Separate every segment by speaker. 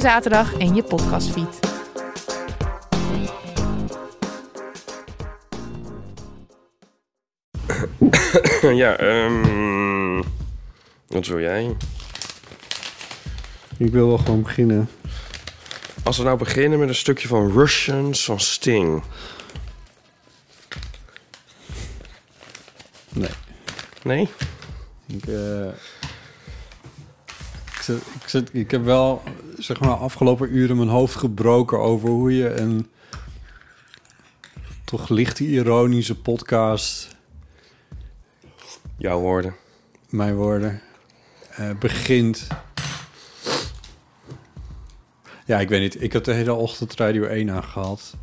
Speaker 1: zaterdag in je podcastfeed.
Speaker 2: Ja, ehm. wat wil jij?
Speaker 3: Ik wil wel gewoon beginnen.
Speaker 2: Als we nou beginnen met een stukje van Russians van Sting.
Speaker 3: Nee.
Speaker 2: Nee?
Speaker 3: Ik, eh, ik, zit, ik, zit, ik heb wel, zeg maar, afgelopen uren mijn hoofd gebroken over hoe je een toch licht ironische podcast,
Speaker 2: Jouw woorden.
Speaker 3: mijn woorden, eh, begint. Ja, ik weet niet. Ik heb de hele ochtend Radio 1 aangehad.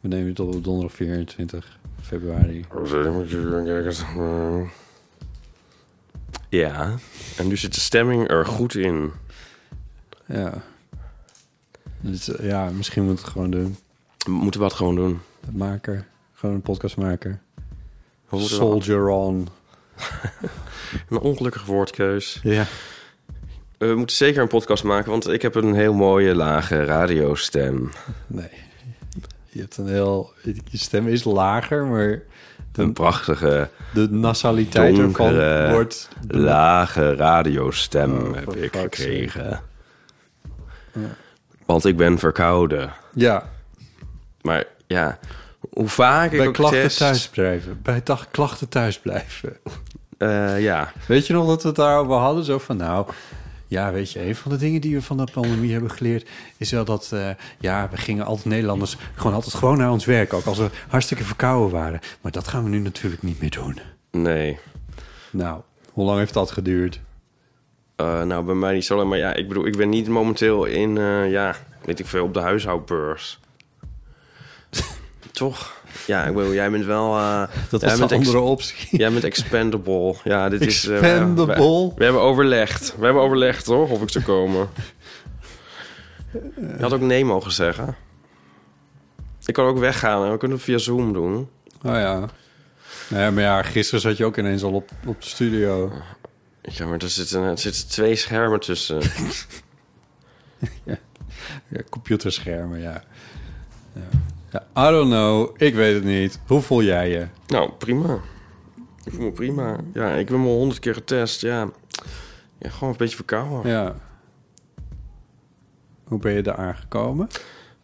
Speaker 3: We nemen het op op donderdag 24 februari.
Speaker 2: Ja, en nu zit de stemming er goed in.
Speaker 3: Ja. Dus, eh, ja, misschien moet ik het gewoon doen.
Speaker 2: We moeten wat gewoon doen.
Speaker 3: De maker. Gewoon een podcast maken.
Speaker 2: We moeten
Speaker 3: Soldier on.
Speaker 2: wel- Een ongelukkige woordkeus. Eh,
Speaker 3: Ja.
Speaker 2: We moeten zeker een podcast maken, want ik heb een heel mooie lage radiostem.
Speaker 3: Nee. Je hebt een heel... Je stem is lager, maar
Speaker 2: Een prachtige,
Speaker 3: de nasaliteit
Speaker 2: Donkere,
Speaker 3: ervan wordt...
Speaker 2: lage radiostem
Speaker 3: Oh,
Speaker 2: heb
Speaker 3: for
Speaker 2: ik
Speaker 3: fuck's
Speaker 2: gekregen. Want ik ben verkouden.
Speaker 3: Ja,
Speaker 2: Maar ja, hoe vaak ik
Speaker 3: bij
Speaker 2: ook
Speaker 3: klachten
Speaker 2: test...
Speaker 3: thuis blijven. Bij dag, klachten thuis blijven.
Speaker 2: eh, ja,
Speaker 3: Weet je nog dat we het daarover hadden? Zo van, nou... Ja, weet je, een van de dingen die we van de pandemie hebben geleerd... is wel dat, eh, ja, we gingen altijd Nederlanders... gewoon altijd gewoon naar ons werk. Ook als we hartstikke verkouden waren. Maar dat gaan we nu natuurlijk niet meer doen.
Speaker 2: nee.
Speaker 3: Nou, hoe lang heeft dat geduurd?
Speaker 2: Eh, nou, bij mij niet zo lang. Maar ja, ik bedoel, ik ben niet momenteel in, eh, ja, weet ik veel, op de huishoudbeurs. Toch? Ja, ik bedoel, jij bent wel... eh,
Speaker 3: Dat
Speaker 2: jij
Speaker 3: was
Speaker 2: bent
Speaker 3: een
Speaker 2: ex-
Speaker 3: andere optie.
Speaker 2: Jij bent expendable. Ja, dit is... eh,
Speaker 3: Expendable?
Speaker 2: we, we hebben overlegd. We hebben overlegd, hoor, of ik zou komen. Je had ook nee mogen zeggen. Ik kan ook weggaan en we kunnen het via Zoom doen.
Speaker 3: Oh ja. Nou ja, maar ja, gisteren zat je ook ineens al op, op de studio.
Speaker 2: Ja, maar er zitten, er zitten twee schermen tussen.
Speaker 3: Ja, computerschermen, ja. ja. Ja, I don't know, ik weet het niet. Hoe voel jij je?
Speaker 2: Nou, prima. Ik voel me prima. Ja, ik ben me honderd keer getest. Ja. ja, gewoon een beetje verkouden.
Speaker 3: Ja. Hoe ben je daar aangekomen?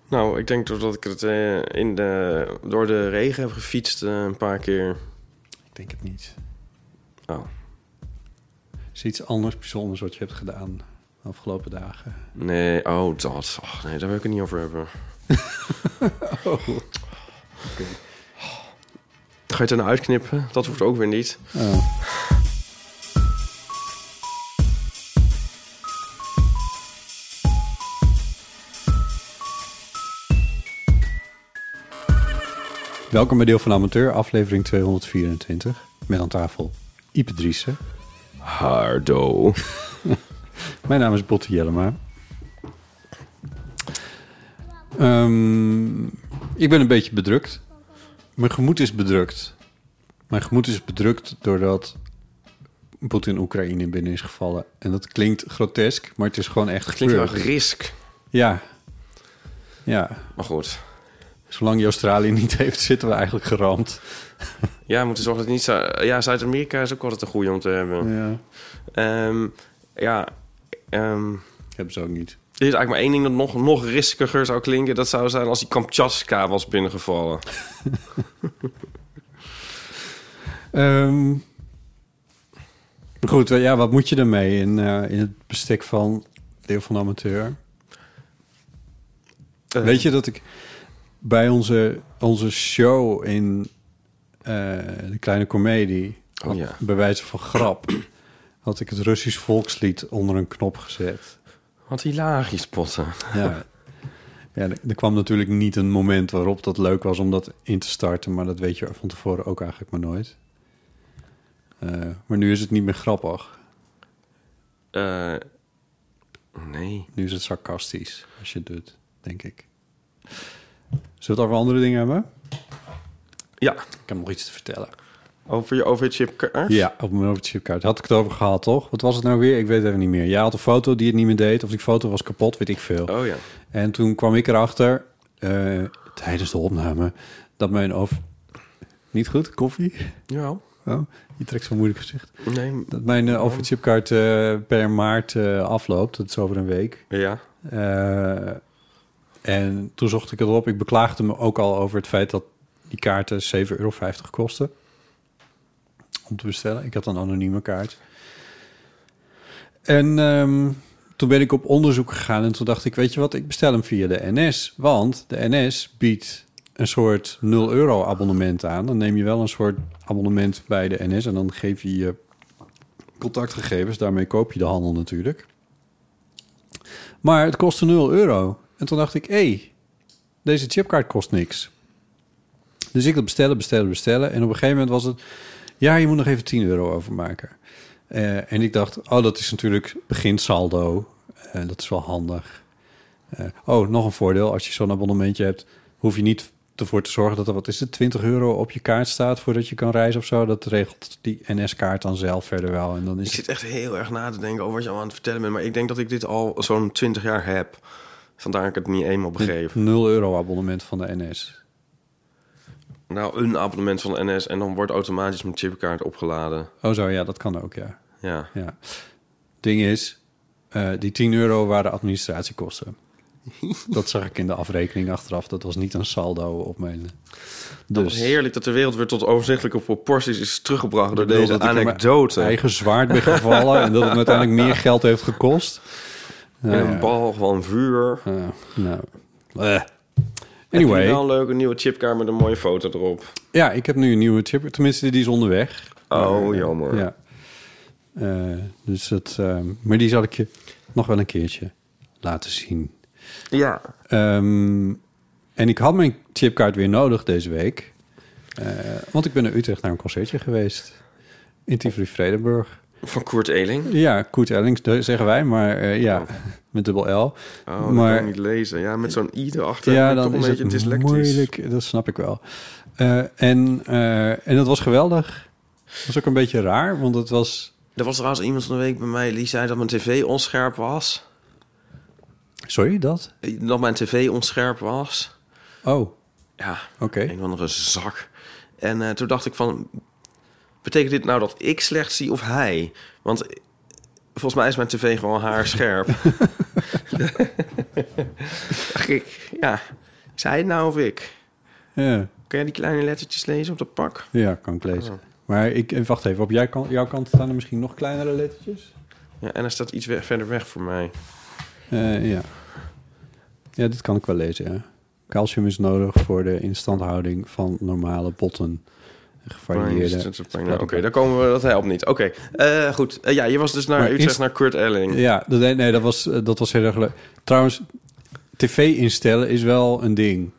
Speaker 2: Nou, ik denk doordat ik het eh, in de, door de regen heb gefietst eh, een paar keer.
Speaker 3: Ik denk het niet.
Speaker 2: Oh,
Speaker 3: Is iets anders bijzonders wat je hebt gedaan de afgelopen dagen?
Speaker 2: nee. Oh, dat. Och, nee, daar wil ik het niet over hebben. Oh. Ga je het er nou uitknippen? Dat hoeft ook weer niet.
Speaker 3: Oh. Welkom bij Deel van Amateur, aflevering 224. Met aan tafel Ipe Driessen.
Speaker 2: Hardo.
Speaker 3: Mijn naam is Botte Jellema. Ehm, ik ben een beetje bedrukt. Mijn gemoed is bedrukt. Mijn gemoed is bedrukt doordat Poetin Oekraïne binnen is gevallen. En dat klinkt grotesk, maar het is gewoon echt
Speaker 2: Klinkt wel
Speaker 3: gebeurd.
Speaker 2: risk.
Speaker 3: Ja. Ja.
Speaker 2: Maar goed.
Speaker 3: Zolang je Australië niet heeft, zitten we eigenlijk geramd.
Speaker 2: Ja, we moeten zorgen dat het niet... Zu- Ja, Zuid-Amerika is ook altijd een goede om te hebben.
Speaker 3: Ja.
Speaker 2: Ehm, ja, ehm,
Speaker 3: Hebben ze ook niet.
Speaker 2: Er is eigenlijk maar één ding dat nog, nog riskiger zou klinken. Dat zou zijn als die Kamchatka was binnengevallen.
Speaker 3: Ehm, goed, eh, ja, wat moet je ermee in, eh, in het bestek van deel van de amateur?
Speaker 2: Eh.
Speaker 3: Weet je dat ik bij onze, onze show in eh, de kleine comedie,
Speaker 2: Oh
Speaker 3: had-
Speaker 2: ja.
Speaker 3: bij wijze van grap, had ik het Russisch volkslied onder een knop gezet.
Speaker 2: Wat hilarisch, potten.
Speaker 3: Ja. Ja, er er kwam natuurlijk niet een moment waarop dat leuk was om dat in te starten, maar dat weet je van tevoren ook eigenlijk maar nooit. Eh, maar nu is het niet meer grappig.
Speaker 2: Eh, nee.
Speaker 3: Nu is het sarcastisch als je het doet, denk ik. Zullen we het over andere dingen hebben?
Speaker 2: Ja,
Speaker 3: Ik heb nog iets te vertellen.
Speaker 2: over, je, over Chip Kaars?
Speaker 3: Ja, op mijn overchipkaart. Had ik het over gehad, toch? Wat was het nou weer? Ik weet het even niet meer. Jij had een foto die het niet meer deed, of die foto was kapot, weet ik veel.
Speaker 2: Oh ja.
Speaker 3: En toen kwam ik erachter, eh, tijdens de opname, dat mijn over... Niet goed, koffie?
Speaker 2: Ja.
Speaker 3: Oh, je trekt zo'n moeilijk gezicht.
Speaker 2: Nee.
Speaker 3: Dat mijn eh, overchipkaart eh, per maart eh, afloopt. Dat is over een week.
Speaker 2: Ja.
Speaker 3: Eh, en toen zocht ik het op. Ik beklaagde me ook al over het feit dat die kaarten 7,50 euro kosten. Om te bestellen. Ik had een anonieme kaart. En ehm, toen ben ik op onderzoek gegaan. En toen dacht ik, weet je wat, ik bestel hem via de NS. Want de NS biedt een soort 0 euro abonnement aan. Dan neem je wel een soort abonnement bij de NS. En dan geef je je contactgegevens. Daarmee koop je de handel natuurlijk. Maar het kostte 0 euro. En toen dacht ik, hé, deze chipkaart kost niks. Dus ik dat bestellen, bestellen, bestellen. En op een gegeven moment was het, ja, je moet nog even 10 euro overmaken. Eh, en ik dacht, oh, dat is natuurlijk beginsaldo. en dat is wel handig. Eh, oh, nog een voordeel. Als je zo'n abonnementje hebt, hoef je niet ervoor te zorgen dat er, wat is het, 20 euro op je kaart staat voordat je kan reizen of zo. Dat regelt die NS-kaart dan zelf verder wel. En dan
Speaker 2: Ik
Speaker 3: is het...
Speaker 2: zit echt heel erg na te denken over wat je allemaal aan het vertellen bent. Maar ik denk dat ik dit al zo'n 20 jaar heb. Vandaar ik het niet eenmaal begreep.
Speaker 3: 0 euro abonnement van de NS.
Speaker 2: Nou, een abonnement van de NS en dan wordt automatisch mijn chipkaart opgeladen.
Speaker 3: Oh zo, ja, dat kan ook, ja.
Speaker 2: Ja.
Speaker 3: ja. Ding is, eh, die 10 euro waren administratiekosten. Dat zag ik in de afrekening achteraf. Dat was niet een saldo op mijn...
Speaker 2: Dat
Speaker 3: Dus-
Speaker 2: is heerlijk dat de wereld weer tot overzichtelijke proporties is teruggebracht door deze
Speaker 3: dat ik in mijn
Speaker 2: anekdote.
Speaker 3: eigen zwaard ben gevallen en dat het me uiteindelijk meer geld heeft gekost. Nou
Speaker 2: En
Speaker 3: ja,
Speaker 2: een bal van vuur.
Speaker 3: eh, nou. eh.
Speaker 2: Heb je wel
Speaker 3: Anyway,
Speaker 2: een leuke nieuwe chipkaart met een mooie foto erop.
Speaker 3: ja, ik heb nu een nieuwe chip. Tenminste, die is onderweg.
Speaker 2: Oh, jammer.
Speaker 3: Nou Ja. Eh, dus dat, eh, maar die zal ik je nog wel een keertje laten zien.
Speaker 2: Ja.
Speaker 3: Ehm, en ik had mijn chipkaart weer nodig deze week. Eh, want ik ben naar Utrecht naar een concertje geweest. In Tivoli Vredenburg.
Speaker 2: Van Koert Eling.
Speaker 3: Ja, Koet Ellings dat zeggen wij, maar eh, ja, met dubbel L.
Speaker 2: Oh, dat
Speaker 3: maar
Speaker 2: kan ik niet lezen. Ja, met zo'n i erachter.
Speaker 3: ja,
Speaker 2: ben ik
Speaker 3: dan
Speaker 2: toch
Speaker 3: is
Speaker 2: een beetje
Speaker 3: het
Speaker 2: dyslectisch.
Speaker 3: moeilijk. Dat snap ik wel. Eh, en, eh, en dat was geweldig. Dat was ook een beetje raar, want het was...
Speaker 2: Er was trouwens iemand van de week bij mij die zei dat mijn tv onscherp was.
Speaker 3: Sorry, dat?
Speaker 2: Eh, Dat mijn tv onscherp was.
Speaker 3: Oh, oké.
Speaker 2: Ja, een of andere zak. En eh, toen dacht ik van... Betekent dit nou dat ik slecht zie of hij? Want eh, volgens mij is mijn tv gewoon haarscherp. dacht ik, ja. Is hij het nou of ik?
Speaker 3: Ja,
Speaker 2: Kun jij die kleine lettertjes lezen op dat pak?
Speaker 3: ja, kan ik
Speaker 2: Oh.
Speaker 3: lezen. Maar ik, eh, wacht even, op jouw kant, jouw kant staan er misschien nog kleinere lettertjes?
Speaker 2: Ja, en hij staat iets we- verder weg voor mij.
Speaker 3: Eh, ja. ja, dit kan ik wel lezen. Ja. Calcium is nodig voor de instandhouding van normale botten.
Speaker 2: Pijn,
Speaker 3: Gevarieerde.
Speaker 2: is het pijn? Nou, Oké, daar komen we, dat helpt niet. Oké, eh, goed. Eh, ja, je was dus naar
Speaker 3: Maar
Speaker 2: Utrecht,
Speaker 3: inst-
Speaker 2: naar Kurt Elling.
Speaker 3: Ja, dat, nee, nee, dat was, eh, dat was heel erg leuk. Trouwens, tv instellen is wel een ding.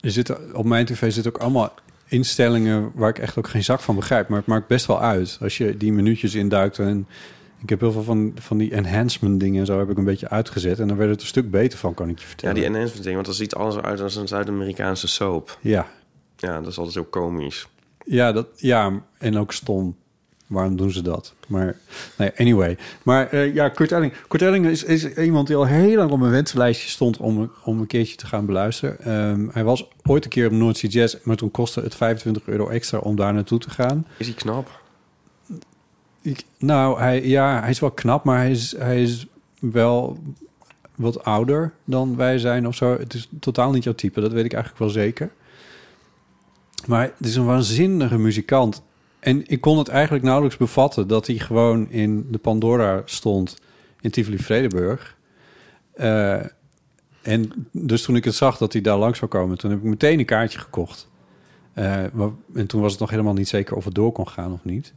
Speaker 3: Er zitten, op mijn tv zitten ook allemaal instellingen waar ik echt ook geen zak van begrijp. Maar het maakt best wel uit als je die minuutjes induikt. En ik heb heel veel van, van die enhancement dingen en zo heb ik een beetje uitgezet. En dan werd het een stuk beter van, kan ik je
Speaker 2: Ja,
Speaker 3: vertellen.
Speaker 2: die enhancement ding, want dat ziet alles uit als een Zuid-Amerikaanse soap.
Speaker 3: ja,
Speaker 2: Ja, dat is altijd zo komisch.
Speaker 3: Ja, dat, ja, en ook stom. Waarom doen ze dat? Maar nee, anyway. Maar eh, ja, Kurt Elling. Kurt Elling is, is iemand die al heel lang op mijn wensenlijstje stond om, om een keertje te gaan beluisteren. Ehm, hij was ooit een keer op North Sea Jazz, maar toen kostte het 25 euro extra om daar naartoe te gaan.
Speaker 2: Is hij knap?
Speaker 3: Ik, nou, hij, ja, hij is wel knap, maar hij is, hij is wel wat ouder dan wij zijn of zo. Het is totaal niet jouw type, dat weet ik eigenlijk wel zeker. Maar het is een waanzinnige muzikant. En ik kon het eigenlijk nauwelijks bevatten dat hij gewoon in de Pandora stond in Tivoli-Vredenburg. Eh, en dus toen ik het zag dat hij daar langs zou komen, toen heb ik meteen een kaartje gekocht. Eh, wa- en toen was het nog helemaal niet zeker of het door kon gaan of niet.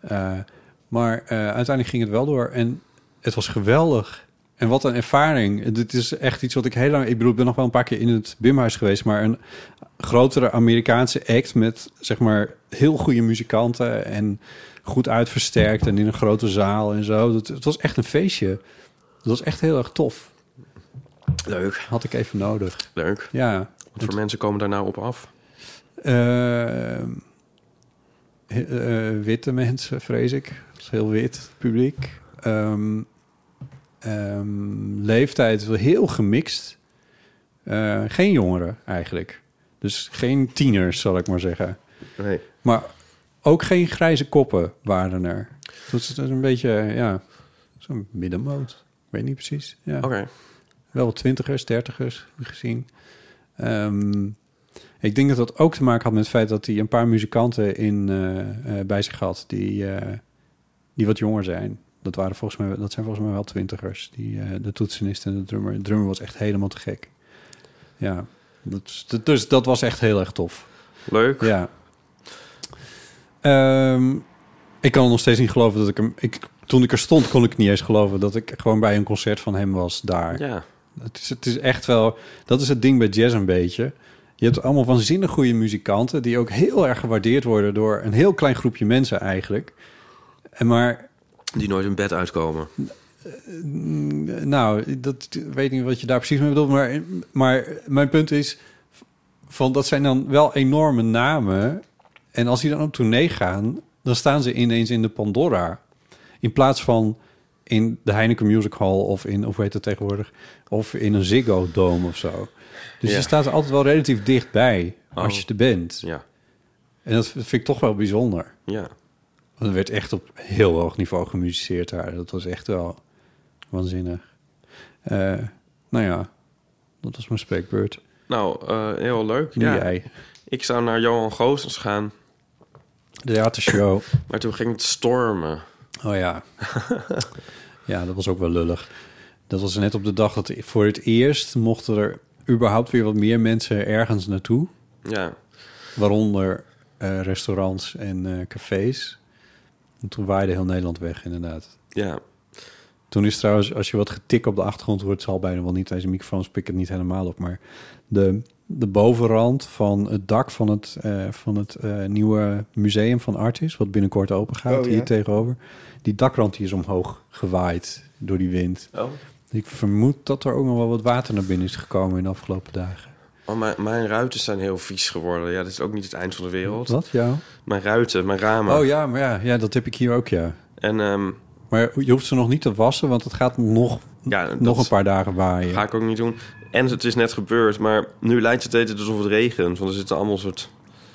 Speaker 3: Eh, maar eh, uiteindelijk ging het wel door en het was geweldig. En wat een ervaring. Dit is echt iets wat ik heel lang... Ik bedoel, ik ben nog wel een paar keer in het Bimhuis geweest... maar een grotere Amerikaanse act met, zeg maar, heel goede muzikanten... en goed uitversterkt en in een grote zaal en zo. Dat, het was echt een feestje. Dat was echt heel erg tof.
Speaker 2: Leuk.
Speaker 3: Had ik even nodig.
Speaker 2: Leuk.
Speaker 3: Ja.
Speaker 2: Wat voor mensen komen daar nou op af?
Speaker 3: Eh, eh, witte mensen, vrees ik. Dat is heel wit publiek. Ehm, ehm, leeftijd wel heel gemixt. Eh, geen jongeren eigenlijk. Dus geen tieners, zal ik maar zeggen.
Speaker 2: Nee.
Speaker 3: Maar ook geen grijze koppen waren er. Dat is, dat is een beetje, ja, zo'n middenmoot. Ik weet niet precies. Ja
Speaker 2: Oké.
Speaker 3: wel wat twintigers, dertigers gezien. Ehm, ik denk dat dat ook te maken had met het feit dat hij een paar muzikanten in, eh, eh, bij zich had die, eh, die wat jonger zijn. Dat, waren volgens mij, dat zijn volgens mij wel twintigers. Die, eh, de toetsenist en de drummer. De drummer was echt helemaal te gek. Ja, dat, is- dat- dus dat was echt heel erg tof.
Speaker 2: Leuk.
Speaker 3: Ja. Ehm, ik kan nog steeds niet geloven dat ik hem... Ik, toen ik er stond, kon ik niet eens geloven dat ik gewoon bij een concert van hem was daar.
Speaker 2: Ja.
Speaker 3: Het is, het is echt wel... Dat is het ding bij jazz een beetje. Je hebt allemaal waanzinnig goede muzikanten... die ook heel erg gewaardeerd worden door een heel klein groepje mensen eigenlijk. En maar,
Speaker 2: Die nooit in bed uitkomen.
Speaker 3: eh, nou, dat ik weet niet wat je daar precies mee bedoelt... maar, maar mijn punt is... Van, dat zijn dan wel enorme namen. En als die dan op tournee gaan... dan staan ze ineens in de Pandora. In plaats van in de Heineken Music Hall... of in, of hoe heet dat tegenwoordig... of in een Ziggo Dome of zo. Dus
Speaker 2: Ja.
Speaker 3: je staat er altijd wel relatief dichtbij...
Speaker 2: Oh.
Speaker 3: als je er bent.
Speaker 2: Ja.
Speaker 3: En dat vind ik toch wel bijzonder.
Speaker 2: Ja.
Speaker 3: Want er werd echt op heel hoog niveau gemusiceerd daar. Dat was echt wel waanzinnig. Eh, nou ja, dat was mijn spreekbeurt.
Speaker 2: Nou, eh, heel leuk.
Speaker 3: Nu
Speaker 2: ja.
Speaker 3: jij.
Speaker 2: Ik zou naar Johan Goossens gaan,
Speaker 3: De theatershow.
Speaker 2: maar toen ging het stormen.
Speaker 3: Oh ja. ja, dat was ook wel lullig. Dat was net op de dag dat voor het eerst mochten er überhaupt weer wat meer mensen ergens naartoe.
Speaker 2: Ja.
Speaker 3: Waaronder eh, restaurants en eh, cafés. En toen waaide heel Nederland weg, inderdaad.
Speaker 2: Ja.
Speaker 3: Toen is trouwens, als je wat getik op de achtergrond hoort, zal bijna wel niet. Deze microfoons pikken het niet helemaal op. Maar de, de bovenrand van het dak van het, eh, van het eh, nieuwe museum van Artis, wat binnenkort open gaat,
Speaker 4: Oh, ja.
Speaker 3: hier tegenover. Die dakrand die is omhoog gewaaid door die wind.
Speaker 2: Oh.
Speaker 3: Ik vermoed dat er ook nog wel wat water naar binnen is gekomen in de afgelopen dagen.
Speaker 2: Oh, mijn, mijn ruiten zijn heel vies geworden. Ja, dat is ook niet het eind van de wereld.
Speaker 3: Wat? Ja.
Speaker 2: Mijn ruiten, mijn ramen.
Speaker 3: Oh ja, maar ja, ja, dat heb ik hier ook, ja.
Speaker 2: En ehm,
Speaker 3: Maar je hoeft ze nog niet te wassen, want het gaat nog,
Speaker 2: Ja, Nou, dat
Speaker 3: nog een paar dagen waaien.
Speaker 2: ga ik ook niet doen. En het is net gebeurd, maar nu lijkt het deed het alsof het regent. Want er zitten allemaal soort...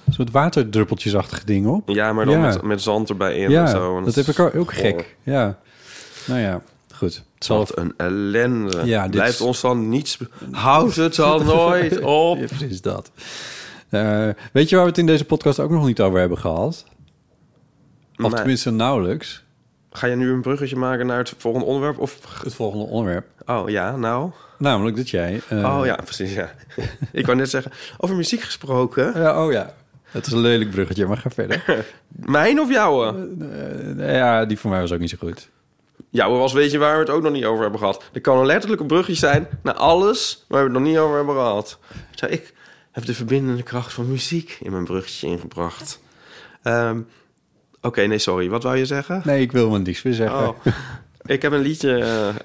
Speaker 3: Een soort waterdruppeltjesachtige dingen op.
Speaker 2: Ja, maar dan
Speaker 3: Ja.
Speaker 2: met, met zand erbij in
Speaker 3: Ja,
Speaker 2: en zo. En
Speaker 3: dat heb
Speaker 2: is-
Speaker 3: ik ook, ook
Speaker 2: Goh,
Speaker 3: gek. Ja. Nou ja, goed. Het zal
Speaker 2: Wat een ellende.
Speaker 3: Ja, dit
Speaker 2: Blijft
Speaker 3: is-
Speaker 2: ons dan niets... be- Houd het dan nooit op.
Speaker 3: Ja, precies dat. Eh, weet je waar we het in deze podcast ook nog niet over hebben gehad? Of
Speaker 2: Nee.
Speaker 3: tenminste nauwelijks.
Speaker 2: Ga je nu een bruggetje maken naar het volgende onderwerp? Of...
Speaker 3: Het volgende onderwerp.
Speaker 2: Oh ja, nou...
Speaker 3: Namelijk dat jij... eh,
Speaker 2: Oh ja, precies, ja. ik wou net zeggen, over muziek gesproken.
Speaker 3: ja, oh ja. Het is een lelijk bruggetje, maar ga verder.
Speaker 2: Mijn of jouwe?
Speaker 3: Eh, ja, die voor mij was ook niet zo goed.
Speaker 2: Jouwe was weet je waar we het ook nog niet over hebben gehad. Er kan een letterlijk een brugje zijn naar alles waar we het nog niet over hebben gehad. Zei ik heb de verbindende kracht van muziek in mijn bruggetje ingebracht. Ehm, Oké, nee, sorry. Wat wou je zeggen?
Speaker 3: Nee, ik wil mijn niks weer zeggen.
Speaker 2: Oh, ik heb een liedje, eh,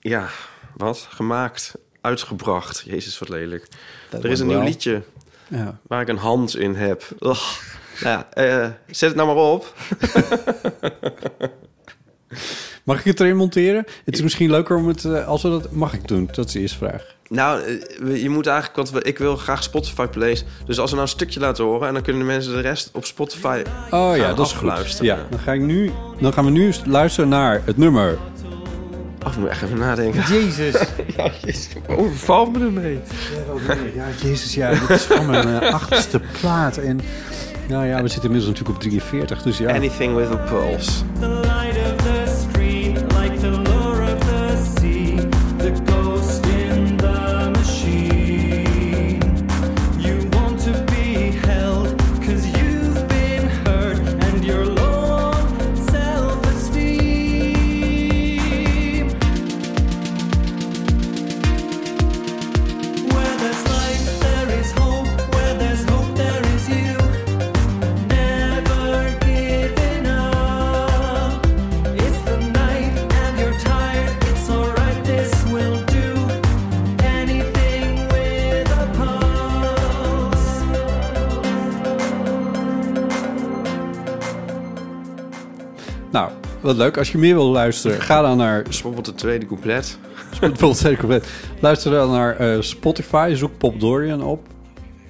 Speaker 2: ja, wat? Gemaakt, uitgebracht. Jezus, wat lelijk. er is
Speaker 3: wordt
Speaker 2: een nieuw
Speaker 3: wel.
Speaker 2: liedje
Speaker 3: Ja.
Speaker 2: waar ik een hand in heb. Ugh. Nou ja, eh, zet het nou maar op.
Speaker 3: Mag ik het erin monteren? Het is misschien leuker om het... eh, als we dat... Mag ik doen? Dat is de eerste vraag.
Speaker 2: Nou, eh, je moet eigenlijk, want we- ik wil graag Spotify plays. Dus als we nou een stukje laten horen en dan kunnen de mensen de rest op Spotify.
Speaker 3: Oh ja,
Speaker 2: Gaan
Speaker 3: dat is goed.
Speaker 2: afluisteren.
Speaker 3: Ja, dan, ga ik nu, dan gaan we nu luisteren naar het nummer
Speaker 2: Oh, ik moet echt even nadenken.
Speaker 3: Jezus.
Speaker 2: Ja, jezus,
Speaker 3: Oh,
Speaker 2: overval me ermee.
Speaker 3: Ja, Jezus, ja, dit is van mijn eh, achtste plaat. En nou ja, we zitten inmiddels natuurlijk op 43, dus ja.
Speaker 2: Anything with a pulse.
Speaker 5: The light of the street, like the lure of the sea, the ghost in the machine. You want to be held, cause you've been hurt, and your low self esteem. Where there's life, there is hope, where there's hope, there is you. Never giving up. It's the night and you're tired. It's alright. This will do. Anything with a pulse.
Speaker 3: Nou, wat leuk. Als je meer wil luisteren, ga dan naar
Speaker 2: Dus bijvoorbeeld het tweede couplet.
Speaker 3: Spot- compleet. Luister dan naar eh, Spotify, zoek Pop Dorian op.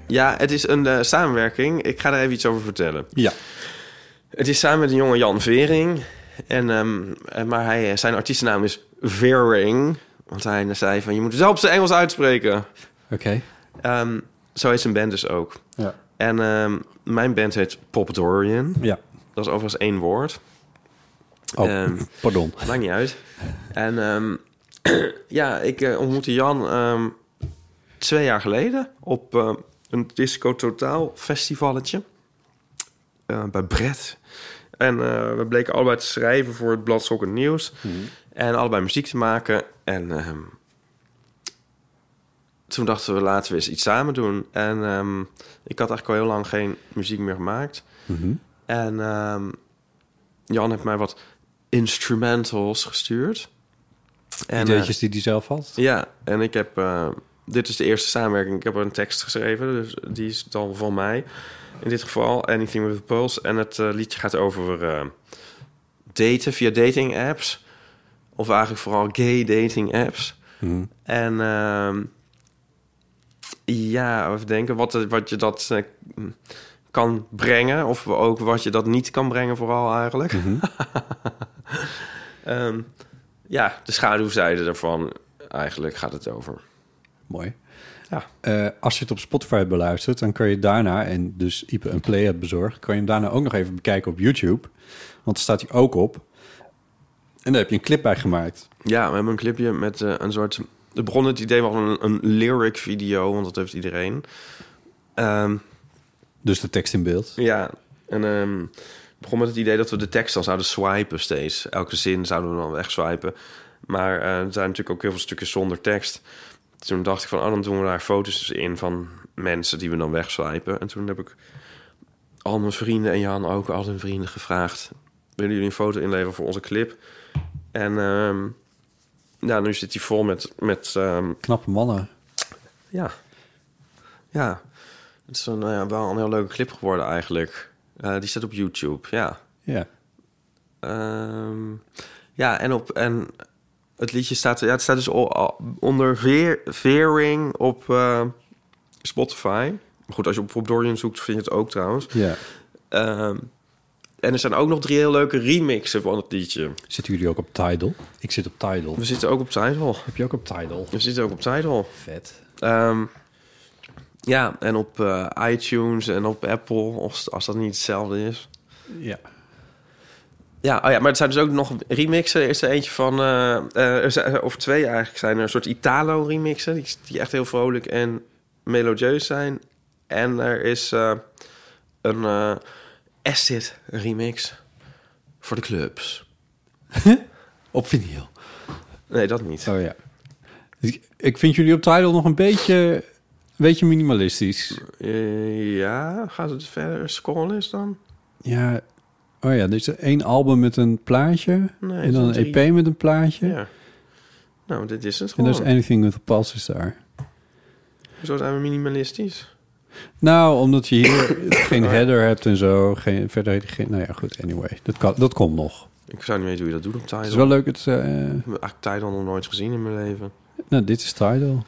Speaker 2: Ja, het is een eh, samenwerking. Ik ga daar even iets over vertellen.
Speaker 3: Ja.
Speaker 2: Het is samen met een jongen Jan Vering. En, ehm, eh, maar hij, eh, zijn artiestennaam is Vering. Want hij zei van, je moet het zelf op zijn Engels uitspreken.
Speaker 3: Oké.
Speaker 2: Ehm, zo heet zijn band dus ook.
Speaker 3: Ja.
Speaker 2: En ehm, mijn band heet Pop Dorian.
Speaker 3: Ja.
Speaker 2: Dat is overigens één woord.
Speaker 3: Oh,
Speaker 2: Ehm,
Speaker 3: pardon.
Speaker 2: Maakt niet uit. En ehm, ja, ik eh, ontmoette Jan ehm, twee jaar geleden op ehm, een Disco Totaal festivalletje eh, bij Brett. En eh, we bleken allebei te schrijven voor het blad Sokken Nieuws. En allebei muziek te maken. En ehm, toen dachten we, laten we eens iets samen doen. En ehm, ik had eigenlijk al heel lang geen muziek meer gemaakt.
Speaker 3: Mhm.
Speaker 2: En ehm, Jan heeft mij wat instrumentals gestuurd. En, eh,
Speaker 3: Ideetjes die hij zelf had.
Speaker 2: ja, en ik heb... eh, dit is de eerste samenwerking. Ik heb een tekst geschreven, dus die is dan van mij. In dit geval Anything With A Pulse. En het eh, liedje gaat over eh, daten via dating apps. Of eigenlijk vooral gay dating apps. En ehm, ja, even denken wat, eh, wat je dat eh, kan brengen. Of ook wat je dat niet kan brengen vooral eigenlijk. Ehm, ja, de schaduwzijde daarvan eigenlijk gaat het over.
Speaker 3: Mooi.
Speaker 2: Ja.
Speaker 3: Eh, als je het op Spotify beluistert, dan kun je daarna, en dus Ipe een play hebt bezorgd, kan je hem daarna ook nog even bekijken op YouTube. Want daar staat hij ook op. En daar heb je een clip bij gemaakt.
Speaker 2: Ja, we hebben een clipje met eh, een soort... Het begon het idee van een, een lyric video, want dat heeft iedereen. Ehm,
Speaker 3: Dus de tekst in beeld.
Speaker 2: ja, en ehm, het begon met het idee dat we de tekst dan zouden swipen steeds. Elke zin zouden we dan weg swipen. Maar eh, er zijn natuurlijk ook heel veel stukjes zonder tekst. Toen dacht ik van, oh, dan doen we daar foto's in van mensen die we dan wegswipen. En toen heb ik al mijn vrienden en Jan ook al hun vrienden gevraagd... willen jullie een foto inleveren voor onze clip? En ehm, nou, nu zit hij vol met, met ehm,
Speaker 3: Knappe mannen.
Speaker 2: ja. Ja. Het is een, eh, wel een heel leuke clip geworden eigenlijk. Eh, die staat op YouTube, ja.
Speaker 3: Ja.
Speaker 2: Ehm, ja, en, op, en het liedje staat... Ja, het staat dus o- al onder Veer- Veering op eh, Spotify. Maar goed, als je op Bob Dorian zoekt, vind je het ook trouwens.
Speaker 3: ja.
Speaker 2: Ehm, en er zijn ook nog drie heel leuke remixen van het liedje.
Speaker 3: Zitten jullie ook op Tidal? Ik zit op Tidal.
Speaker 2: We zitten ook op Tidal.
Speaker 3: Heb je ook op Tidal?
Speaker 2: We zitten ook op Tidal.
Speaker 3: Vet.
Speaker 2: Ehm, ja, en op eh, iTunes en op Apple, als, als dat niet hetzelfde is.
Speaker 3: Ja.
Speaker 2: Ja, oh ja, maar er zijn dus ook nog remixen. Er is er eentje van, eh, eh, er zijn- of twee eigenlijk, zijn er een soort Italo-remixen... Die, die echt heel vrolijk en melodieus zijn. En er is eh, een eh, acid-remix voor de clubs.
Speaker 3: Op vinyl.
Speaker 2: Nee, dat niet.
Speaker 3: Oh ja. Ik- Ik vind jullie op Tidal nog een beetje, een beetje minimalistisch.
Speaker 2: Eh, ja, gaat het verder scrollen is dan?
Speaker 3: Ja. Oh ja, er is één album met een plaatje.
Speaker 2: Nee,
Speaker 3: en dan
Speaker 2: het zijn
Speaker 3: een
Speaker 2: drie.
Speaker 3: EP met een plaatje.
Speaker 2: Ja. Nou, dit is het
Speaker 3: En
Speaker 2: gewoon.
Speaker 3: er is Anything with a Pulse is daar.
Speaker 2: Zo zijn we minimalistisch.
Speaker 3: Nou, omdat je hier geen header hebt en zo. Geen, verder heet geen... Nou ja, goed, anyway. Dat, kan, dat komt nog.
Speaker 2: Ik zou niet weten hoe je dat doet op
Speaker 3: Het
Speaker 2: Tidal.
Speaker 3: is wel leuk. Het, eh,
Speaker 2: Ik heb eigenlijk Tidal nog nooit gezien in mijn leven.
Speaker 3: nou, dit is Tidal.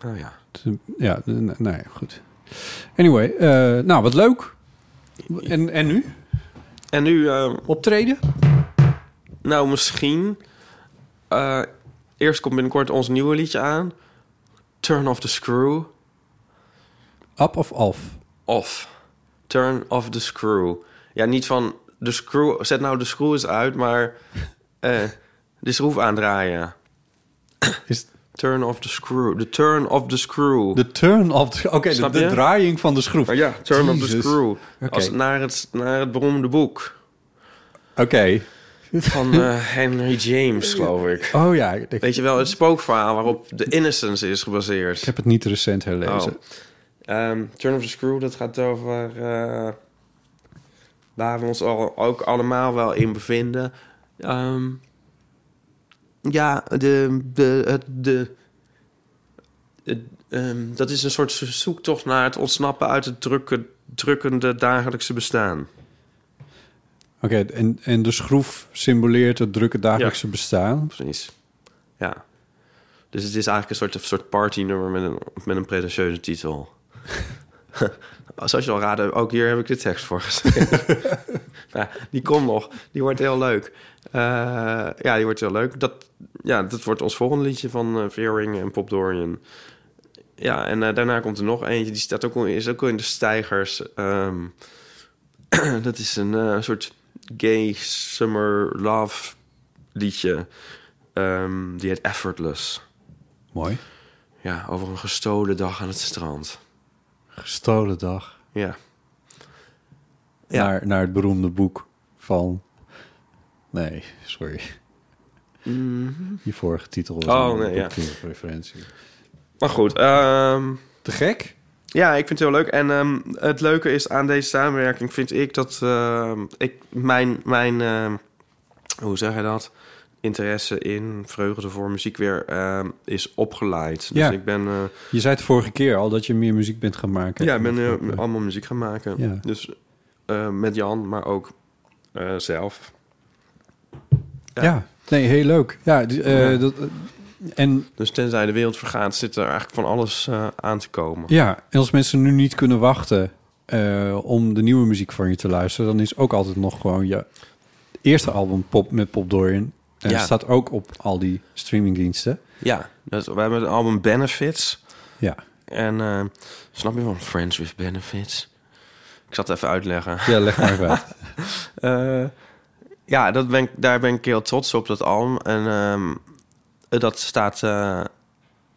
Speaker 2: Nou ja.
Speaker 3: Het is een- Ja, n- n- nou ja, goed. Anyway, eh, nou, wat leuk. En, en nu?
Speaker 2: En nu, eh,
Speaker 3: Optreden?
Speaker 2: Nou, misschien. eh, eerst komt binnenkort ons nieuwe liedje aan. Turn off the screw.
Speaker 3: Up of off?
Speaker 2: Off. Turn off the screw. Ja, niet van de screw. Zet nou de screw eens uit, maar eh, de schroef aandraaien.
Speaker 3: Is
Speaker 2: Turn off the screw. De turn off the screw.
Speaker 3: de turn of the... Oké, de,
Speaker 2: Snap
Speaker 3: de
Speaker 2: je?
Speaker 3: draaiing van de schroef.
Speaker 2: Maar ja, turn off the
Speaker 3: Jezus.
Speaker 2: screw.
Speaker 3: Oké.
Speaker 2: Als naar, het, naar het beroemde boek
Speaker 3: Oké.
Speaker 2: van eh, Henry James, geloof ik.
Speaker 3: Oh ja, ik, ik
Speaker 2: Weet je wel, het spookverhaal waarop The Innocence is gebaseerd.
Speaker 3: heb het niet recent herlezen.
Speaker 2: Oh. Ehm, Turn of the Screw, dat gaat over... eh, waar we ons al, ook allemaal wel in bevinden. Ehm, ja, de... de, het- de, het, ehm, dat is een soort zo- zoektocht naar het ontsnappen uit het drukke, drukkende dagelijkse bestaan.
Speaker 3: Oké, en, en de schroef symboleert het drukke dagelijkse bestaan.
Speaker 2: Precies. Ja. Dus het is eigenlijk een soort, een soort partynummer met een, met een pretentieuze titel. Zoals je al raadde, ook hier heb ik de tekst voor geschreven. ja, die komt nog. Die wordt heel leuk. Eh, ja, die wordt heel leuk. Dat, ja, dat wordt ons volgende liedje van eh, Veering en Pop Dorian. Ja, en eh, daarna komt er nog eentje. Die staat ook, al- is ook al in de stijgers. Ehm, dat is een eh, soort gay summer love liedje. Ehm, die heet Effortless.
Speaker 3: Mooi.
Speaker 2: Ja, over een gestolen dag aan het strand.
Speaker 3: Gestolen dag.
Speaker 2: Ja.
Speaker 3: Ja. Naar, naar het beroemde boek van... Nee, sorry. Je vorige titel was
Speaker 2: Oh,
Speaker 3: een
Speaker 2: nee, ja.
Speaker 3: boekreferentie.
Speaker 2: Maar goed, ehm,
Speaker 3: Te gek?
Speaker 2: ja, ik vind het heel leuk. En ehm, het leuke is aan deze samenwerking vind ik dat ehm, ik mijn, mijn ehm, hoe zeg je dat? Interesse in vreugde voor muziek weer ehm, is opgeleid. Dus
Speaker 3: Ja.
Speaker 2: ik ben, eh,
Speaker 3: Je zei het vorige keer al dat je meer muziek bent gaan maken.
Speaker 2: ja, ik ben eh, allemaal muziek gaan maken.
Speaker 3: Ja.
Speaker 2: Dus eh, met Jan, maar ook eh, zelf.
Speaker 3: Ja. nee, heel leuk. Ja, d- eh, Dat, eh, en
Speaker 2: Dus tenzij de wereld vergaat, zit er eigenlijk van alles eh, aan te komen.
Speaker 3: ja, en als mensen nu niet kunnen wachten eh, om de nieuwe muziek van je te luisteren, dan is ook altijd nog gewoon je eerste album Pop met Pop Dorian. En
Speaker 2: Ja.
Speaker 3: dat staat ook op al die streamingdiensten.
Speaker 2: Ja, dat, we hebben het album Benefits.
Speaker 3: Ja,
Speaker 2: En eh, snap je van Friends with Benefits? Ik zal het even uitleggen.
Speaker 3: ja leg maar even uit.
Speaker 2: Eh, ja, dat ben ik, daar ben ik heel trots op, dat album. En ehm, dat staat... eh,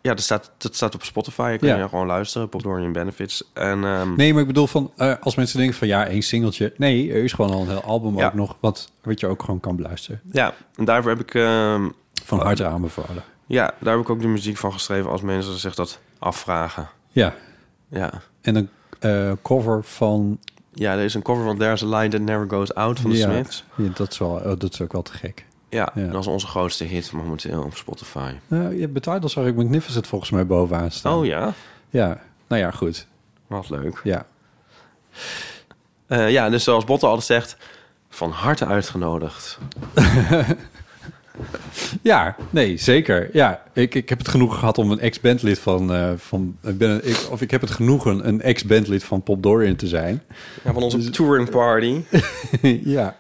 Speaker 2: ja, dat staat, dat staat op Spotify. Je kan
Speaker 3: Ja.
Speaker 2: je gewoon luisteren. Pop Dorian Benefits. En, ehm,
Speaker 3: Nee, maar ik bedoel van eh, als mensen denken van ja, één singeltje. Nee, er is gewoon al een heel album
Speaker 2: Ja.
Speaker 3: ook nog wat, wat je ook gewoon kan beluisteren.
Speaker 2: Ja, en daarvoor heb ik... ehm,
Speaker 3: Van harte aanbevolen.
Speaker 2: ja, daar heb ik ook de muziek van geschreven... als mensen zich dat afvragen.
Speaker 3: Ja,
Speaker 2: Ja.
Speaker 3: en een eh, cover van
Speaker 2: Ja, er is een cover van There's a Line That Never Goes Out van de
Speaker 3: ja,
Speaker 2: Smiths.
Speaker 3: ja, dat, is wel, oh, dat is ook wel te gek.
Speaker 2: Ja,
Speaker 3: Ja.
Speaker 2: dat is onze grootste hit momenteel op Spotify.
Speaker 3: Nou, je betitle zag ik Magnificent volgens mij bovenaan staan.
Speaker 2: Oh ja,
Speaker 3: Ja, nou ja, goed.
Speaker 2: wat leuk.
Speaker 3: Ja.
Speaker 2: Eh, ja, dus zoals Botte altijd zegt, van harte uitgenodigd.
Speaker 3: ja, nee, zeker. Ja, ik, ik heb het genoegen gehad om een ex-bandlid van... eh, van ik ben een- ik, of ik heb het genoegen een ex-bandlid van Pop Dorian te zijn.
Speaker 2: Ja, van onze touring party.
Speaker 3: Dus- ja,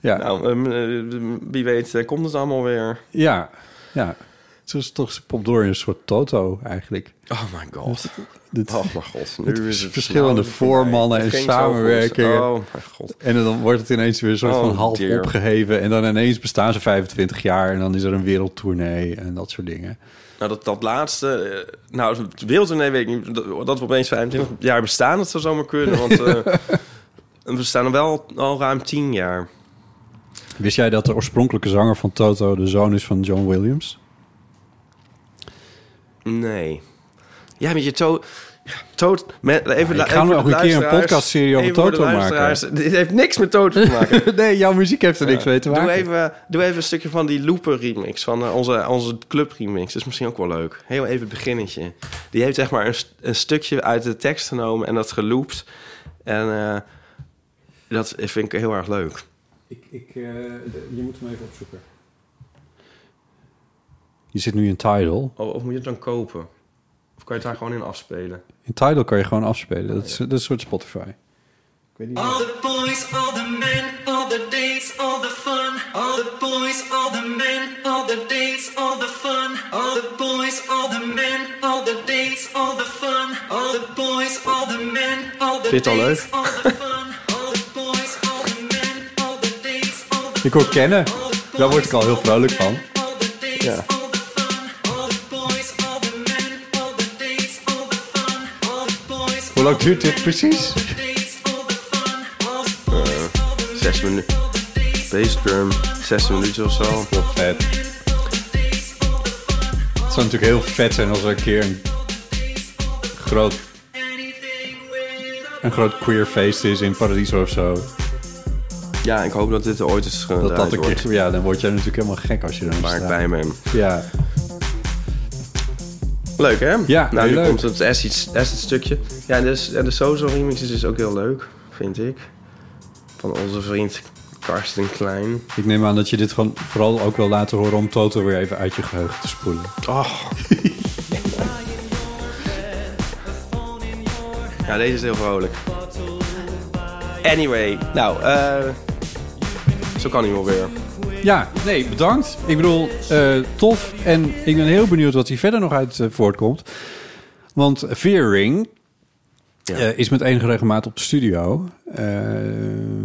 Speaker 3: ja,
Speaker 2: nou, ehm, eh, wie weet eh, komt het allemaal weer.
Speaker 3: ja, ja. Zo is toch Pop Dorian een soort Toto eigenlijk.
Speaker 2: Oh my god.
Speaker 3: Dit,
Speaker 2: Oh mijn god. Nu
Speaker 3: Het
Speaker 2: is het
Speaker 3: verschillende
Speaker 2: nou voorbij.
Speaker 3: voormannen
Speaker 2: Het
Speaker 3: en
Speaker 2: ging zo goed.
Speaker 3: samenwerkingen.
Speaker 2: Oh mijn god.
Speaker 3: En dan wordt het ineens weer een soort
Speaker 2: Oh,
Speaker 3: van half
Speaker 2: dear.
Speaker 3: opgeheven. En dan ineens bestaan ze 25 jaar. En dan is er een wereldtournee en dat soort dingen.
Speaker 2: Nou, dat, dat laatste... eh, nou, het wereldtournee weet ik niet. Dat, dat we opeens 25 jaar bestaan, dat zou zomaar kunnen. Want eh, we staan er wel al ruim 10 jaar.
Speaker 3: Wist jij dat de oorspronkelijke zanger van Toto de zoon is van John Williams?
Speaker 2: Nee. Ja, met je to... to met, even,
Speaker 3: Ja, ik ga
Speaker 2: even
Speaker 3: nog
Speaker 2: voor
Speaker 3: een
Speaker 2: de
Speaker 3: keer een
Speaker 2: luisteraars-
Speaker 3: podcastserie over
Speaker 2: even voor de
Speaker 3: Toto
Speaker 2: luisteraars. Dit heeft niks met Toto te maken.
Speaker 3: nee, jouw muziek heeft er niks mee te maken.
Speaker 2: Doe even, doe even een stukje van die Looper remix, van eh, onze, onze club remix. Dat is misschien ook wel leuk. Heel even het beginnetje. Die heeft zeg maar een, st- een stukje uit de tekst genomen en dat geloopt. En eh, dat vind ik heel erg leuk.
Speaker 3: Ik, ik, je moet hem even opzoeken. Je zit nu in Tidal.
Speaker 2: Oh, Of, of moet je het dan kopen? Of kan je het daar gewoon in afspelen?
Speaker 3: In Tidal kan je gewoon afspelen. Dat is, dat is een soort Spotify.
Speaker 6: All the boys, all the men, all the days, all the fun, all the
Speaker 5: the boys, all the men, all the dates, all the fun. All the boys, all the men, all the dates, all the fun. All the boys, all the men, all the
Speaker 2: Vind je het al
Speaker 5: dates,
Speaker 2: leuk?
Speaker 5: all the fun. All the boys, all the men, all the dates, all the
Speaker 3: Ik hoor kennen. Daar word ik al heel vrolijk van.
Speaker 5: all the dates,
Speaker 2: Ja.
Speaker 5: all the fun. All the boys, all the men, all the dates, all the fun. All the boys,
Speaker 3: Hoe lang duurt dit precies?
Speaker 5: dates, all the fun. All the
Speaker 2: Zes minuten. Bassdrum, zes minuten of zo.
Speaker 3: Heel vet. Het zou natuurlijk heel vet zijn als er een keer een groot, een groot queer feest is in Paradiso of zo.
Speaker 2: Ja, ik hoop dat dit er ooit eens
Speaker 3: Dat dat
Speaker 2: gedraaid
Speaker 3: een
Speaker 2: wordt.
Speaker 3: keer, ja, dan word jij natuurlijk helemaal gek als je er
Speaker 2: Waar ik
Speaker 3: staat.
Speaker 2: bij ben.
Speaker 3: Ja,
Speaker 2: Leuk, hè?
Speaker 3: Ja,
Speaker 2: Nou, nu
Speaker 3: leuk.
Speaker 2: komt het acid, acid stukje. Ja, en de, en de Sozo remix is dus ook heel leuk, vind ik. Van onze vriend Karsten Klein.
Speaker 3: ik neem aan dat je dit gewoon vooral ook wil laten horen om Toto weer even uit je geheugen te spoelen.
Speaker 2: Oh. ja, deze is heel vrolijk. Anyway, nou, eh... zo kan hij wel weer.
Speaker 3: Ja, nee, bedankt. Ik bedoel, eh, tof. En ik ben heel benieuwd wat hier verder nog uit eh, voortkomt. Want Veering
Speaker 2: Ja.
Speaker 3: eh, is met enige regelmaat op de studio. Eh,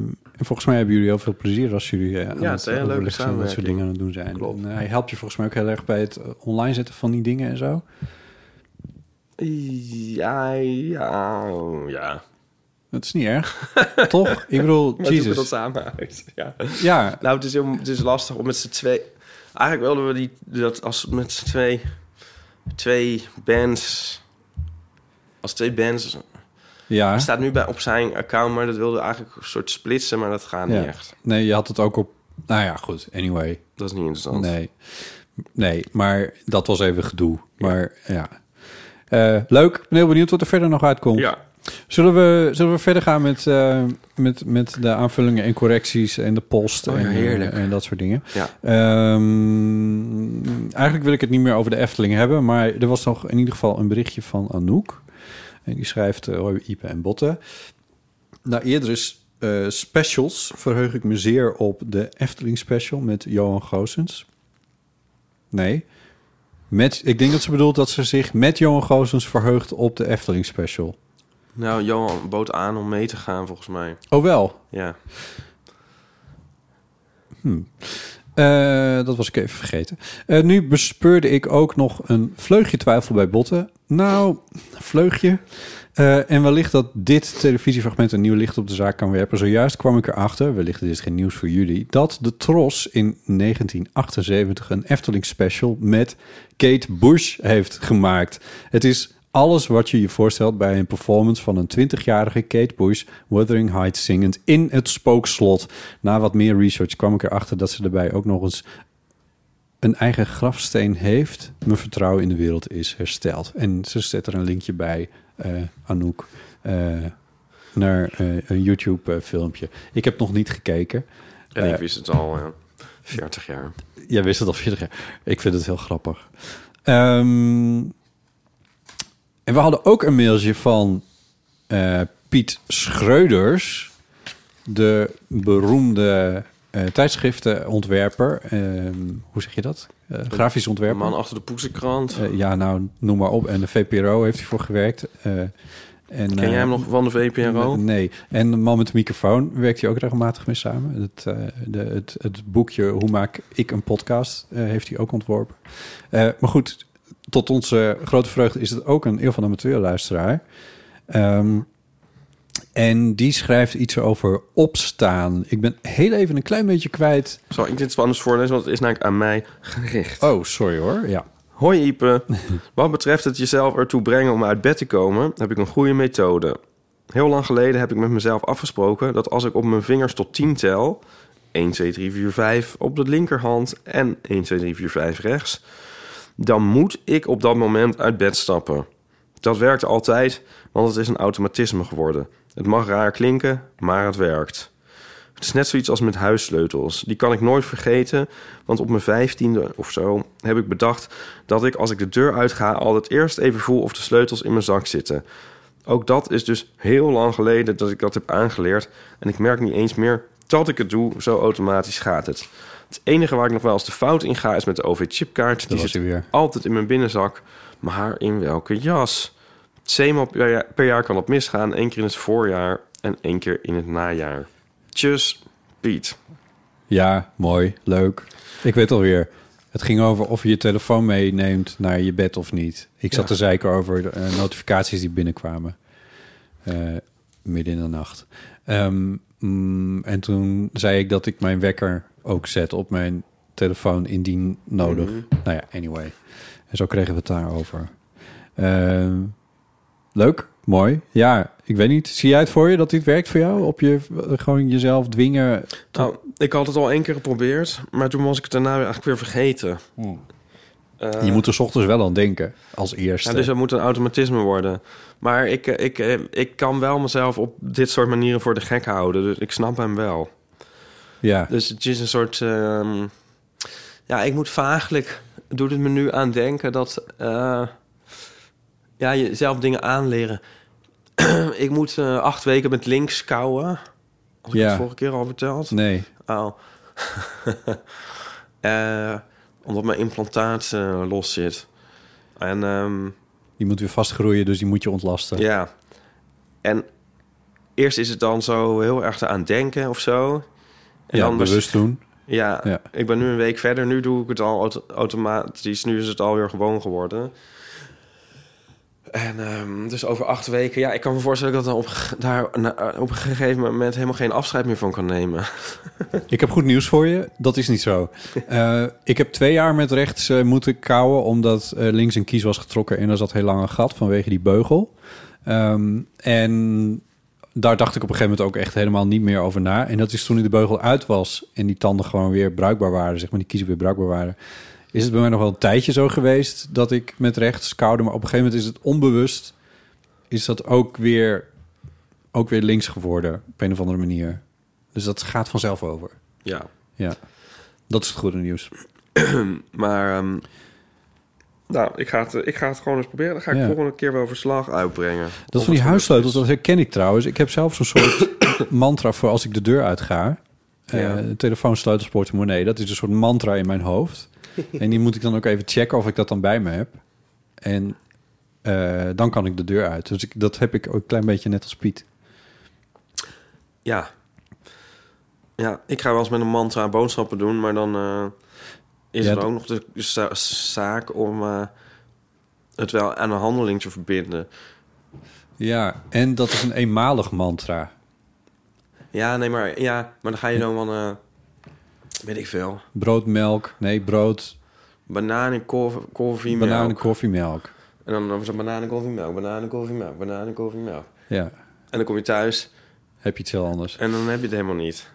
Speaker 3: en volgens mij hebben jullie heel veel plezier als jullie eh, aan
Speaker 2: het
Speaker 3: het
Speaker 2: is een hele
Speaker 3: overleg
Speaker 2: leuke
Speaker 3: zijn en dat soort
Speaker 2: samenwerking.
Speaker 3: dingen aan het doen zijn.
Speaker 2: Klopt.
Speaker 3: En, eh, hij helpt je volgens mij ook heel erg bij het eh, online zetten van die dingen en zo.
Speaker 2: Ja, ja, oh, ja.
Speaker 3: Dat is niet erg, toch? Ik bedoel,
Speaker 2: Maar zoeken we dat
Speaker 3: Jesus.
Speaker 2: samen uit, ja.
Speaker 3: Ja,
Speaker 2: Nou, het is, heel, het is lastig om met z'n twee... Eigenlijk wilden we die, dat als met z'n twee... Twee bands... Als twee bands...
Speaker 3: ja.
Speaker 2: Het staat nu bij, op zijn account, maar dat wilden we eigenlijk een soort splitsen. Maar dat gaat
Speaker 3: Ja.
Speaker 2: niet echt.
Speaker 3: Nee, je had het ook op... Nou ja, goed, anyway.
Speaker 2: Dat is niet interessant.
Speaker 3: Nee. nee, maar dat was even gedoe. Maar ja. Eh, leuk, ik ben heel benieuwd wat er verder nog uitkomt.
Speaker 2: Ja.
Speaker 3: Zullen, we, zullen we verder gaan met, eh, met, met de aanvullingen en correcties en de post
Speaker 2: Oh ja,
Speaker 3: en, eh,
Speaker 2: heerlijk.
Speaker 3: en dat soort dingen?
Speaker 2: Ja.
Speaker 3: Ehm, eigenlijk wil ik het niet meer over de Efteling hebben, maar er was nog in ieder geval een berichtje van Anouk. En die schrijft, eh hoi Ipe en Botten. Na eerdere eh, specials verheug ik me zeer op de Efteling special met Johan Goosens. Nee, met, ik denk dat ze bedoelt dat ze zich met Johan Goosens verheugt op de Efteling special.
Speaker 2: Nou, Johan bood aan om mee te gaan, volgens mij.
Speaker 3: Oh wel,
Speaker 2: Ja.
Speaker 3: Hmm. Eh, dat was ik even vergeten. Eh, nu bespeurde ik ook nog een vleugje twijfel bij Botten. Nou, vleugje. Eh, en wellicht dat dit televisiefragment een nieuw licht op de zaak kan werpen. Zojuist kwam ik erachter, wellicht dit is geen nieuws voor jullie... dat de Tros in 1978 een Efteling special met Kate Bush heeft gemaakt. Het is alles wat je je voorstelt bij een performance van een 20-jarige Kate Bush... Wuthering Heights zingend in het spookslot. Na wat meer research kwam ik erachter dat ze daarbij ook nog eens een eigen grafsteen heeft, mijn vertrouwen in de wereld is hersteld. En ze zet er een linkje bij, eh, Anouk, eh, naar eh, een YouTube-filmpje. ik heb nog niet gekeken.
Speaker 2: En
Speaker 3: Eh,
Speaker 2: ik wist het al, ja. 40 jaar.
Speaker 3: Jij wist het al 40 jaar. Ik vind het heel grappig. Ehm, en we hadden ook een mailtje van eh, Piet Schreuders, de beroemde eh, tijdschriftenontwerper. Ehm, hoe zeg je dat? Eh, grafisch
Speaker 2: De
Speaker 3: ontwerper.
Speaker 2: man achter de poesenkrant.
Speaker 3: Eh, ja, nou, noem maar op. En de VPRO heeft hij voor gewerkt. Eh, en,
Speaker 2: Ken jij hem nog van de VPRO?
Speaker 3: eh, Nee. En de man met de microfoon werkt hij ook regelmatig mee samen. Het, eh, de, het, het boekje Hoe maak ik een podcast eh, heeft hij ook ontworpen. Eh, maar goed, tot onze grote vreugde is het ook een eeuw van amateurluisteraar. Ehm en die schrijft iets over opstaan. Ik ben heel even een klein beetje kwijt.
Speaker 2: Zal ik dit anders voorlezen? Want het is namelijk aan mij gericht.
Speaker 3: Oh, sorry hoor. Ja.
Speaker 2: Hoi Ipe. Wat betreft het jezelf ertoe brengen om uit bed te komen, heb ik een goede methode. Heel lang geleden heb ik met mezelf afgesproken dat als ik op mijn vingers tot 10 tel, 1, 2, 3, 4, 5 op de linkerhand en 1, 2, 3, 4, 5 rechts, dan moet ik op dat moment uit bed stappen. Dat werkt altijd, want het is een automatisme geworden. Het mag raar klinken, maar het werkt. Het is net zoiets als met huissleutels. Die kan ik nooit vergeten, want op mijn vijftiende of zo heb ik bedacht dat ik als ik de deur uitga altijd eerst even voel of de sleutels in mijn zak zitten. Ook dat is dus heel lang geleden dat ik dat heb aangeleerd en ik merk niet eens meer dat ik het doe, zo automatisch gaat het. Het enige waar ik nog wel eens de fout in ga is met de OV-chipkaart. Die
Speaker 3: was
Speaker 2: zit
Speaker 3: hij weer.
Speaker 2: altijd in mijn binnenzak. Maar in welke jas? Tweemaal per jaar, per jaar kan dat misgaan. Eén keer in het voorjaar en één keer in het najaar. Tjus, Piet.
Speaker 3: Ja, mooi, leuk. Ik weet alweer. Het ging over of je je telefoon meeneemt naar je bed of niet. Ik zat te zeiken over de, eh, notificaties die binnenkwamen. Eh, midden in de nacht. Ehm, mm, en toen zei ik dat ik mijn wekker ook zet op mijn telefoon indien nodig. Nou ja, anyway. En zo kregen we het daarover. Ehm, leuk, mooi. Ja, ik weet niet. Zie jij het voor je dat dit werkt voor jou? Op je eh, gewoon jezelf dwingen
Speaker 2: Nou, ik had het al één keer geprobeerd, maar toen was ik het daarna weer- eigenlijk weer vergeten.
Speaker 3: Hm.
Speaker 2: Eh,
Speaker 3: Je moet er 's ochtends wel aan denken, als eerste.
Speaker 2: ja, dus dat moet een automatisme worden. Maar ik, eh, ik, eh, ik kan wel mezelf op dit soort manieren voor de gek houden. Dus ik snap hem wel.
Speaker 3: ja.
Speaker 2: Dus het is een soort... ehm, ja, ik moet vaaglijk... Doet het me nu aan denken dat... eh, ja, jezelf dingen aanleren. ik moet eh, acht weken met links kouwen. Had ik
Speaker 3: Ja.
Speaker 2: het vorige keer al verteld?
Speaker 3: Nee,
Speaker 2: Oh. Eh, omdat mijn implantaat eh, los zit. En ehm,
Speaker 3: die moet weer vastgroeien, dus die moet je ontlasten.
Speaker 2: ja. En eerst is het dan zo heel erg aan denken of zo. En
Speaker 3: Ja,
Speaker 2: dan bes-
Speaker 3: bewust doen.
Speaker 2: Ja,
Speaker 3: Ja.
Speaker 2: ik ben nu een week verder. Nu doe ik het al auto- automatisch. Nu is het alweer gewoon geworden. En ehm, dus over acht weken... Ja, ik kan me voorstellen dat ik dat dan op, ge- daar, na- op een gegeven moment... helemaal geen afscheid meer van kan nemen.
Speaker 3: Ik heb goed nieuws voor je. Dat is niet zo. Eh, ik heb twee jaar met rechts eh, moeten kauwen omdat eh, links een kies was getrokken en er zat heel lang een gat vanwege die beugel. Ehm, en daar dacht ik op een gegeven moment ook echt helemaal niet meer over na. En dat is toen de beugel uit was en die tanden gewoon weer bruikbaar waren, zeg maar, die kiezen weer bruikbaar waren. Is het bij mij nog wel een tijdje zo geweest dat ik met rechts koude, maar op een gegeven moment is het onbewust, is dat ook weer, ook weer links geworden op een of andere manier. Dus dat gaat vanzelf over.
Speaker 2: Ja.
Speaker 3: Ja, dat is het goede nieuws.
Speaker 2: Maar ehm, nou, ik ga, het, ik ga het gewoon eens proberen. Dan ga ik
Speaker 3: Ja.
Speaker 2: volgende keer wel verslag uitbrengen.
Speaker 3: Dat van die huissleutels, dat herken ik trouwens. Ik heb zelf zo'n soort mantra voor als ik de deur uitga. Eh
Speaker 2: Ja.
Speaker 3: telefoon, sleutels, portemonnee. Dat is een soort mantra in mijn hoofd. en die moet ik dan ook even checken of ik dat dan bij me heb. En eh, dan kan ik de deur uit. Dus ik, dat heb ik ook een klein beetje net als Piet.
Speaker 2: Ja. Ja, ik ga wel eens met een mantra boodschappen doen, maar dan eh, is
Speaker 3: Ja,
Speaker 2: het
Speaker 3: dat-
Speaker 2: ook nog de za- zaak om eh, het wel aan een handeling te verbinden.
Speaker 3: Ja, en dat is een eenmalig mantra.
Speaker 2: Ja, nee, maar, ja, maar dan ga je dan van, eh, weet ik veel,
Speaker 3: Brood, melk, nee, brood,
Speaker 2: bananen, koffie, koffie melk.
Speaker 3: bananen, koffie, melk.
Speaker 2: En dan dan was het bananen, koffie, melk, bananen, koffie, melk, bananen, koffie, melk.
Speaker 3: Ja,
Speaker 2: En dan kom je thuis
Speaker 3: heb je iets heel anders.
Speaker 2: en dan heb je het helemaal niet.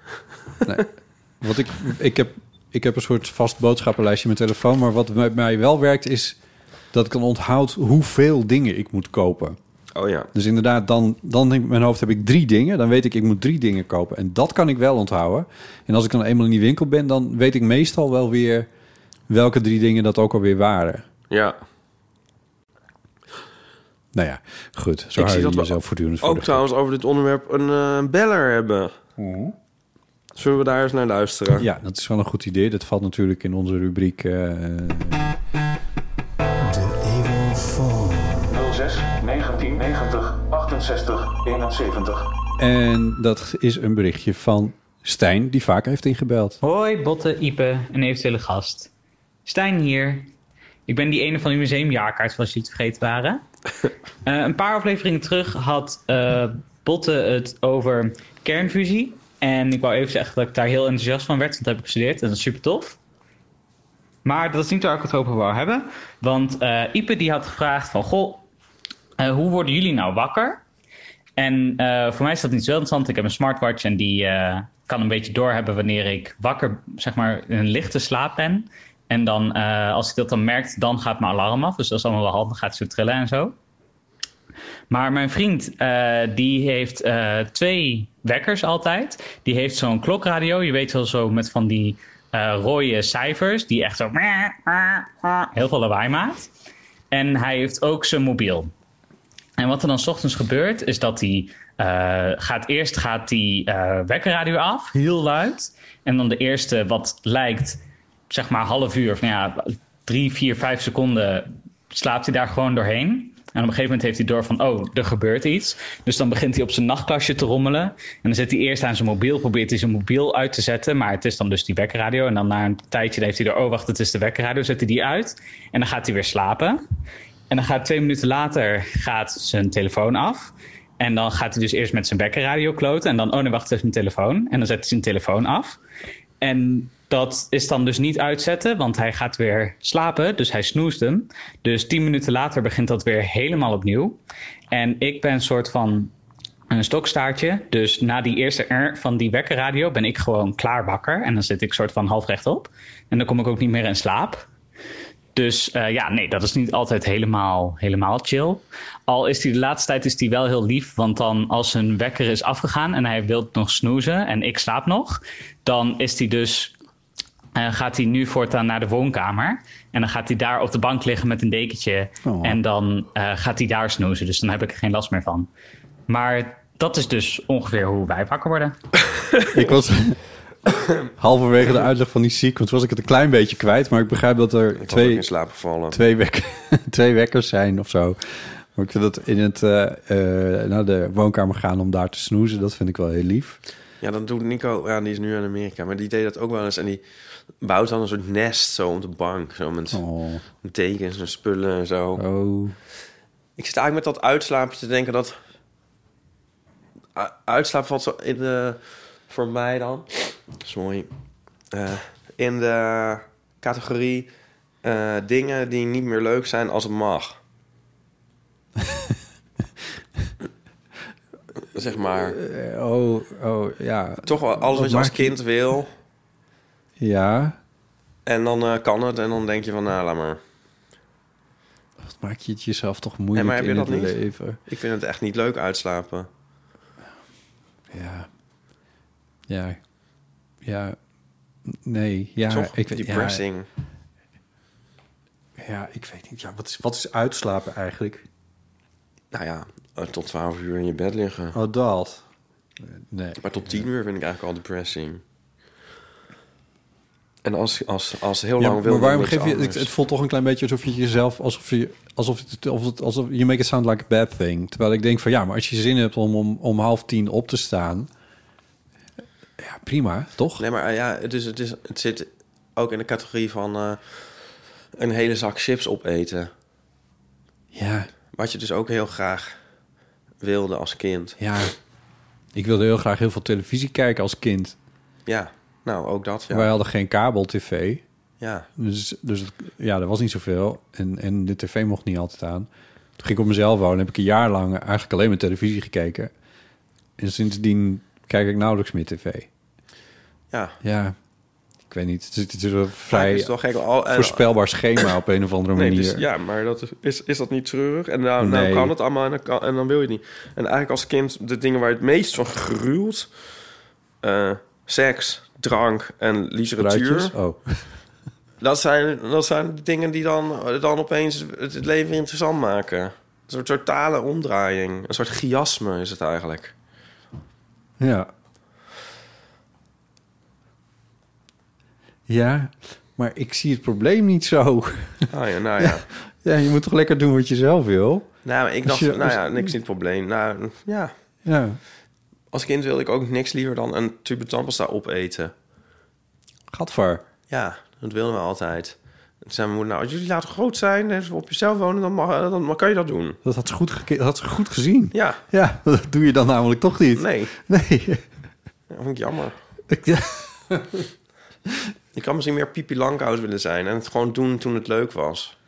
Speaker 3: Wat ik, ik, heb, ik heb een soort vast boodschappenlijstje in mijn telefoon. Maar wat met mij wel werkt is dat ik dan onthoud hoeveel dingen ik moet kopen.
Speaker 2: Oh ja.
Speaker 3: Dus inderdaad, dan, dan in mijn hoofd heb ik drie dingen. Dan weet ik, ik moet drie dingen kopen. En dat kan ik wel onthouden. En als ik dan eenmaal in die winkel ben, dan weet ik meestal wel weer welke drie dingen dat ook alweer waren.
Speaker 2: Ja.
Speaker 3: Nou ja, goed. Zo hou
Speaker 2: zie
Speaker 3: je
Speaker 2: dat we
Speaker 3: jezelf voortdurend voor
Speaker 2: Ook
Speaker 3: de gek.
Speaker 2: trouwens over dit onderwerp een eh, beller hebben. Zullen we daar eens naar luisteren?
Speaker 3: Ja, dat is wel een goed idee. Dat valt natuurlijk in onze rubriek... eh,
Speaker 6: 06 1990 68 71.
Speaker 3: En dat is een berichtje van Stijn, die vaak heeft ingebeld.
Speaker 7: Hoi Botte, Ipe en eventuele gast. Stijn hier. Ik ben die ene van uw museumjaarkaart, zoals jullie het vergeten waren. Eh, een paar afleveringen terug had eh, Botte het over kernfusie. En ik wou even zeggen dat ik daar heel enthousiast van werd, want dat heb ik gestudeerd en dat is super tof. Maar dat is niet waar ik het over wou hebben. Want eh, Ipe die had gevraagd van, goh, eh, hoe worden jullie nou wakker? En eh, voor mij is dat niet zo interessant. Ik heb een smartwatch en die eh, kan een beetje doorhebben wanneer ik wakker, zeg maar, in een lichte slaap ben. En dan, eh, als ik dat dan merkt, dan gaat mijn alarm af. Dus dat is allemaal wel handig. Dan gaat het zo trillen en zo. Maar mijn vriend, eh, die heeft eh, twee wekkers altijd. Die heeft zo'n klokradio. Je weet wel zo met van die eh, rode cijfers. Die echt zo heel veel lawaai maakt. En hij heeft ook zijn mobiel. En wat er dan 's ochtends gebeurt, is dat hij eh, gaat eerst gaat die eh, wekkerradio af, heel luid. En dan de eerste, wat lijkt, zeg maar half uur, of nou ja, drie, vier, vijf seconden slaapt hij daar gewoon doorheen. En op een gegeven moment heeft hij door van, oh, er gebeurt iets. Dus dan begint hij op zijn nachtkastje te rommelen. En dan zet hij eerst aan zijn mobiel, probeert hij zijn mobiel uit te zetten. Maar het is dan dus die wekkerradio. En dan na een tijdje dan heeft hij er, oh wacht, het is de wekkerradio, zet hij die uit. En dan gaat hij weer slapen. En dan gaat twee minuten later gaat zijn telefoon af. En dan gaat hij dus eerst met zijn wekkerradio kloten. En dan, oh nee, wacht, het is mijn telefoon. En dan zet hij zijn telefoon af. En dat is dan dus niet uitzetten, want hij gaat weer slapen. Dus hij snoest hem. Dus tien minuten later begint dat weer helemaal opnieuw. En ik ben een soort van een stokstaartje. Dus na die eerste R van die wekkerradio ben ik gewoon klaar wakker. En dan zit ik soort van half rechtop. En dan kom ik ook niet meer in slaap. Dus eh, ja, nee, dat is niet altijd helemaal, helemaal chill. Al is die de laatste tijd is die wel heel lief. Want dan als zijn wekker is afgegaan en hij wil nog snoezen en ik slaap nog. Dan is die dus, eh, gaat hij nu voortaan naar de woonkamer. En dan gaat hij daar op de bank liggen met een dekentje. En dan eh, gaat hij daar snoezen. Dus dan heb ik er geen last meer van. Maar dat is dus ongeveer hoe wij wakker worden.
Speaker 3: Ik was halverwege de uitleg van die sequence was ik het een klein beetje kwijt, maar ik begrijp dat er twee,
Speaker 2: ook in slaap gevallen.
Speaker 3: Twee, wek- twee wekkers zijn of zo. Maar ik vind dat in het, eh, eh, naar de woonkamer gaan om daar te snoezen, dat vind ik wel heel lief.
Speaker 2: Ja, dan doet Nico, ja, die is nu in Amerika, maar die deed dat ook wel eens. En die bouwt dan een soort nest zo op de bank, zo met
Speaker 3: Oh.
Speaker 2: tekens en spullen en zo. Ik zit eigenlijk met dat uitslapen te denken dat... U- Uitslaap valt zo in de... Voor mij dan... Sorry. Eh, in de categorie eh, dingen die niet meer leuk zijn als het mag. zeg maar.
Speaker 3: Eh, oh, oh, ja.
Speaker 2: Toch wel alles wat je als
Speaker 3: maakt-
Speaker 2: kind wil.
Speaker 3: Ja,
Speaker 2: En dan eh, kan het. En dan denk je van, nou, laat maar.
Speaker 3: wat maak je het jezelf toch
Speaker 2: Nee,
Speaker 3: moeilijk
Speaker 2: maar heb je
Speaker 3: in
Speaker 2: dat
Speaker 3: het
Speaker 2: niet?
Speaker 3: leven?
Speaker 2: Ik vind het echt niet leuk uitslapen.
Speaker 3: Ja. Ja. Ja. Nee, ja.
Speaker 2: Toch?
Speaker 3: Ik,
Speaker 2: Depressing.
Speaker 3: Ja, ja, ik weet niet. Ja, wat, is, wat is uitslapen eigenlijk?
Speaker 2: Nou ja, eh, tot 12 uur in je bed liggen.
Speaker 3: Oh, dat. Nee.
Speaker 2: Maar tot 10 uur vind ik eigenlijk al depressing. En als, als, als heel
Speaker 3: Ja,
Speaker 2: lang wil
Speaker 3: maar waarom
Speaker 2: dan iets
Speaker 3: geef je... Het,
Speaker 2: anders.
Speaker 3: het voelt toch een klein beetje alsof je jezelf... Alsof je... Alsof het, alsof het, alsof you make it sound like a bad thing. Terwijl ik denk van... Ja, maar als je zin hebt om om, om half tien op te staan... Ja, prima, toch?
Speaker 2: Nee, maar eh, ja, het, is, het, is, het zit ook in de categorie van eh, een hele zak chips opeten.
Speaker 3: Ja.
Speaker 2: Wat je dus ook heel graag wilde als kind.
Speaker 3: Ja. Ik wilde heel graag heel veel televisie kijken als kind.
Speaker 2: Ja, nou, ook dat. Ja.
Speaker 3: Wij hadden geen kabel-tv.
Speaker 2: Ja.
Speaker 3: Dus, dus het- ja, er was niet zoveel. En, en de tv mocht niet altijd aan. Toen ging ik op mezelf wonen. Heb ik een jaar lang eigenlijk alleen maar televisie gekeken. En sindsdien kijk ik nauwelijks meer tv.
Speaker 2: Ja.
Speaker 3: Ja. Ik weet niet. Het is, het is een
Speaker 2: Ja,
Speaker 3: vrij
Speaker 2: het is toch gek, al- en-
Speaker 3: voorspelbaar schema op een of andere
Speaker 2: Nee,
Speaker 3: manier.
Speaker 2: dus, ja, maar dat is- is, is dat niet treurig? En nou, nou
Speaker 3: Nee.
Speaker 2: kan het allemaal en dan, kan- en dan wil je het niet. En eigenlijk als kind de dingen waar je het meest van gruwt... eh, seks, drank en literatuur...
Speaker 3: Spruitjes? Oh.
Speaker 2: Dat zijn, dat zijn de dingen die dan, dan opeens het het leven interessant maken. Een soort totale omdraaiing. Een soort chiasme is het eigenlijk.
Speaker 3: Ja. Ja, maar ik zie het probleem niet zo.
Speaker 2: Ah ja, nou ja.
Speaker 3: Ja, je moet toch lekker doen wat je zelf wil?
Speaker 2: Nou, ik
Speaker 3: Als
Speaker 2: dacht,
Speaker 3: je-
Speaker 2: nou
Speaker 3: als-
Speaker 2: ja, niks in het probleem. Nou, ja.
Speaker 3: Ja.
Speaker 2: Als kind wilde ik ook niks liever dan een tube tandpasta opeten.
Speaker 3: Gadver.
Speaker 2: Ja, dat wilden we altijd. Toen zei mijn moeder, nou, als jullie later groot zijn en op jezelf wonen, dan, mag, dan, dan kan je dat doen.
Speaker 3: Dat had ze goed, geke- dat had ze goed gezien.
Speaker 2: Ja.
Speaker 3: Ja, dat doe je dan namelijk toch niet.
Speaker 2: Nee.
Speaker 3: Nee.
Speaker 2: Ja, vond ik jammer.
Speaker 3: Ja.
Speaker 2: Ik kan misschien meer Pipi Langkous willen zijn en het gewoon doen toen het leuk was.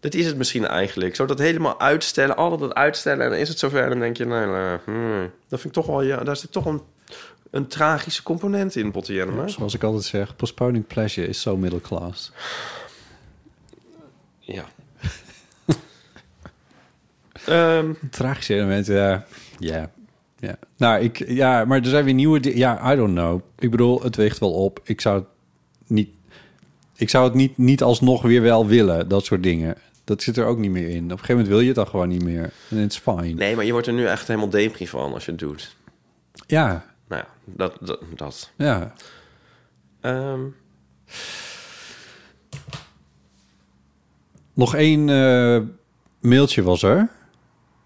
Speaker 2: Dat is het misschien eigenlijk. Zo dat helemaal uitstellen, al dat uitstellen en dan is het zover en dan denk je, nee, nee, hmm. dat vind ik toch wel, ja, daar zit toch een, een tragische component in, Botte Jellema.
Speaker 3: Zoals ik altijd zeg, postponing pleasure is so middle class.
Speaker 2: Ja.
Speaker 3: Tragische elementen, ja. Ja. ja. Nou, ik, ja, maar er zijn weer nieuwe di- Ja, I don't know. Ik bedoel, het weegt wel op. Ik zou het niet, ik zou het niet, niet alsnog weer wel willen, dat soort dingen. Dat zit er ook niet meer in. Op een gegeven moment wil je het dan gewoon niet meer. En het is fijn.
Speaker 2: Nee, maar je wordt er nu echt helemaal depri van als je het doet.
Speaker 3: Ja,
Speaker 2: Nou ja, dat... dat, dat.
Speaker 3: ja.
Speaker 2: Ehm,
Speaker 3: Nog één eh, mailtje was er.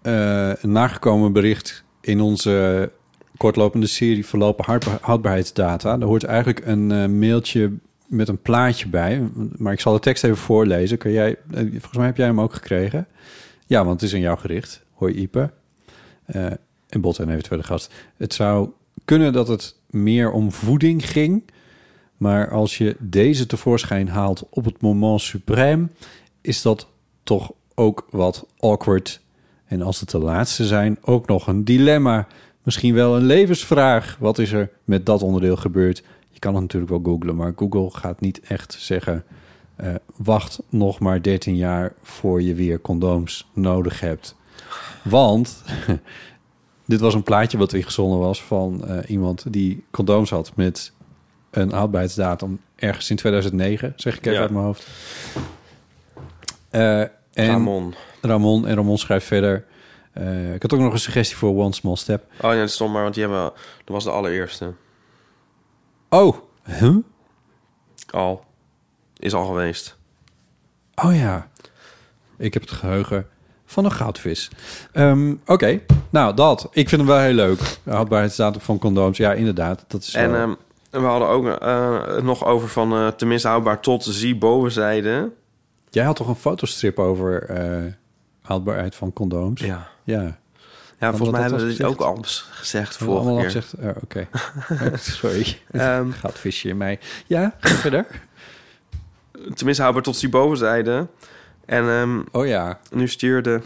Speaker 3: Eh, een nagekomen bericht in onze kortlopende serie verlopen hardba- houdbaarheidsdata. Daar hoort eigenlijk een eh, mailtje met een plaatje bij. Maar ik zal de tekst even voorlezen. Kun jij, eh, volgens mij heb jij hem ook gekregen. Ja, want het is aan jou gericht. Hoi Ipe. Eh, en Bot en eventuele gast. Het zou kunnen dat het meer om voeding ging. Maar als je deze tevoorschijn haalt op het moment suprême, is dat toch ook wat awkward. En als het de laatste zijn, ook nog een dilemma. Misschien wel een levensvraag. Wat is er met dat onderdeel gebeurd? Je kan het natuurlijk wel googlen, maar Google gaat niet echt zeggen... eh, wacht nog maar 13 jaar voor je weer condooms nodig hebt. Want dit was een plaatje wat ingezonden was van eh, iemand die condooms had met een houdbaarheidsdatum ergens in 2009, zeg ik even
Speaker 2: Ja.
Speaker 3: uit mijn hoofd. Eh, en
Speaker 2: Ramon.
Speaker 3: Ramon. En Ramon schrijft verder. eh, ik had ook nog een suggestie voor One Small Step.
Speaker 2: Oh ja, dat stond maar, want die hebben... Dat was de allereerste.
Speaker 3: Oh, huh?
Speaker 2: Al. Is al geweest.
Speaker 3: Oh ja. Ik heb het geheugen van een goudvis. Ehm, Oké, nou dat. Ik vind hem wel heel leuk. Houdbaarheidsdatum van condooms. Ja, inderdaad. Dat is
Speaker 2: En
Speaker 3: wel-
Speaker 2: ehm, we hadden ook eh, nog over van... eh, tenminste houdbaar tot zie bovenzijde.
Speaker 3: Jij had toch een fotostrip over eh, houdbaarheid van condooms?
Speaker 2: Ja.
Speaker 3: Ja.
Speaker 2: Ja, volgens
Speaker 3: dat
Speaker 2: mij
Speaker 3: was
Speaker 2: hebben we dit
Speaker 3: gezegd.
Speaker 2: ook al eens gezegd
Speaker 3: Hebben we
Speaker 2: vorige
Speaker 3: allemaal
Speaker 2: keer.
Speaker 3: al gezegd? Oh, Oké. Sorry.
Speaker 2: Ehm,
Speaker 3: Goudvisje in mij. Ja, ga verder.
Speaker 2: tenminste houdbaar tot zie bovenzijde. En ehm,
Speaker 3: Oh ja.
Speaker 2: nu stuurde...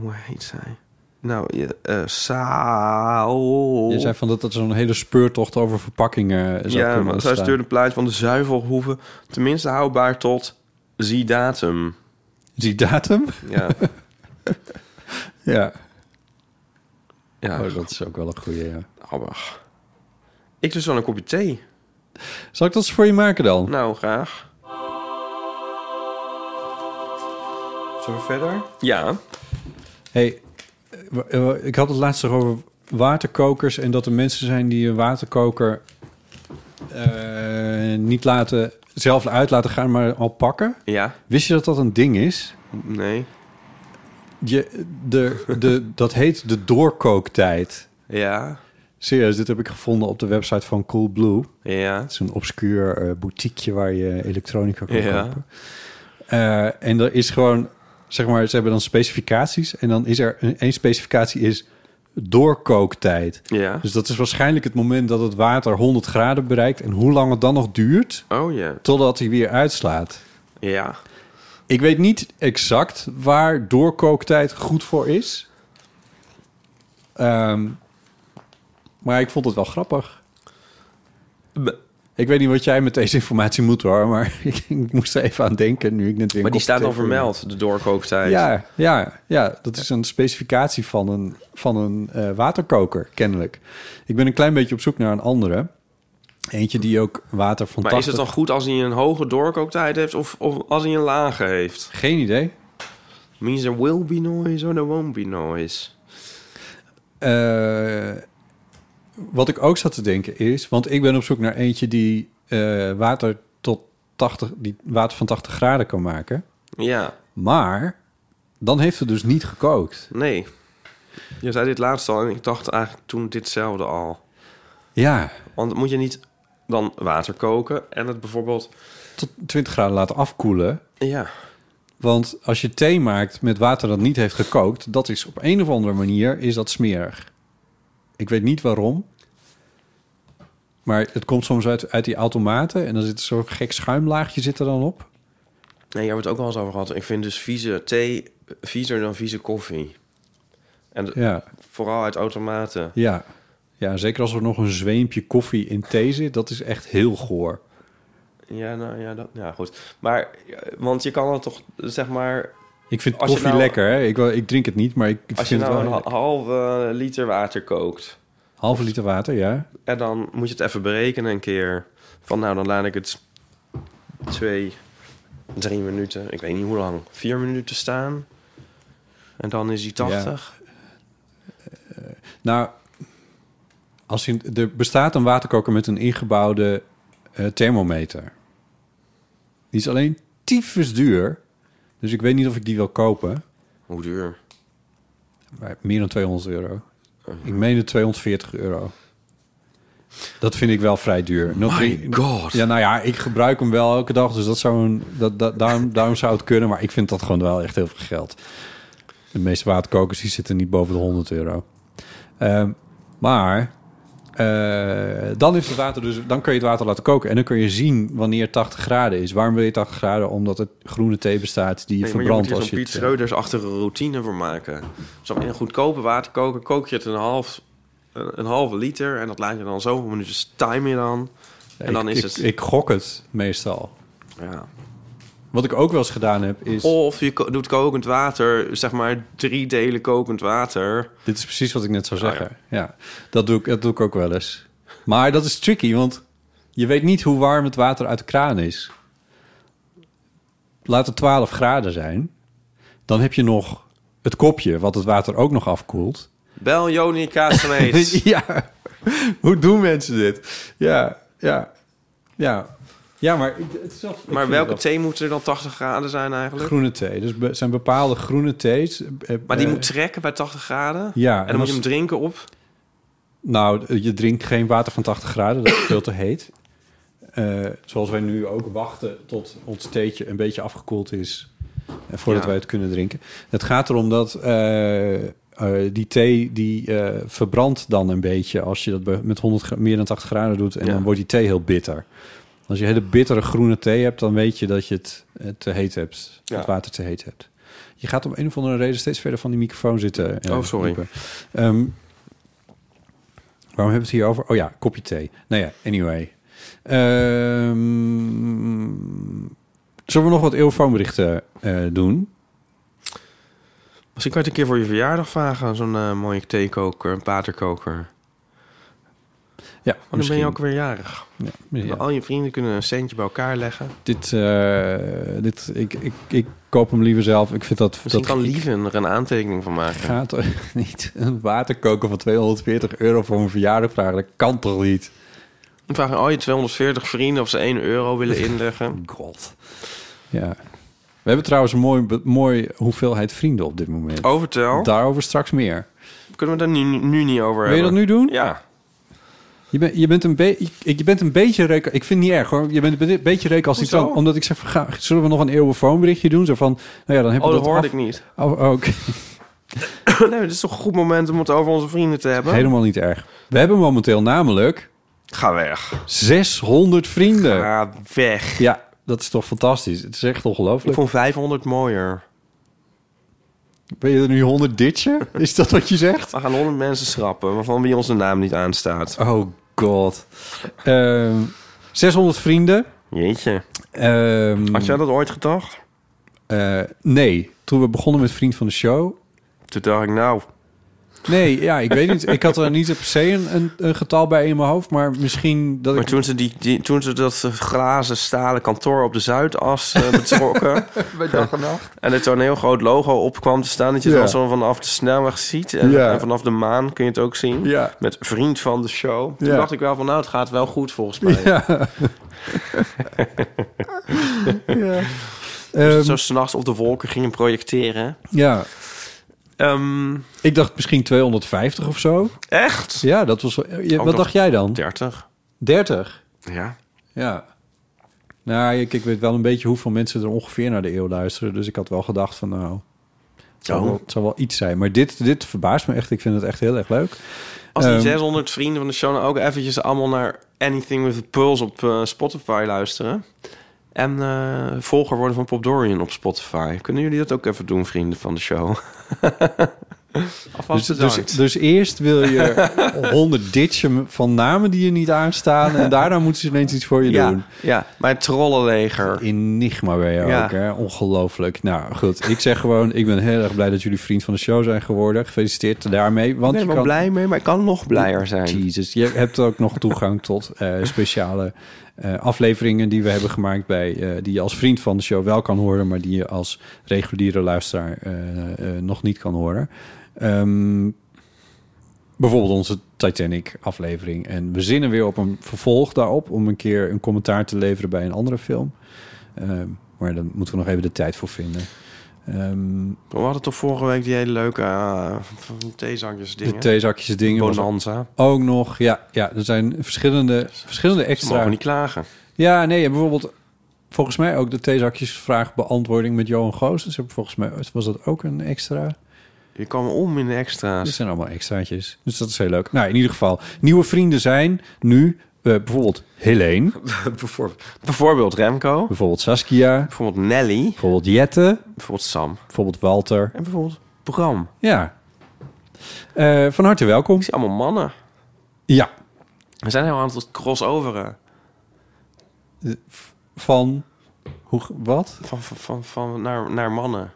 Speaker 2: Hoe heet zij? Nou, je, eh Saal...
Speaker 3: Je zei van dat dat zo'n hele speurtocht over verpakkingen eh, zou
Speaker 2: Ja,
Speaker 3: kunnen
Speaker 2: maar zij
Speaker 3: ontstaan.
Speaker 2: stuurde een plaatje van de zuivelhoeven. Tenminste houdbaar tot zie datum.
Speaker 3: Die datum?
Speaker 2: Ja,
Speaker 3: Ja.
Speaker 2: ja.
Speaker 3: Oh, dat is ook wel een goede. Ja.
Speaker 2: Abba. Oh, Ik dus wel een kopje thee.
Speaker 3: Zal ik dat eens voor je maken dan?
Speaker 2: Nou, graag.
Speaker 3: Zullen we verder?
Speaker 2: Ja.
Speaker 3: hey, eh, w- eh, ik had het laatst nog over waterkokers... en dat er mensen zijn die een waterkoker eh, niet laten, zelf uit laten gaan, maar al pakken.
Speaker 2: Ja.
Speaker 3: Wist je dat dat een ding is?
Speaker 2: Nee.
Speaker 3: Je, de, de, dat heet de doorkooktijd.
Speaker 2: Ja.
Speaker 3: Serieus, dit heb ik gevonden op de website van Coolblue.
Speaker 2: Ja.
Speaker 3: Het is een obscuur eh, boutiqueje waar je elektronica kan
Speaker 2: Ja.
Speaker 3: kopen. Eh, en er is gewoon, zeg maar, ze hebben dan specificaties. En dan is er een, één specificatie is doorkooktijd.
Speaker 2: Ja.
Speaker 3: Dus dat is waarschijnlijk het moment dat het water 100 graden bereikt. En hoe lang het dan nog duurt,
Speaker 2: Oh ja.
Speaker 3: totdat hij weer uitslaat.
Speaker 2: Ja.
Speaker 3: Ik weet niet exact waar doorkooktijd goed voor is. Ehm, maar ik vond het wel grappig. Ik weet niet wat jij met deze informatie moet hoor, maar ik, ik moest er even aan denken nu ik net weer. een
Speaker 2: Maar die
Speaker 3: kopje
Speaker 2: staat
Speaker 3: thee
Speaker 2: al
Speaker 3: voor
Speaker 2: vermeld, de
Speaker 3: me-
Speaker 2: doorkooktijd.
Speaker 3: Ja, ja, ja, dat is een specificatie van een, van een eh, waterkoker, kennelijk. Ik ben een klein beetje op zoek naar een andere. Eentje die ook water van
Speaker 2: Maar is
Speaker 3: 80
Speaker 2: het dan goed als hij een hoge doorkooktijd heeft of, of als hij een lage heeft?
Speaker 3: Geen idee.
Speaker 2: Means there will be noise or there won't be noise.
Speaker 3: Eh, wat ik ook zat te denken is, want ik ben op zoek naar eentje die eh, water tot 80, die water van 80 graden kan maken.
Speaker 2: Ja.
Speaker 3: Maar dan heeft het dus niet gekookt.
Speaker 2: Nee. Je zei dit laatst al en ik dacht eigenlijk toen ditzelfde al.
Speaker 3: Ja,
Speaker 2: Want moet je niet dan water koken en het bijvoorbeeld...
Speaker 3: tot 20 graden laten afkoelen.
Speaker 2: Ja.
Speaker 3: Want als je thee maakt met water dat niet heeft gekookt, dat is op een of andere manier is dat smerig. Ik weet niet waarom. Maar het komt soms uit, uit die automaten en dan zit zo'n gek schuimlaagje zit er dan op.
Speaker 2: Nee, daar hebben we het ook al eens over gehad. Ik vind dus vieze thee viezer dan vieze koffie. En d-
Speaker 3: Ja.
Speaker 2: vooral uit automaten.
Speaker 3: Ja. ja, zeker als er nog een zweempje koffie in thee zit. Dat is echt heel goor.
Speaker 2: Ja, nou ja, dat, ja goed. Maar, eh, want je kan het toch, zeg maar...
Speaker 3: Ik vind
Speaker 2: Als je
Speaker 3: koffie
Speaker 2: nou-
Speaker 3: lekker, hè? Ik, wel- ik drink het niet, maar ik
Speaker 2: Als je
Speaker 3: vind
Speaker 2: nou
Speaker 3: het
Speaker 2: een
Speaker 3: wel...
Speaker 2: ha- halve liter water kookt...
Speaker 3: Halve liter water, ja.
Speaker 2: en dan moet je het even berekenen een keer... van nou, dan laat ik het twee drie minuten, ik weet niet hoe lang, vier minuten staan. En dan is hij 80.
Speaker 3: Nou, als je, er bestaat een waterkoker met een ingebouwde eh, thermometer. Die is alleen tyfus duur. Dus ik weet niet of ik die wil kopen.
Speaker 2: Hoe duur?
Speaker 3: Maar meer dan 200 euro. Ik meende 240 euro. Dat vind ik wel vrij duur.
Speaker 2: My god.
Speaker 3: Ja, nou ja, ik gebruik hem wel elke dag. Dus dat zou een, dat, dat, daarom, daarom zou het kunnen. Maar ik vind dat gewoon wel echt heel veel geld. De meeste waterkokers die zitten niet boven de 100 euro. Ehm, maar eh, dan, is het water dus, dan kun je het water laten koken. En dan kun je zien wanneer 80 graden is. Waarom wil je 80 graden? Omdat er groene thee bestaat die je
Speaker 2: Nee, maar je moet
Speaker 3: verbrandt
Speaker 2: hier
Speaker 3: als
Speaker 2: zo'n
Speaker 3: je
Speaker 2: Piet
Speaker 3: het, eh,
Speaker 2: Schreuders achter een routine voor maken. Zo in een goedkope waterkoker kook je het een half, eh, een, een halve liter en dat laat je dan zoveel minuten time je dan. En dan
Speaker 3: ik,
Speaker 2: is
Speaker 3: ik,
Speaker 2: het.
Speaker 3: Ik gok het meestal.
Speaker 2: Ja.
Speaker 3: Wat ik ook wel eens gedaan heb is...
Speaker 2: Of je ko- doet kokend water, zeg maar drie delen kokend water.
Speaker 3: Dit is precies wat ik net zou
Speaker 2: Ah,
Speaker 3: zeggen. ja. dat, doe ik, dat doe ik ook wel eens. Maar dat is tricky, want je weet niet hoe warm het water uit de kraan is. Laat het 12 graden zijn. Dan heb je nog het kopje, wat het water ook nog afkoelt.
Speaker 2: Bel Joni Kaasgenees.
Speaker 3: ja, hoe doen mensen dit? Ja, ja, ja. Ja, maar... ik- Het is wel, ik
Speaker 2: Maar
Speaker 3: vind
Speaker 2: welke
Speaker 3: het
Speaker 2: thee moet er dan 80 graden zijn
Speaker 3: wel-
Speaker 2: eigenlijk?
Speaker 3: Groene thee. Dus be- zijn bepaalde groene thees. eh,
Speaker 2: Maar die
Speaker 3: eh,
Speaker 2: moet trekken bij 80 graden?
Speaker 3: Ja,
Speaker 2: En dan
Speaker 3: en
Speaker 2: moet
Speaker 3: als-
Speaker 2: je hem drinken op?
Speaker 3: Nou, je drinkt geen water van 80 graden, dat is veel te heet. Eh, zoals wij nu ook wachten tot ons theetje een beetje afgekoeld is. En voordat
Speaker 2: Ja.
Speaker 3: wij het kunnen drinken. Het gaat erom dat eh, eh, die thee die eh, verbrandt dan een beetje als je dat be- met 100 gra- meer dan 80 graden doet. En
Speaker 2: Ja.
Speaker 3: dan wordt die thee heel bitter. Als je hele bittere groene thee hebt, dan weet je dat je het eh, te heet hebt.
Speaker 2: Ja.
Speaker 3: Het water te heet hebt. Je gaat om een of andere reden steeds verder van die microfoon zitten. eh,
Speaker 2: Oh, sorry.
Speaker 3: Ieper. Ehm, waarom hebben we het hier over? Oh ja, kopje thee. Nou ja, anyway. Ehm, zullen we nog wat eeuwfoonberichten eh doen?
Speaker 2: Misschien kan je het een keer voor je verjaardag vragen. Zo'n eh, mooie theekoker, een waterkoker.
Speaker 3: Ja,
Speaker 2: Want dan ben Oh, je ook weer jarig.
Speaker 3: Ja,
Speaker 2: En
Speaker 3: ja.
Speaker 2: Al je vrienden kunnen een centje bij elkaar leggen.
Speaker 3: Dit, eh, dit, ik, ik, ik koop hem liever zelf. Ik vind dat...
Speaker 2: Misschien
Speaker 3: dat
Speaker 2: kan Lieven er een aantekening van maken.
Speaker 3: gaat toch niet een waterkoker van 240 euro voor mijn verjaardag vragen. Dat kan toch niet?
Speaker 2: Dan vragen al je 240 vrienden of ze 1 euro willen inleggen.
Speaker 3: God. Ja. We hebben trouwens een mooi, be- mooi hoeveelheid vrienden op dit moment.
Speaker 2: Overtel.
Speaker 3: Daarover straks meer.
Speaker 2: Kunnen we daar nu, nu niet over
Speaker 3: Wil
Speaker 2: hebben?
Speaker 3: je dat nu doen? Oh,
Speaker 2: Ja.
Speaker 3: Je, bent je, bent een be- je, je bent een beetje reuk. Ik vind het niet erg hoor. Je bent een be- beetje reuk als iets
Speaker 2: Hoezo?
Speaker 3: dan. Omdat ik zeg, van, ga, zullen we nog een eeuwenfoonberichtje doen? Zo van, nou ja, dan heb
Speaker 2: Oh,
Speaker 3: je
Speaker 2: dat
Speaker 3: dat
Speaker 2: hoorde
Speaker 3: af-
Speaker 2: ik niet.
Speaker 3: Oh, oké.
Speaker 2: nee, dit is toch een goed moment om het over onze vrienden te hebben?
Speaker 3: Helemaal niet erg. We hebben momenteel namelijk
Speaker 2: Ga weg.
Speaker 3: 600 vrienden.
Speaker 2: Ga weg.
Speaker 3: Ja, dat is toch fantastisch. Het is echt
Speaker 2: Ik
Speaker 3: ongelooflijk.
Speaker 2: vond 500 mooier.
Speaker 3: Ben je er nu 100 ditje? Is dat wat je zegt?
Speaker 2: We gaan 100 mensen schrappen, waarvan wie onze naam niet aanstaat.
Speaker 3: Oh god. Ehm, 600 vrienden.
Speaker 2: Jeetje.
Speaker 3: Ehm,
Speaker 2: Had jij dat ooit gedacht?
Speaker 3: eh, nee, toen we begonnen met Vriend van de Show.
Speaker 2: Toen dacht ik, nou,
Speaker 3: Nee, ja, ik weet niet. Ik had er niet per se een, een, een getal bij in mijn hoofd. Maar misschien dat
Speaker 2: Maar
Speaker 3: ik...
Speaker 2: toen ze, die, die- toen ze dat glazen stalen kantoor op de Zuidas eh, betrokken... en er zo'n heel groot logo op kwam te staan... dat je
Speaker 3: Ja.
Speaker 2: dan zo vanaf de snelweg ziet. En,
Speaker 3: Ja.
Speaker 2: en vanaf de maan kun je het ook zien.
Speaker 3: Ja.
Speaker 2: Met vriend van de show. Toen
Speaker 3: Ja.
Speaker 2: dacht ik wel van, nou, het gaat wel goed volgens mij.
Speaker 3: Ja. ja.
Speaker 2: Dus
Speaker 3: Ehm,
Speaker 2: zo s'nachts op de wolken gingen projecteren.
Speaker 3: ja,
Speaker 2: Ehm,
Speaker 3: ik dacht misschien 250 of zo.
Speaker 2: echt?
Speaker 3: Ja, dat was... ja,
Speaker 2: Ook
Speaker 3: wat
Speaker 2: nog-
Speaker 3: dacht jij dan?
Speaker 2: 30.
Speaker 3: 30?
Speaker 2: Ja.
Speaker 3: Ja. Nou, ik, ik weet wel een beetje hoeveel mensen er ongeveer naar de eeuw luisteren. Dus ik had wel gedacht van nou, het zal
Speaker 2: Oh.
Speaker 3: wel, het zal wel iets zijn. Maar dit, dit verbaast me echt. Ik vind het echt heel erg leuk.
Speaker 2: Als die
Speaker 3: Ehm,
Speaker 2: 600 vrienden van de show nou ook eventjes allemaal naar Anything with a Pulse op eh, Spotify luisteren. En eh, volger worden van Pop Dorian op Spotify. Kunnen jullie dat ook even doen, vrienden van de show?
Speaker 3: Dus,
Speaker 2: Alvast
Speaker 3: dus,
Speaker 2: bedankt.
Speaker 3: dus eerst wil je 100 ditchen van namen die je niet aanstaan. En daarna moeten ze ineens iets voor je
Speaker 2: ja,
Speaker 3: doen.
Speaker 2: ja, mijn trollenleger.
Speaker 3: Enigma ben je
Speaker 2: Ja.
Speaker 3: ook, hè? Ongelooflijk. Nou, goed. Ik zeg gewoon, ik ben heel erg blij dat jullie vriend van de show zijn geworden. Gefeliciteerd daarmee. Want
Speaker 2: Ik ben
Speaker 3: je
Speaker 2: er wel
Speaker 3: kan...
Speaker 2: blij mee, maar ik kan nog blijer zijn.
Speaker 3: Jezus, je hebt ook nog toegang tot eh, speciale eh, afleveringen die we hebben gemaakt bij, eh, die je als vriend van de show wel kan horen, maar die je als reguliere luisteraar eh, eh, nog niet kan horen. Ehm, bijvoorbeeld onze Titanic aflevering. En we zinnen weer op een vervolg daarop om een keer een commentaar te leveren bij een andere film. Ehm, maar daar moeten we nog even de tijd voor vinden. Ehm,
Speaker 2: We hadden toch vorige week die hele leuke eh, van die theezakjes dingen.
Speaker 3: de theezakjes dingen. was
Speaker 2: Bonanza.
Speaker 3: Ook nog, ja, ja. Er zijn verschillende, verschillende
Speaker 2: Ze
Speaker 3: extra...
Speaker 2: mogen niet klagen.
Speaker 3: Ja, nee, en bijvoorbeeld volgens mij ook de theezakjesvraag beantwoording met Johan Goos. Dus heb ik volgens mij was dat ook een extra.
Speaker 2: Je kwam om in de extra's.
Speaker 3: Dit zijn allemaal extraatjes. Dus dat is heel leuk. Nou, in ieder geval, nieuwe vrienden zijn nu eh, bijvoorbeeld Helene,
Speaker 2: bijvoorbeeld, bijvoorbeeld Remco.
Speaker 3: bijvoorbeeld Saskia,
Speaker 2: Bijvoorbeeld Nelly.
Speaker 3: bijvoorbeeld Jette,
Speaker 2: Bijvoorbeeld Sam.
Speaker 3: bijvoorbeeld Walter.
Speaker 2: En bijvoorbeeld Bram.
Speaker 3: Ja. Eh, van harte welkom.
Speaker 2: Ik zie allemaal mannen.
Speaker 3: Ja,
Speaker 2: Er zijn een heel aantal crossoveren.
Speaker 3: van... Hoe, wat?
Speaker 2: Van, van, van, van naar, naar mannen.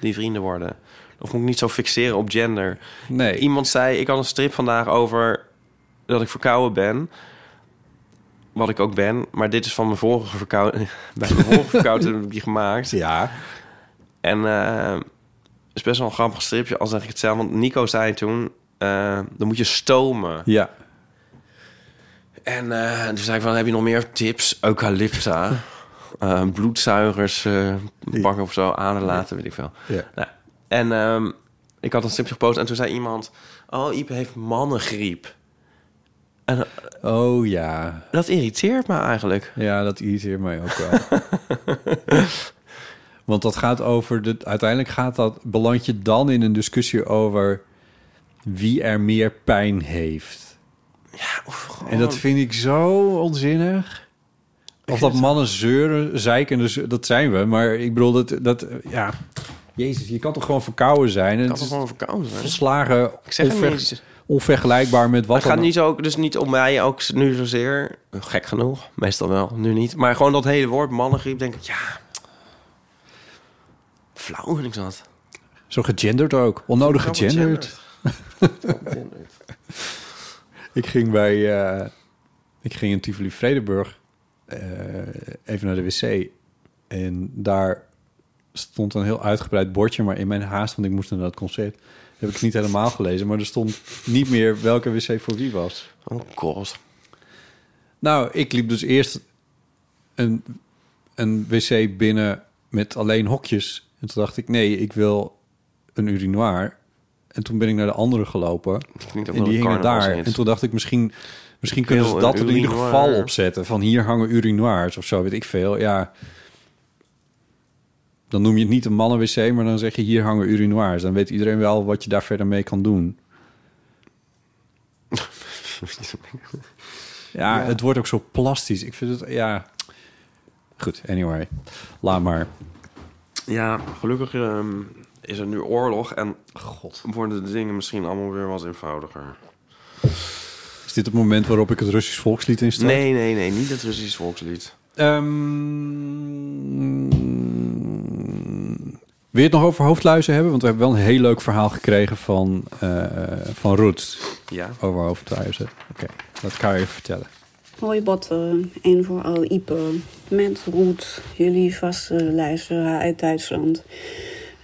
Speaker 2: Die vrienden worden. Of moet ik niet zo fixeren op gender.
Speaker 3: Nee.
Speaker 2: Iemand zei, ik had een strip vandaag over dat ik verkouden ben. Wat ik ook ben. Maar dit is van mijn vorige verkouden. Bij mijn vorige verkouden heb ik die gemaakt.
Speaker 3: Ja.
Speaker 2: En eh, het is best wel een grappig stripje, al zeg ik het zelf. Want Nico zei toen, eh, dan moet je stomen.
Speaker 3: Ja.
Speaker 2: En eh, toen zei ik van, heb je nog meer tips? Eucalypta, eh, bloedzuigers eh, pakken of zo, aan laten, weet ik veel.
Speaker 3: Ja.
Speaker 2: Nou, en ehm, ik had een stripje gepost en toen zei iemand... Oh, Iep heeft mannengriep. En eh,
Speaker 3: Oh ja.
Speaker 2: dat irriteert me eigenlijk.
Speaker 3: Ja, dat irriteert mij ook wel. Want dat gaat over de. Uiteindelijk gaat dat. Beland je dan in een discussie over wie er meer pijn heeft.
Speaker 2: Ja, of gewoon-
Speaker 3: En dat vind ik zo onzinnig. Of dat mannen zeuren, zeiken, dus dat zijn we. Maar ik bedoel, dat, dat ja. Jezus, je kan toch gewoon verkouden zijn? En
Speaker 2: kan
Speaker 3: het
Speaker 2: toch
Speaker 3: is
Speaker 2: gewoon verkouden zijn?
Speaker 3: verslagen
Speaker 2: Ik zeg het
Speaker 3: onver-
Speaker 2: niet.
Speaker 3: onvergelijkbaar met wat
Speaker 2: Het gaat
Speaker 3: dan-
Speaker 2: niet ook, dus niet om mij ook nu zozeer. Gek genoeg, meestal wel, nu niet. Maar gewoon dat hele woord mannengriep, denk ik, ja... Flauw vind ik dat.
Speaker 3: Zo gegenderd ook. Onnodig
Speaker 2: Zo
Speaker 3: gegenderd. Ik ging bij... eh, ik ging in Tivoli Vredenburg eh, even naar de wc. En daar stond een heel uitgebreid bordje. Maar in mijn haast, want ik moest naar dat concert... heb ik het niet helemaal gelezen. Maar er stond niet meer welke wc voor wie was.
Speaker 2: Oh, god.
Speaker 3: Nou, ik liep dus eerst een, een wc binnen met alleen hokjes. En toen dacht ik, nee, ik wil een urinoir. En toen ben ik naar de andere gelopen.
Speaker 2: Klinkt ook
Speaker 3: en
Speaker 2: wel
Speaker 3: die
Speaker 2: een
Speaker 3: hingen daar.
Speaker 2: carnavalshit.
Speaker 3: En toen dacht ik, misschien, misschien kunnen ze
Speaker 2: wil
Speaker 3: dat
Speaker 2: een
Speaker 3: er in ieder
Speaker 2: urinoir.
Speaker 3: geval opzetten. Van hier hangen urinoirs of zo, weet ik veel. Ja. Dan noem je het niet een mannenwc, maar dan zeg je hier hangen urinoirs. Dan weet iedereen wel wat je daar verder mee kan doen. Ja, het wordt ook zo plastisch. Ik vind het, ja... Goed, anyway. Laat maar.
Speaker 2: Ja, gelukkig ehm, is er nu oorlog en worden de dingen misschien allemaal weer wat eenvoudiger.
Speaker 3: Is dit het moment waarop ik het Russisch volkslied instart?
Speaker 2: Nee, nee, nee, niet het Russisch volkslied.
Speaker 3: Ehm wil je het nog over hoofdluizen hebben? Want we hebben wel een heel leuk verhaal gekregen van, eh van Roet
Speaker 2: Ja.
Speaker 3: over hoofdluizen. Oké, dat kan je even vertellen.
Speaker 8: Hoi Botten en vooral Ipe. Met Roet, jullie vaste luisteraar uit Duitsland.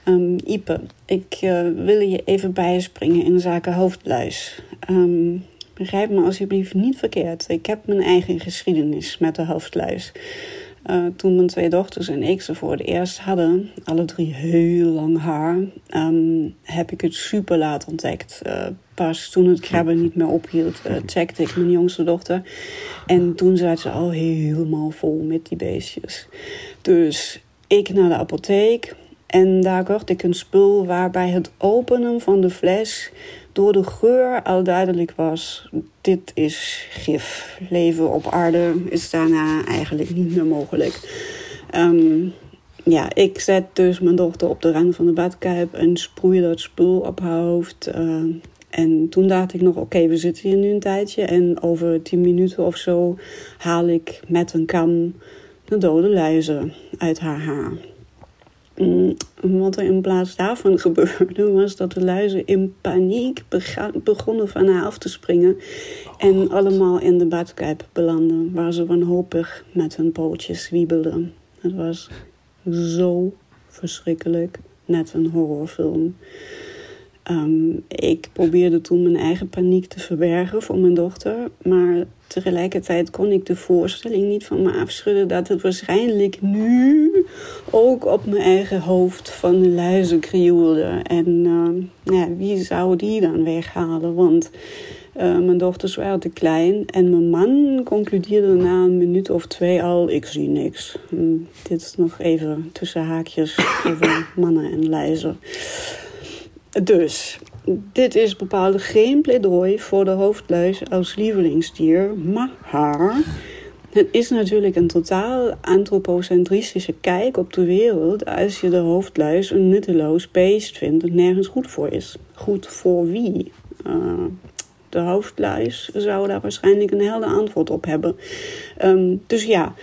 Speaker 8: Ehm, Ipe, ik eh, wil je even bijspringen in zaken hoofdluis. Ehm, begrijp me alsjeblieft niet verkeerd. Ik heb mijn eigen geschiedenis met de hoofdluis. Eh, toen mijn twee dochters en ik ze voor het eerst hadden, alle drie heel lang haar, ehm, heb ik het super laat ontdekt. Eh, pas toen het krabben niet meer ophield, eh, checkte ik mijn jongste dochter. En toen zaten ze al helemaal vol met die beestjes. Dus ik naar de apotheek en daar kocht ik een spul waarbij het openen van de fles door de geur al duidelijk was: dit is gif. Leven op aarde is daarna eigenlijk niet meer mogelijk. Ehm, ja, ik zet dus mijn dochter op de rand van de badkuip en sproei dat spul op haar hoofd. eh, en toen dacht ik nog, oké, we zitten hier nu een tijdje. En over tien minuten of zo haal ik met een kam de dode luizen uit haar haar. Mm, Wat er in plaats daarvan gebeurde, was dat de luizen in paniek bega- begonnen van haar af te springen. en allemaal in de badkuip belanden, waar ze wanhopig met hun pootjes wiebelden. Het was zo verschrikkelijk, net een horrorfilm. Ehm, ik probeerde toen mijn eigen paniek te verbergen voor mijn dochter. Maar tegelijkertijd kon ik de voorstelling niet van me afschudden dat het waarschijnlijk nu ook op mijn eigen hoofd van de luizen krioelde. En ehm, nou ja, wie zou die dan weghalen? Want eh, mijn dochters waren te klein. En mijn man concludeerde na een minuut of twee al: ik zie niks. Hm, dit is nog even tussen haakjes over mannen en luizen. Dus, dit is bepaald geen pleidooi voor de hoofdluis als lievelingsdier, maar haar. Het is natuurlijk een totaal antropocentristische kijk op de wereld als je de hoofdluis een nutteloos beest vindt dat nergens goed voor is. Goed voor wie? Eh, de hoofdluis zou daar waarschijnlijk een helder antwoord op hebben. Ehm, dus ja,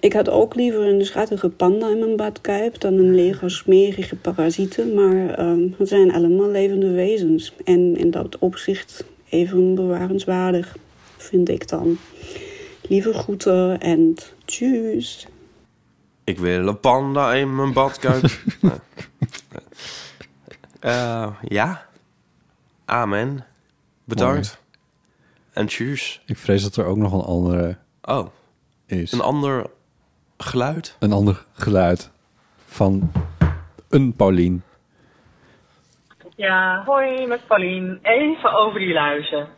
Speaker 8: ik had ook liever een schattige panda in mijn badkuip dan een leger smerige parasieten. Maar ehm, het zijn allemaal levende wezens. En in dat opzicht even bewarenswaardig, vind ik dan. Lieve groeten en tjus.
Speaker 2: Ik wil een panda in mijn badkuip. Nou. Eh, ja. Amen. Bedankt. En tjus.
Speaker 3: Ik vrees dat er ook nog een andere
Speaker 2: Oh,
Speaker 3: is.
Speaker 2: een ander geluid.
Speaker 3: Een ander geluid van een Paulien.
Speaker 9: Ja, hoi met Paulien. Even over die luizen.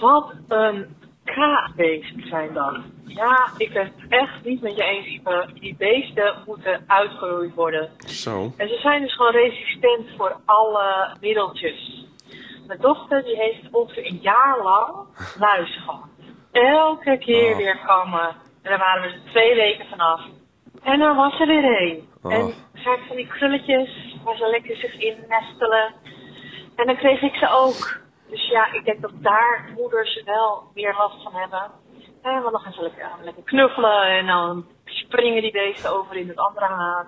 Speaker 9: Wat een kraakbeest zijn dat. Ja, ik ben het echt niet met je eens, Ipe. Die beesten moeten uitgeroeid worden.
Speaker 2: Zo.
Speaker 9: En ze zijn dus gewoon resistent voor alle middeltjes. Mijn dochter die heeft ongeveer een jaar lang luizen gehad. Elke keer
Speaker 10: Oh.
Speaker 9: weer kammen. En dan waren we er twee weken vanaf. En dan was er weer één.
Speaker 2: Oh,
Speaker 9: En zag ik van die krulletjes waar ze lekker zich in nestelen. En dan kreeg ik ze ook. Dus ja, ik denk dat daar moeders wel meer last van hebben. En dan gaan ze lekker, lekker knuffelen en dan springen die beesten over in het andere haat.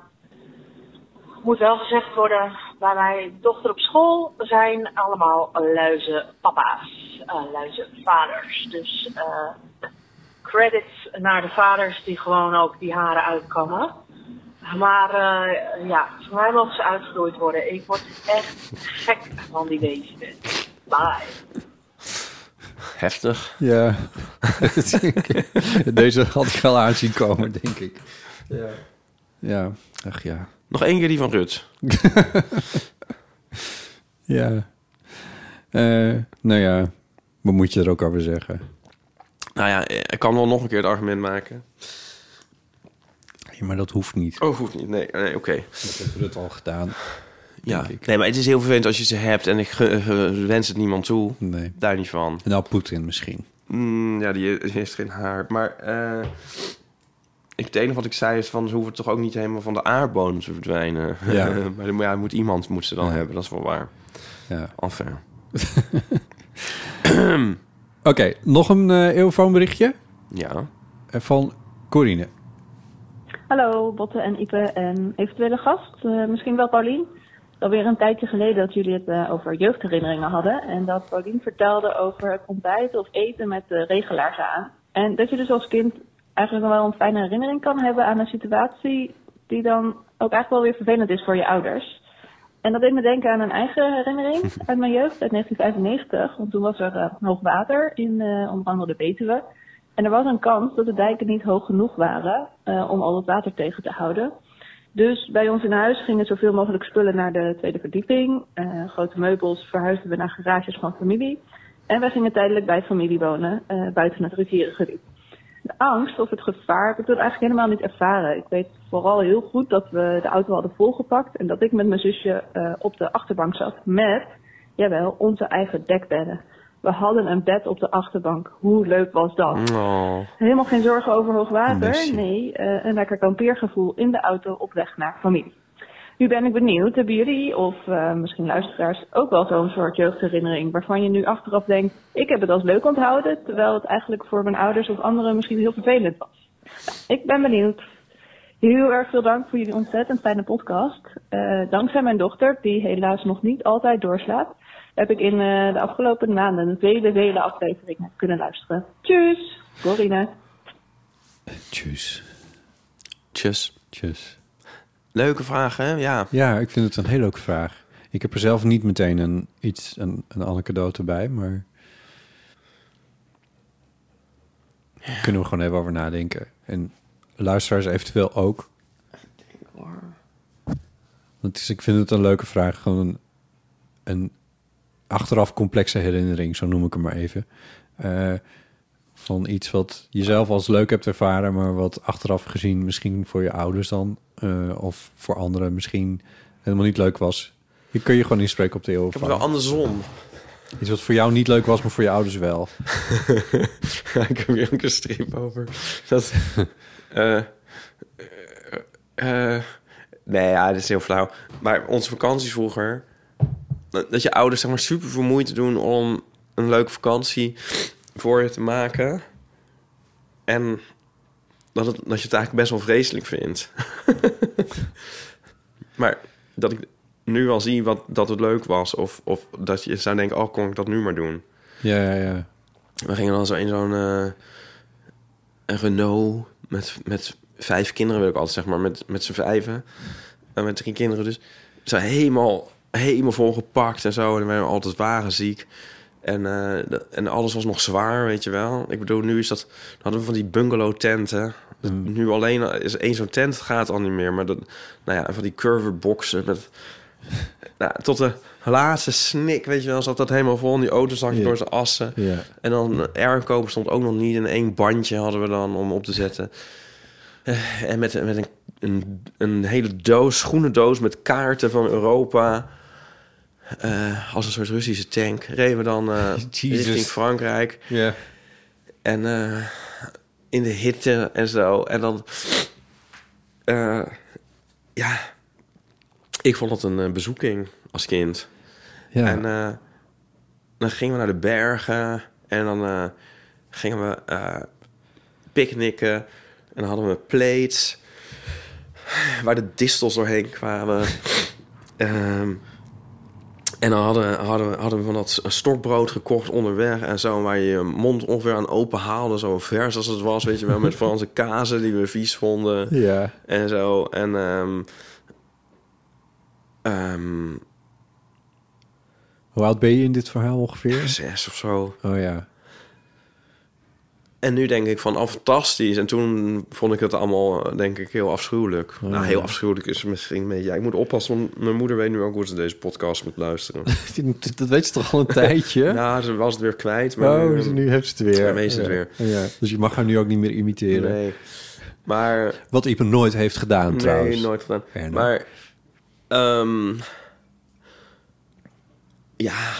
Speaker 9: Moet wel gezegd worden, bij mijn dochter op school zijn allemaal luizen papa's, eh luizen vaders. Dus eh, credits naar de vaders die gewoon ook die haren uitkammen. Maar eh, ja, voor mij mogen ze uitgeroeid worden. Ik word echt gek van die beesten. Bye.
Speaker 2: Heftig.
Speaker 3: Ja. Deze had ik wel aanzien komen, denk ik.
Speaker 2: Ja.
Speaker 3: Ja, ach ja.
Speaker 2: Nog één keer die van Rut.
Speaker 3: Ja. Eh, nou ja, wat moet je er ook over zeggen?
Speaker 2: nou ja, ik kan wel nog een keer het argument maken.
Speaker 3: Ja, maar dat hoeft niet.
Speaker 2: Oh, hoeft niet. Nee, nee oké.
Speaker 3: Dat heeft Rut al gedaan.
Speaker 2: Ja. Nee, maar het is heel vervelend als je ze hebt en ik ge- ge- wens het niemand toe.
Speaker 3: Nee.
Speaker 2: Daar niet van.
Speaker 3: Nou, Poetin misschien.
Speaker 2: Mm, ja, die he- heeft geen haar. Maar eh, ik, het enige wat ik zei is van... ze hoeven toch ook niet helemaal van de aardbodem te verdwijnen.
Speaker 3: Ja.
Speaker 2: maar dan moet- ja, moet iemand moet ze dan hebben. Dat is wel waar.
Speaker 3: Ja.
Speaker 2: Enfin.
Speaker 3: Oké, nog een eh eeuwfoonberichtje?
Speaker 2: Ja.
Speaker 3: Van Corine.
Speaker 11: Hallo Botte en Ipe en eventuele gast, eh, misschien wel Paulien. Alweer een tijdje geleden dat jullie het eh, over jeugdherinneringen hadden. En dat Paulien vertelde over het ontbijten of eten met de regelaars aan. En dat je dus als kind eigenlijk nog wel een fijne herinnering kan hebben aan een situatie die dan ook eigenlijk wel weer vervelend is voor je ouders. En dat deed me denken aan een eigen herinnering uit mijn jeugd, uit 1995. Want toen was er eh, hoog water in eh, onder andere de Betuwe. En er was een kans dat de dijken niet hoog genoeg waren eh, om al het water tegen te houden. Dus bij ons in huis gingen zoveel mogelijk spullen naar de tweede verdieping. Eh, grote meubels verhuisden we naar garages van familie. En wij gingen tijdelijk bij familie wonen, eh, buiten het rivierengebied. De angst of het gevaar heb ik toen eigenlijk helemaal niet ervaren. Ik weet vooral heel goed dat we de auto hadden volgepakt en dat ik met mijn zusje eh, op de achterbank zat met, jawel, onze eigen dekbedden. We hadden een bed op de achterbank. Hoe leuk was dat?
Speaker 2: Oh.
Speaker 11: Helemaal geen zorgen over hoogwater.
Speaker 2: Merci.
Speaker 11: Nee, eh, een lekker kampeergevoel in de auto op weg naar familie. Nu ben ik benieuwd, hebben jullie of eh, misschien luisteraars ook wel zo'n soort jeugdherinnering waarvan je nu achteraf denkt, ik heb het als leuk onthouden, terwijl het eigenlijk voor mijn ouders of anderen misschien heel vervelend was. Nou, ik ben benieuwd. Heel erg veel dank voor jullie ontzettend fijne podcast. Eh, dankzij mijn dochter, die helaas nog niet altijd doorslaat, heb ik in eh, de afgelopen maanden vele, vele afleveringen kunnen luisteren. Tjus, Corine.
Speaker 3: Tjus.
Speaker 2: Tjus.
Speaker 3: Tjus.
Speaker 2: Leuke vraag, hè? Ja.
Speaker 3: Ja, ik vind het een hele leuke vraag. Ik heb er zelf niet meteen een, iets, een, een anekdote bij, maar... Kunnen we gewoon even over nadenken. En luisteraars eventueel ook. Want het is, ik vind het een leuke vraag. Gewoon een, een achteraf complexe herinnering, zo noem ik hem maar even. Eh, van iets wat je zelf als leuk hebt ervaren, maar wat achteraf gezien misschien voor je ouders dan eh, of voor anderen misschien helemaal niet leuk was. Je kun je gewoon inspreken op de eeuw.
Speaker 2: Ik heb het wel andersom.
Speaker 3: Iets wat voor jou niet leuk was, maar voor je ouders wel.
Speaker 2: ik heb hier ook een strip over. Dat, eh, eh, eh, nee, ja, dat is heel flauw. Maar onze vakanties vroeger... dat dat je ouders zeg maar super vermoeid doen om een leuke vakantie voor je te maken. En dat, het, dat je het eigenlijk best wel vreselijk vindt. maar dat ik nu al zie wat, dat het leuk was. Of, of dat je zou denken, oh, kon ik dat nu maar doen.
Speaker 3: Ja, ja, ja.
Speaker 2: We gingen dan zo in zo'n eh, een Renault met, met vijf kinderen, wil ik altijd zeg maar, met, met z'n vijven. En met drie kinderen dus. Zo helemaal, helemaal volgepakt en zo. En we waren altijd wagenziek. En, eh, dat- en alles was nog zwaar, weet je wel. Ik bedoel, nu is dat... Dan hadden we van die bungalow-tenten. Dus Nu alleen al- is één zo'n tent, gaat al niet meer. Maar dat, nou ja, en van die curverboxen met... Nou, tot de laatste snik, weet je wel, zat dat helemaal vol. En die auto zag je door zijn assen.
Speaker 3: Ja.
Speaker 2: En dan airco stond ook nog niet. En één bandje hadden we dan om op te zetten. Eh, En met, met een, een, een hele doos, schoenendoos met kaarten van Europa. Eh, als een soort Russische tank. Reden we dan eh
Speaker 3: Jesus.
Speaker 2: richting Frankrijk.
Speaker 3: Ja.
Speaker 2: En eh, in de hitte en zo. En dan... eh, ja, ik vond het een eh, bezoeking als kind.
Speaker 3: Ja.
Speaker 2: En eh, dan gingen we naar de bergen en dan eh, gingen we eh picknicken. En dan hadden we plates waar de distels doorheen kwamen. Ehm, en dan hadden, hadden, we- hadden we van dat stokbrood gekocht onderweg en zo, waar je je mond ongeveer aan open haalde, zo vers als het was, weet je wel, met Franse kazen die we vies vonden
Speaker 3: Ja.
Speaker 2: en zo. En ehm, ehm,
Speaker 3: Hoe oud ben je in dit verhaal ongeveer?
Speaker 2: Zes of zo.
Speaker 3: Oh ja.
Speaker 2: En nu denk ik van, oh, fantastisch. En toen vond ik het allemaal, eh, denk ik, heel afschuwelijk. nou, heel afschuwelijk is het misschien een beetje... Ja, ik moet oppassen, want mijn moeder weet nu ook hoe ze deze podcast moet luisteren.
Speaker 3: Dat weet je toch al een tijdje?
Speaker 2: ja, ze was het weer kwijt. Maar
Speaker 3: Oh, ze- nu heeft ze het weer.
Speaker 2: Nu heeft ze het
Speaker 3: Ja.
Speaker 2: weer.
Speaker 3: Ja. Dus je mag haar nu ook niet meer imiteren.
Speaker 2: eh, Nee. Maar...
Speaker 3: Wat Ipe nooit heeft gedaan trouwens.
Speaker 2: Nee, nooit gedaan.
Speaker 3: Fair
Speaker 2: Maar, ehm, ja,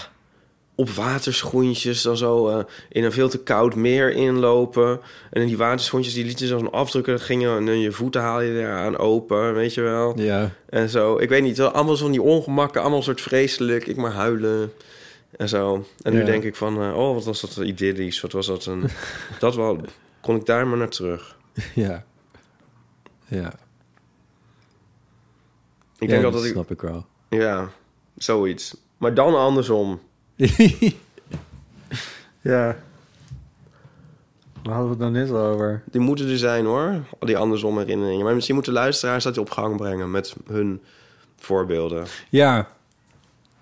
Speaker 2: op waterschoentjes dan zo eh, in een veel te koud meer inlopen. En in die waterschoentjes, die lieten zo'n afdrukken, dan ging je en dan je voeten haal je eraan open, weet je wel.
Speaker 3: Ja.
Speaker 2: En zo, ik weet niet, wel allemaal zo'n die ongemakken, allemaal soort vreselijk, ik maar huilen. En zo. En nu
Speaker 3: Ja.
Speaker 2: denk ik van, eh, oh, wat was dat idyllisch, wat was dat een... dat wel, kon ik daar maar naar terug.
Speaker 3: Ja. Ja.
Speaker 2: Ik
Speaker 3: Ja,
Speaker 2: denk
Speaker 3: dat
Speaker 2: altijd
Speaker 3: snap ik wel.
Speaker 2: Ja, zoiets. Maar dan andersom.
Speaker 3: Ja. Waar hadden we het dan net over?
Speaker 2: Die moeten er zijn hoor, al die andersom herinneringen. Maar misschien moeten luisteraars dat op gang brengen met hun voorbeelden.
Speaker 3: Ja.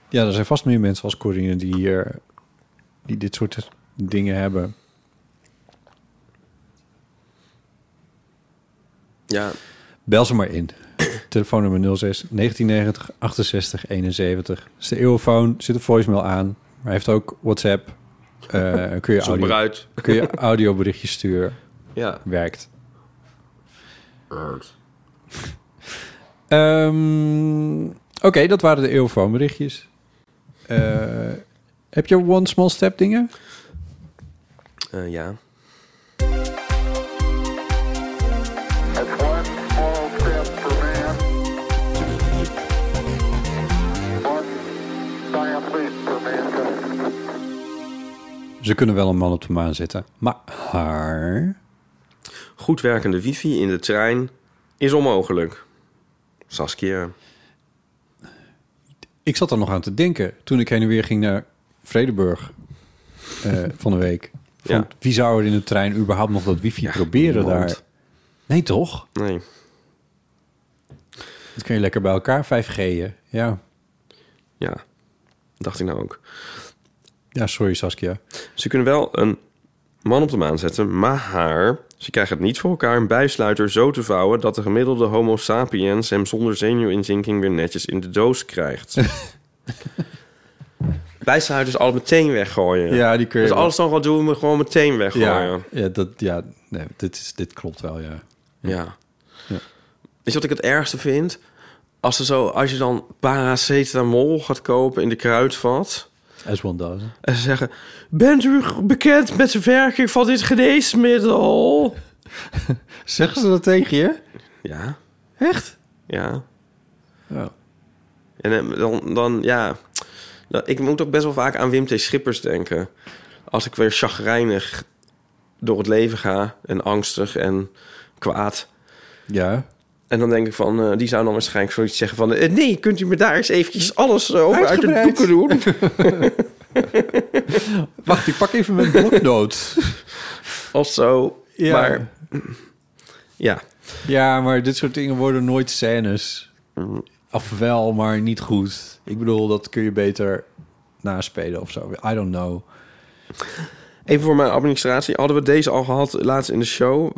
Speaker 3: Ja, er zijn vast meer mensen als Corine die hier... die dit soort dingen hebben.
Speaker 2: Ja.
Speaker 3: Bel ze maar in. Telefoonnummer 06 1990 68 71. Dat is de eeuwfoon. Zit een voicemail aan. Maar hij heeft ook WhatsApp. Eh, kun, je
Speaker 2: Zoek maar
Speaker 3: audio,
Speaker 2: uit.
Speaker 3: kun je audioberichtjes sturen.
Speaker 2: Ja.
Speaker 3: Werkt. Ehm, Oké, dat waren de eeuwfoon berichtjes. Eh, heb je One Small Step dingen?
Speaker 2: Eh, ja.
Speaker 3: Ze kunnen wel een man op de maan zetten. Maar haar...
Speaker 2: Goed werkende wifi in de trein is onmogelijk. Saskia.
Speaker 3: Ik zat er nog aan te denken toen ik heen en weer ging naar Vredeburg eh, van de week. Van,
Speaker 2: Ja.
Speaker 3: Wie zou er in de trein überhaupt nog dat wifi proberen
Speaker 2: niemand.
Speaker 3: daar? Nee, toch?
Speaker 2: Nee.
Speaker 3: Dat kun je lekker bij elkaar 5G'en. Ja.
Speaker 2: Ja, dacht ik nou ook.
Speaker 3: ja, sorry Saskia.
Speaker 2: Ze kunnen wel een man op de maan zetten, maar haar... Ze krijgen het niet voor elkaar een bijsluiter zo te vouwen... dat de gemiddelde homo sapiens hem zonder zenuwinzinking... weer netjes in de doos krijgt. bijsluiters alles meteen weggooien.
Speaker 3: Ja, die kun je
Speaker 2: Dus
Speaker 3: wel.
Speaker 2: alles dan gaan doen, we gewoon meteen weggooien.
Speaker 3: Ja, ja, dat, ja nee, dit, is, dit klopt wel, ja.
Speaker 2: Ja. Weet je wat ik het ergste vind? Als, ze zo, als je dan paracetamol gaat kopen in de kruidvat...
Speaker 3: As one does.
Speaker 2: En ze zeggen... Bent u bekend met de werking van dit geneesmiddel?
Speaker 3: Zeggen ze dat tegen je?
Speaker 2: Ja,
Speaker 3: Echt?
Speaker 2: ja.
Speaker 3: Ja.
Speaker 2: En eh, dan, dan ja... Nou, Ik moet ook best wel vaak aan Wim T. Schippers denken. Als ik weer chagrijnig door het leven ga... en angstig en kwaad...
Speaker 3: Ja.
Speaker 2: En dan denk ik van, eh, die zou dan waarschijnlijk zoiets zeggen van... eh, nee, kunt u me daar eens eventjes alles eh, over uit de
Speaker 3: Uitgebreid.
Speaker 2: boeken doen?
Speaker 3: Wacht, ik pak even mijn bloknoot.
Speaker 2: of zo.
Speaker 3: Ja.
Speaker 2: Maar ja.
Speaker 3: Ja, maar dit soort dingen worden nooit scènes. Of wel, maar niet goed. Ik bedoel, dat kun je beter naspelen of zo. I don't know.
Speaker 2: Even voor mijn administratie. Hadden we deze al gehad laatst in de show?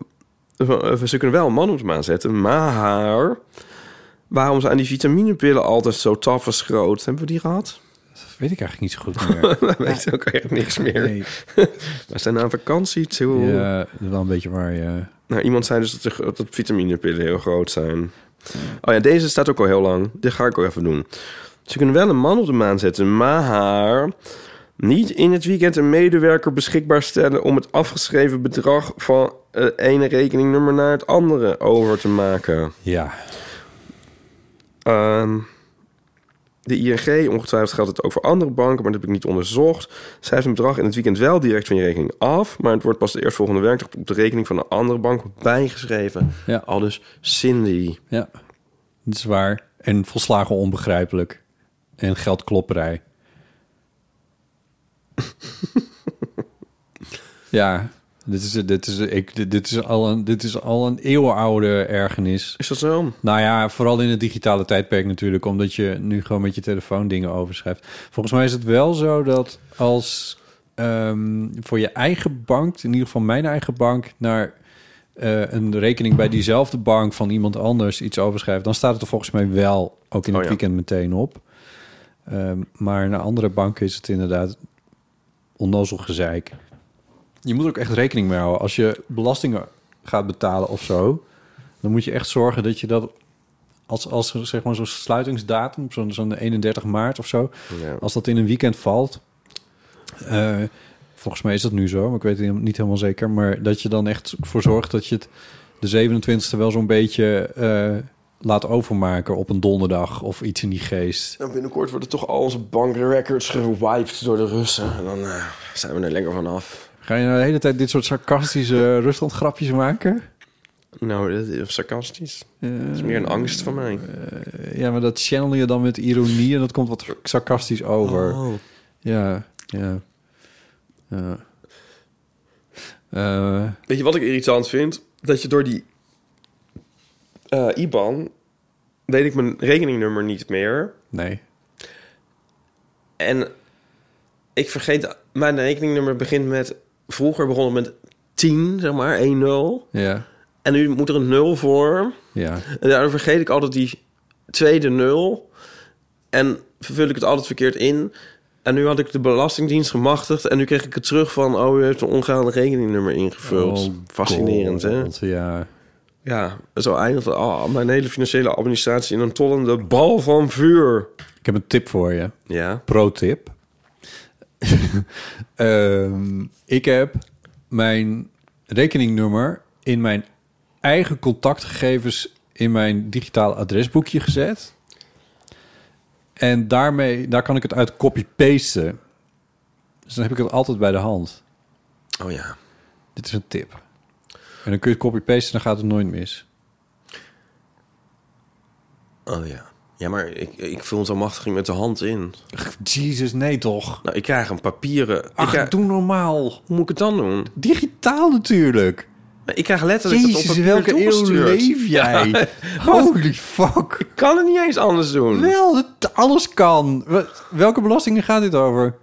Speaker 2: Eh, eh, Ze kunnen wel een man op de maan zetten, maar... Waarom zijn die vitaminepillen altijd zo tafels groot? Hebben we die gehad?
Speaker 3: Weet ik eigenlijk niet zo goed meer.
Speaker 2: We weten ook echt niks meer.
Speaker 3: Nee.
Speaker 2: we zijn aan vakantie toe.
Speaker 3: Ja, dat is wel een beetje waar, ja.
Speaker 2: Nou, iemand zei dus dat, de, gro- dat vitaminepillen heel groot zijn. Oh ja, deze staat ook al heel lang. Dit ga ik ook even doen. Ze kunnen wel een man op de maan zetten, maar niet in het weekend een medewerker beschikbaar stellen om het afgeschreven bedrag van het ene rekeningnummer naar het andere over te maken.
Speaker 3: Ja.
Speaker 2: Ehm, de ING, ongetwijfeld geldt het ook voor andere banken, maar dat heb ik niet onderzocht. Schrijft een bedrag in het weekend wel direct van je rekening af, maar het wordt pas de eerstvolgende werkdag op de rekening van een andere bank bijgeschreven.
Speaker 3: Ja.
Speaker 2: Al dus Cindy.
Speaker 3: Ja, dat is waar. En volslagen onbegrijpelijk. En geldklopperij. ja, dit is, dit, is, ik, dit, dit is al een, dit is al een eeuwenoude ergernis.
Speaker 2: Is dat zo?
Speaker 3: Nou ja, vooral in het digitale tijdperk natuurlijk. Omdat je nu gewoon met je telefoon dingen overschrijft. Volgens mij is het wel zo dat als ehm, voor je eigen bank... in ieder geval mijn eigen bank... naar eh, een rekening bij diezelfde bank van iemand anders iets overschrijft... dan staat het er volgens mij wel ook in het
Speaker 2: Oh ja.
Speaker 3: weekend meteen op. Ehm, maar naar andere banken is het inderdaad onnozel gezeik. Je moet er ook echt rekening mee houden. Als je belastingen gaat betalen of zo... dan moet je echt zorgen dat je dat... als, als er, zeg maar zo'n sluitingsdatum, zo'n zo'n 31 maart of zo...
Speaker 2: Ja.
Speaker 3: als dat in een weekend valt... eh, volgens mij is dat nu zo, maar ik weet het niet helemaal zeker... maar dat je dan echt voor zorgt dat je het de 27e wel zo'n beetje... eh, laat overmaken op een donderdag of iets in die geest.
Speaker 2: Nou, binnenkort worden toch al onze bankrecords gewiped door de Russen. En dan eh, zijn we er lekker vanaf.
Speaker 3: Ga je nou de hele tijd dit soort sarcastische Rusland-grapjes maken?
Speaker 2: Nou, dat is sarcastisch. dat is meer een angst van mij.
Speaker 3: Ja, maar dat channel je dan met ironie en dat komt wat sarcastisch over.
Speaker 2: Oh.
Speaker 3: Ja, ja. ja. Eh,
Speaker 2: Weet je wat ik irritant vind? Dat je door die eh, IBAN weet ik mijn rekeningnummer niet meer.
Speaker 3: nee.
Speaker 2: En ik vergeet, mijn rekeningnummer begint met... Vroeger begon het met 10, zeg maar, 1-0.
Speaker 3: Ja,
Speaker 2: En nu moet er een 0 voor.
Speaker 3: ja.
Speaker 2: En daardoor vergeet ik altijd die tweede 0. En vervul ik het altijd verkeerd in. En nu had ik de Belastingdienst gemachtigd. En nu kreeg ik het terug van... Oh, u heeft een ongaande rekeningnummer ingevuld.
Speaker 3: Oh,
Speaker 2: Fascinerend, hè?
Speaker 3: God, Ja.
Speaker 2: Ja, zo eindigt ah, mijn hele financiële administratie in een tollende bal van vuur.
Speaker 3: Ik heb een tip voor je.
Speaker 2: Ja.
Speaker 3: Pro-tip. Ehm, ik heb mijn rekeningnummer in mijn eigen contactgegevens in mijn digitaal adresboekje gezet. En daarmee, daar kan ik het uit copy-pasten. Dus dan heb ik het altijd bij de hand.
Speaker 2: Oh ja.
Speaker 3: Dit is een tip. En dan kun je het copy-pasten en dan gaat het nooit mis.
Speaker 2: Oh ja. Ja, maar ik, ik vul zo'n machtiging met de hand in.
Speaker 3: Jezus, nee toch?
Speaker 2: Nou, ik krijg een papieren...
Speaker 3: Ach, doe normaal. Hoe
Speaker 2: moet ik het dan doen?
Speaker 3: Digitaal natuurlijk.
Speaker 2: Ik krijg letterlijk dat op
Speaker 3: Jezus,
Speaker 2: papier
Speaker 3: welke eeuw
Speaker 2: toegestuurd.
Speaker 3: leef jij?
Speaker 2: Ja.
Speaker 3: Holy fuck. Ik
Speaker 2: kan het niet eens anders doen.
Speaker 3: Wel, dat- alles kan. Wel- Welke belastingen gaat dit over?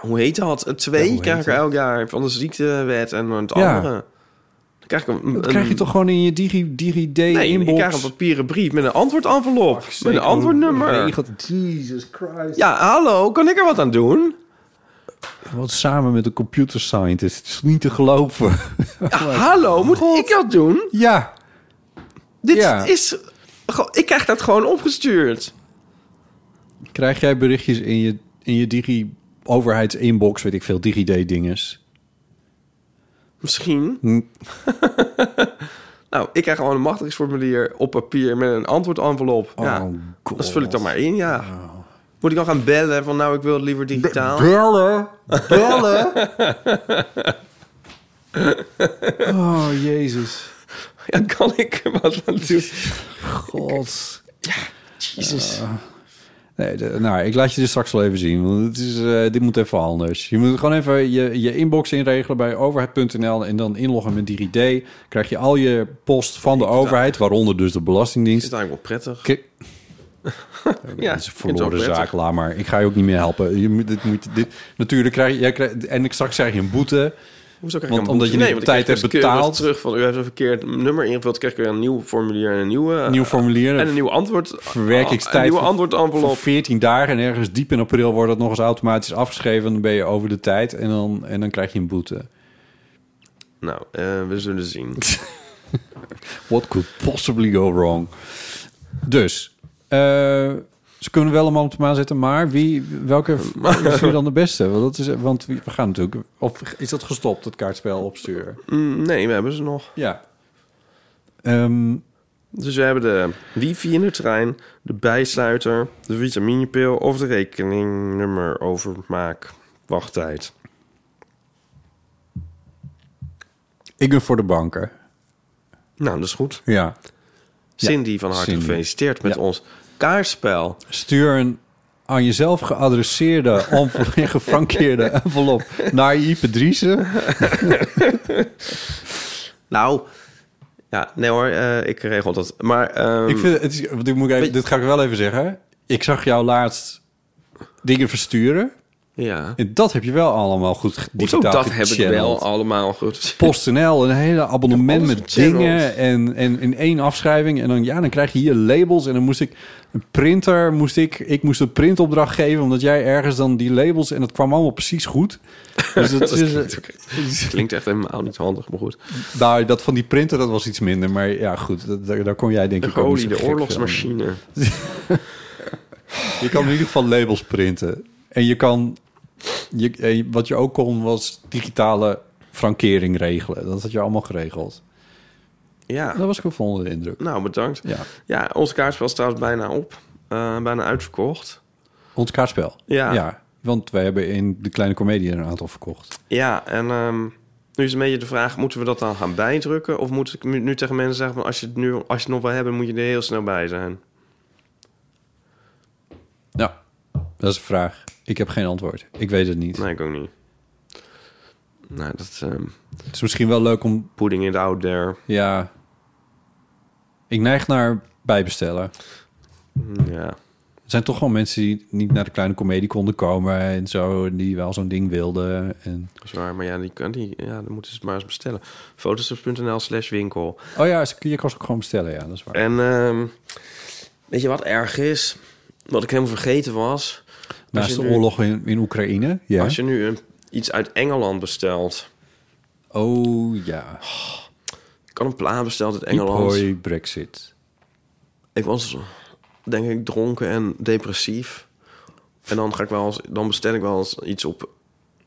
Speaker 2: Hoe heet dat? Het twee
Speaker 3: Ja, hoe
Speaker 2: krijg ik
Speaker 3: heet
Speaker 2: elk jaar van de ziektewet en het
Speaker 3: Ja.
Speaker 2: andere. Dan krijg ik een,
Speaker 3: Dat krijg je
Speaker 2: een-
Speaker 3: toch gewoon in je digi, digi D-inbox?
Speaker 2: Nee, ik krijg een papieren brief met een antwoordenvelop. Met een antwoordnummer.
Speaker 3: Jesus Christ.
Speaker 2: Ja, hallo, kan ik er wat aan doen?
Speaker 3: Wat samen met een computer scientist. Het is niet te geloven.
Speaker 2: hallo, moet ik dat doen?
Speaker 3: Ja.
Speaker 2: Dit
Speaker 3: Ja.
Speaker 2: is... Goh, Ik krijg dat gewoon opgestuurd.
Speaker 3: Krijg jij berichtjes in je, in je digi overheidsinbox, weet ik veel, DigiD dinges?
Speaker 2: Misschien.
Speaker 3: Hm.
Speaker 2: Nou, ik krijg gewoon een machtigingsformulier op papier met een antwoordenvelop.
Speaker 3: Oh,
Speaker 2: ja. Dat vul ik dan maar in, ja. Moet ik dan gaan bellen van nou, ik wil het liever digitaal?
Speaker 3: Bellen. Bellen. oh, jezus.
Speaker 2: Ja, kan ik er wat aan doen?
Speaker 3: God.
Speaker 2: Ja, jezus.
Speaker 3: Eh, nee, de- nou, ik laat je dit straks wel even zien. Want het is, eh, dit moet even anders. Je moet gewoon even je, je inbox inregelen bij overheid.nl... en dan inloggen met DigiD. Krijg je al je post van de overheid, waaronder dus de Belastingdienst.
Speaker 2: Is het eigenlijk wel prettig?
Speaker 3: Ki-
Speaker 2: ja,
Speaker 3: dat is een
Speaker 2: ik vind het wel
Speaker 3: verloren
Speaker 2: prettig.
Speaker 3: zaak, laat maar. Ik ga je ook niet meer helpen. Je moet, dit moet, dit, natuurlijk krijg je... Jij krijgt- en ik straks krijg je een boete.
Speaker 2: Hoezo krijg ik
Speaker 3: want
Speaker 2: een
Speaker 3: omdat
Speaker 2: boete?
Speaker 3: je niet
Speaker 2: Nee,
Speaker 3: op
Speaker 2: want ik
Speaker 3: tijd
Speaker 2: kreeg
Speaker 3: hebt
Speaker 2: dus keurig
Speaker 3: betaald...
Speaker 2: terug van u heeft een verkeerd nummer ingevuld, krijg ik weer een nieuw formulier en een nieuwe... eh,
Speaker 3: Nieuw formulier.
Speaker 2: En een nieuw antwoord.
Speaker 3: verwerkingstijd
Speaker 2: Een nieuwe
Speaker 3: van-
Speaker 2: antwoordenvelop.
Speaker 3: van 14 dagen. En ergens diep in april wordt dat nog eens automatisch afgeschreven. Dan ben je over de tijd en dan, en dan krijg je een boete.
Speaker 2: Nou, eh, we zullen zien.
Speaker 3: What could possibly go wrong? Dus, eh, ze kunnen wel allemaal op de maan zetten. Maar wie, welke is hier dan de beste? Want, dat is, want we we gaan natuurlijk... Of is dat gestopt, het kaartspel opsturen?
Speaker 2: Mm, nee, we hebben ze nog.
Speaker 3: Ja. Ehm,
Speaker 2: Dus we hebben de wifi in de trein, de bijsluiter, de vitaminepil of de rekeningnummer overmaak wachttijd.
Speaker 3: ik ben voor de banken.
Speaker 2: Nou, dat is goed.
Speaker 3: Ja.
Speaker 2: Cindy
Speaker 3: Ja,
Speaker 2: van harte
Speaker 3: Cindy.
Speaker 2: gefeliciteerd met
Speaker 3: Ja.
Speaker 2: ons kaartspel.
Speaker 3: Stuur een aan jezelf geadresseerde, envel- gefrankeerde envelop naar je Ipe Driessen.
Speaker 2: Nou, ja, nee hoor, eh, ik regel dat. Maar ehm,
Speaker 3: ik vind het, is, want ik moet even, dit ga ik wel even zeggen. Ik zag jou laatst dingen versturen.
Speaker 2: Ja.
Speaker 3: En dat heb je wel allemaal goed ge-
Speaker 2: Hoezo
Speaker 3: digitaal
Speaker 2: dat heb ik wel
Speaker 3: gechanneld.
Speaker 2: allemaal goed.
Speaker 3: PostNL, een hele abonnement met
Speaker 2: gechanneld.
Speaker 3: dingen en, en in één afschrijving. En dan, ja, dan krijg je hier labels. En dan moest ik een printer, moest ik, ik moest een printopdracht geven, omdat jij ergens dan die labels. En dat kwam allemaal precies goed. Dus dat,
Speaker 2: Dat
Speaker 3: is,
Speaker 2: klinkt ook- klinkt echt helemaal niet handig, maar goed.
Speaker 3: nou, dat van die printer, dat was iets minder. Maar ja, goed, dat, daar, daar kon jij denk ik ook niet
Speaker 2: Golie,
Speaker 3: zo
Speaker 2: de
Speaker 3: gek veel
Speaker 2: oorlogsmachine.
Speaker 3: Je kan in ieder geval labels printen. En je kan... Je, eh, wat je ook kon, was digitale frankering regelen. Dat had je allemaal geregeld.
Speaker 2: Ja.
Speaker 3: Dat was ik wel van onder de indruk.
Speaker 2: Nou, bedankt.
Speaker 3: Ja.
Speaker 2: Ja, ons kaartspel is trouwens bijna op. Eh, bijna uitverkocht.
Speaker 3: Ons kaartspel.
Speaker 2: Ja.
Speaker 3: want wij hebben in de kleine comedie er een aantal verkocht.
Speaker 2: Ja, en ehm, nu is een beetje de vraag... moeten we dat dan gaan bijdrukken? Of moet ik nu nu tegen mensen zeggen... Van, als, je het nu, als je het nog wil hebben, moet je er heel snel bij zijn?
Speaker 3: Nou, dat is een vraag. Ik heb geen antwoord. Ik weet het niet.
Speaker 2: Nee, ik ook niet. Nou, dat... ehm,
Speaker 3: Het is misschien wel leuk om...
Speaker 2: Pudding it out there.
Speaker 3: Ja. Ik neig naar bijbestellen.
Speaker 2: Ja.
Speaker 3: Er zijn toch gewoon mensen die niet naar de kleine comedie konden komen en zo, en die wel zo'n ding wilden. En...
Speaker 2: Dat is waar, maar ja, die, kan- die, ja, dan moeten ze het maar eens bestellen. Fotostrips.nl slash winkel.
Speaker 3: Oh ja, ze- je kan ze ook gewoon bestellen, ja, dat is waar.
Speaker 2: En ehm, weet je wat erg is? Wat ik helemaal vergeten was... Als je
Speaker 3: Naast de
Speaker 2: nu-
Speaker 3: oorlog in, in Oekraïne. Ja.
Speaker 2: Als je nu een, iets uit Engeland bestelt...
Speaker 3: Oh ja.
Speaker 2: Ik had een plaat besteld uit Engeland.
Speaker 3: Hoi, Brexit.
Speaker 2: Ik was, denk ik, dronken en depressief. En dan, ga ik wel eens, dan bestel ik wel eens iets op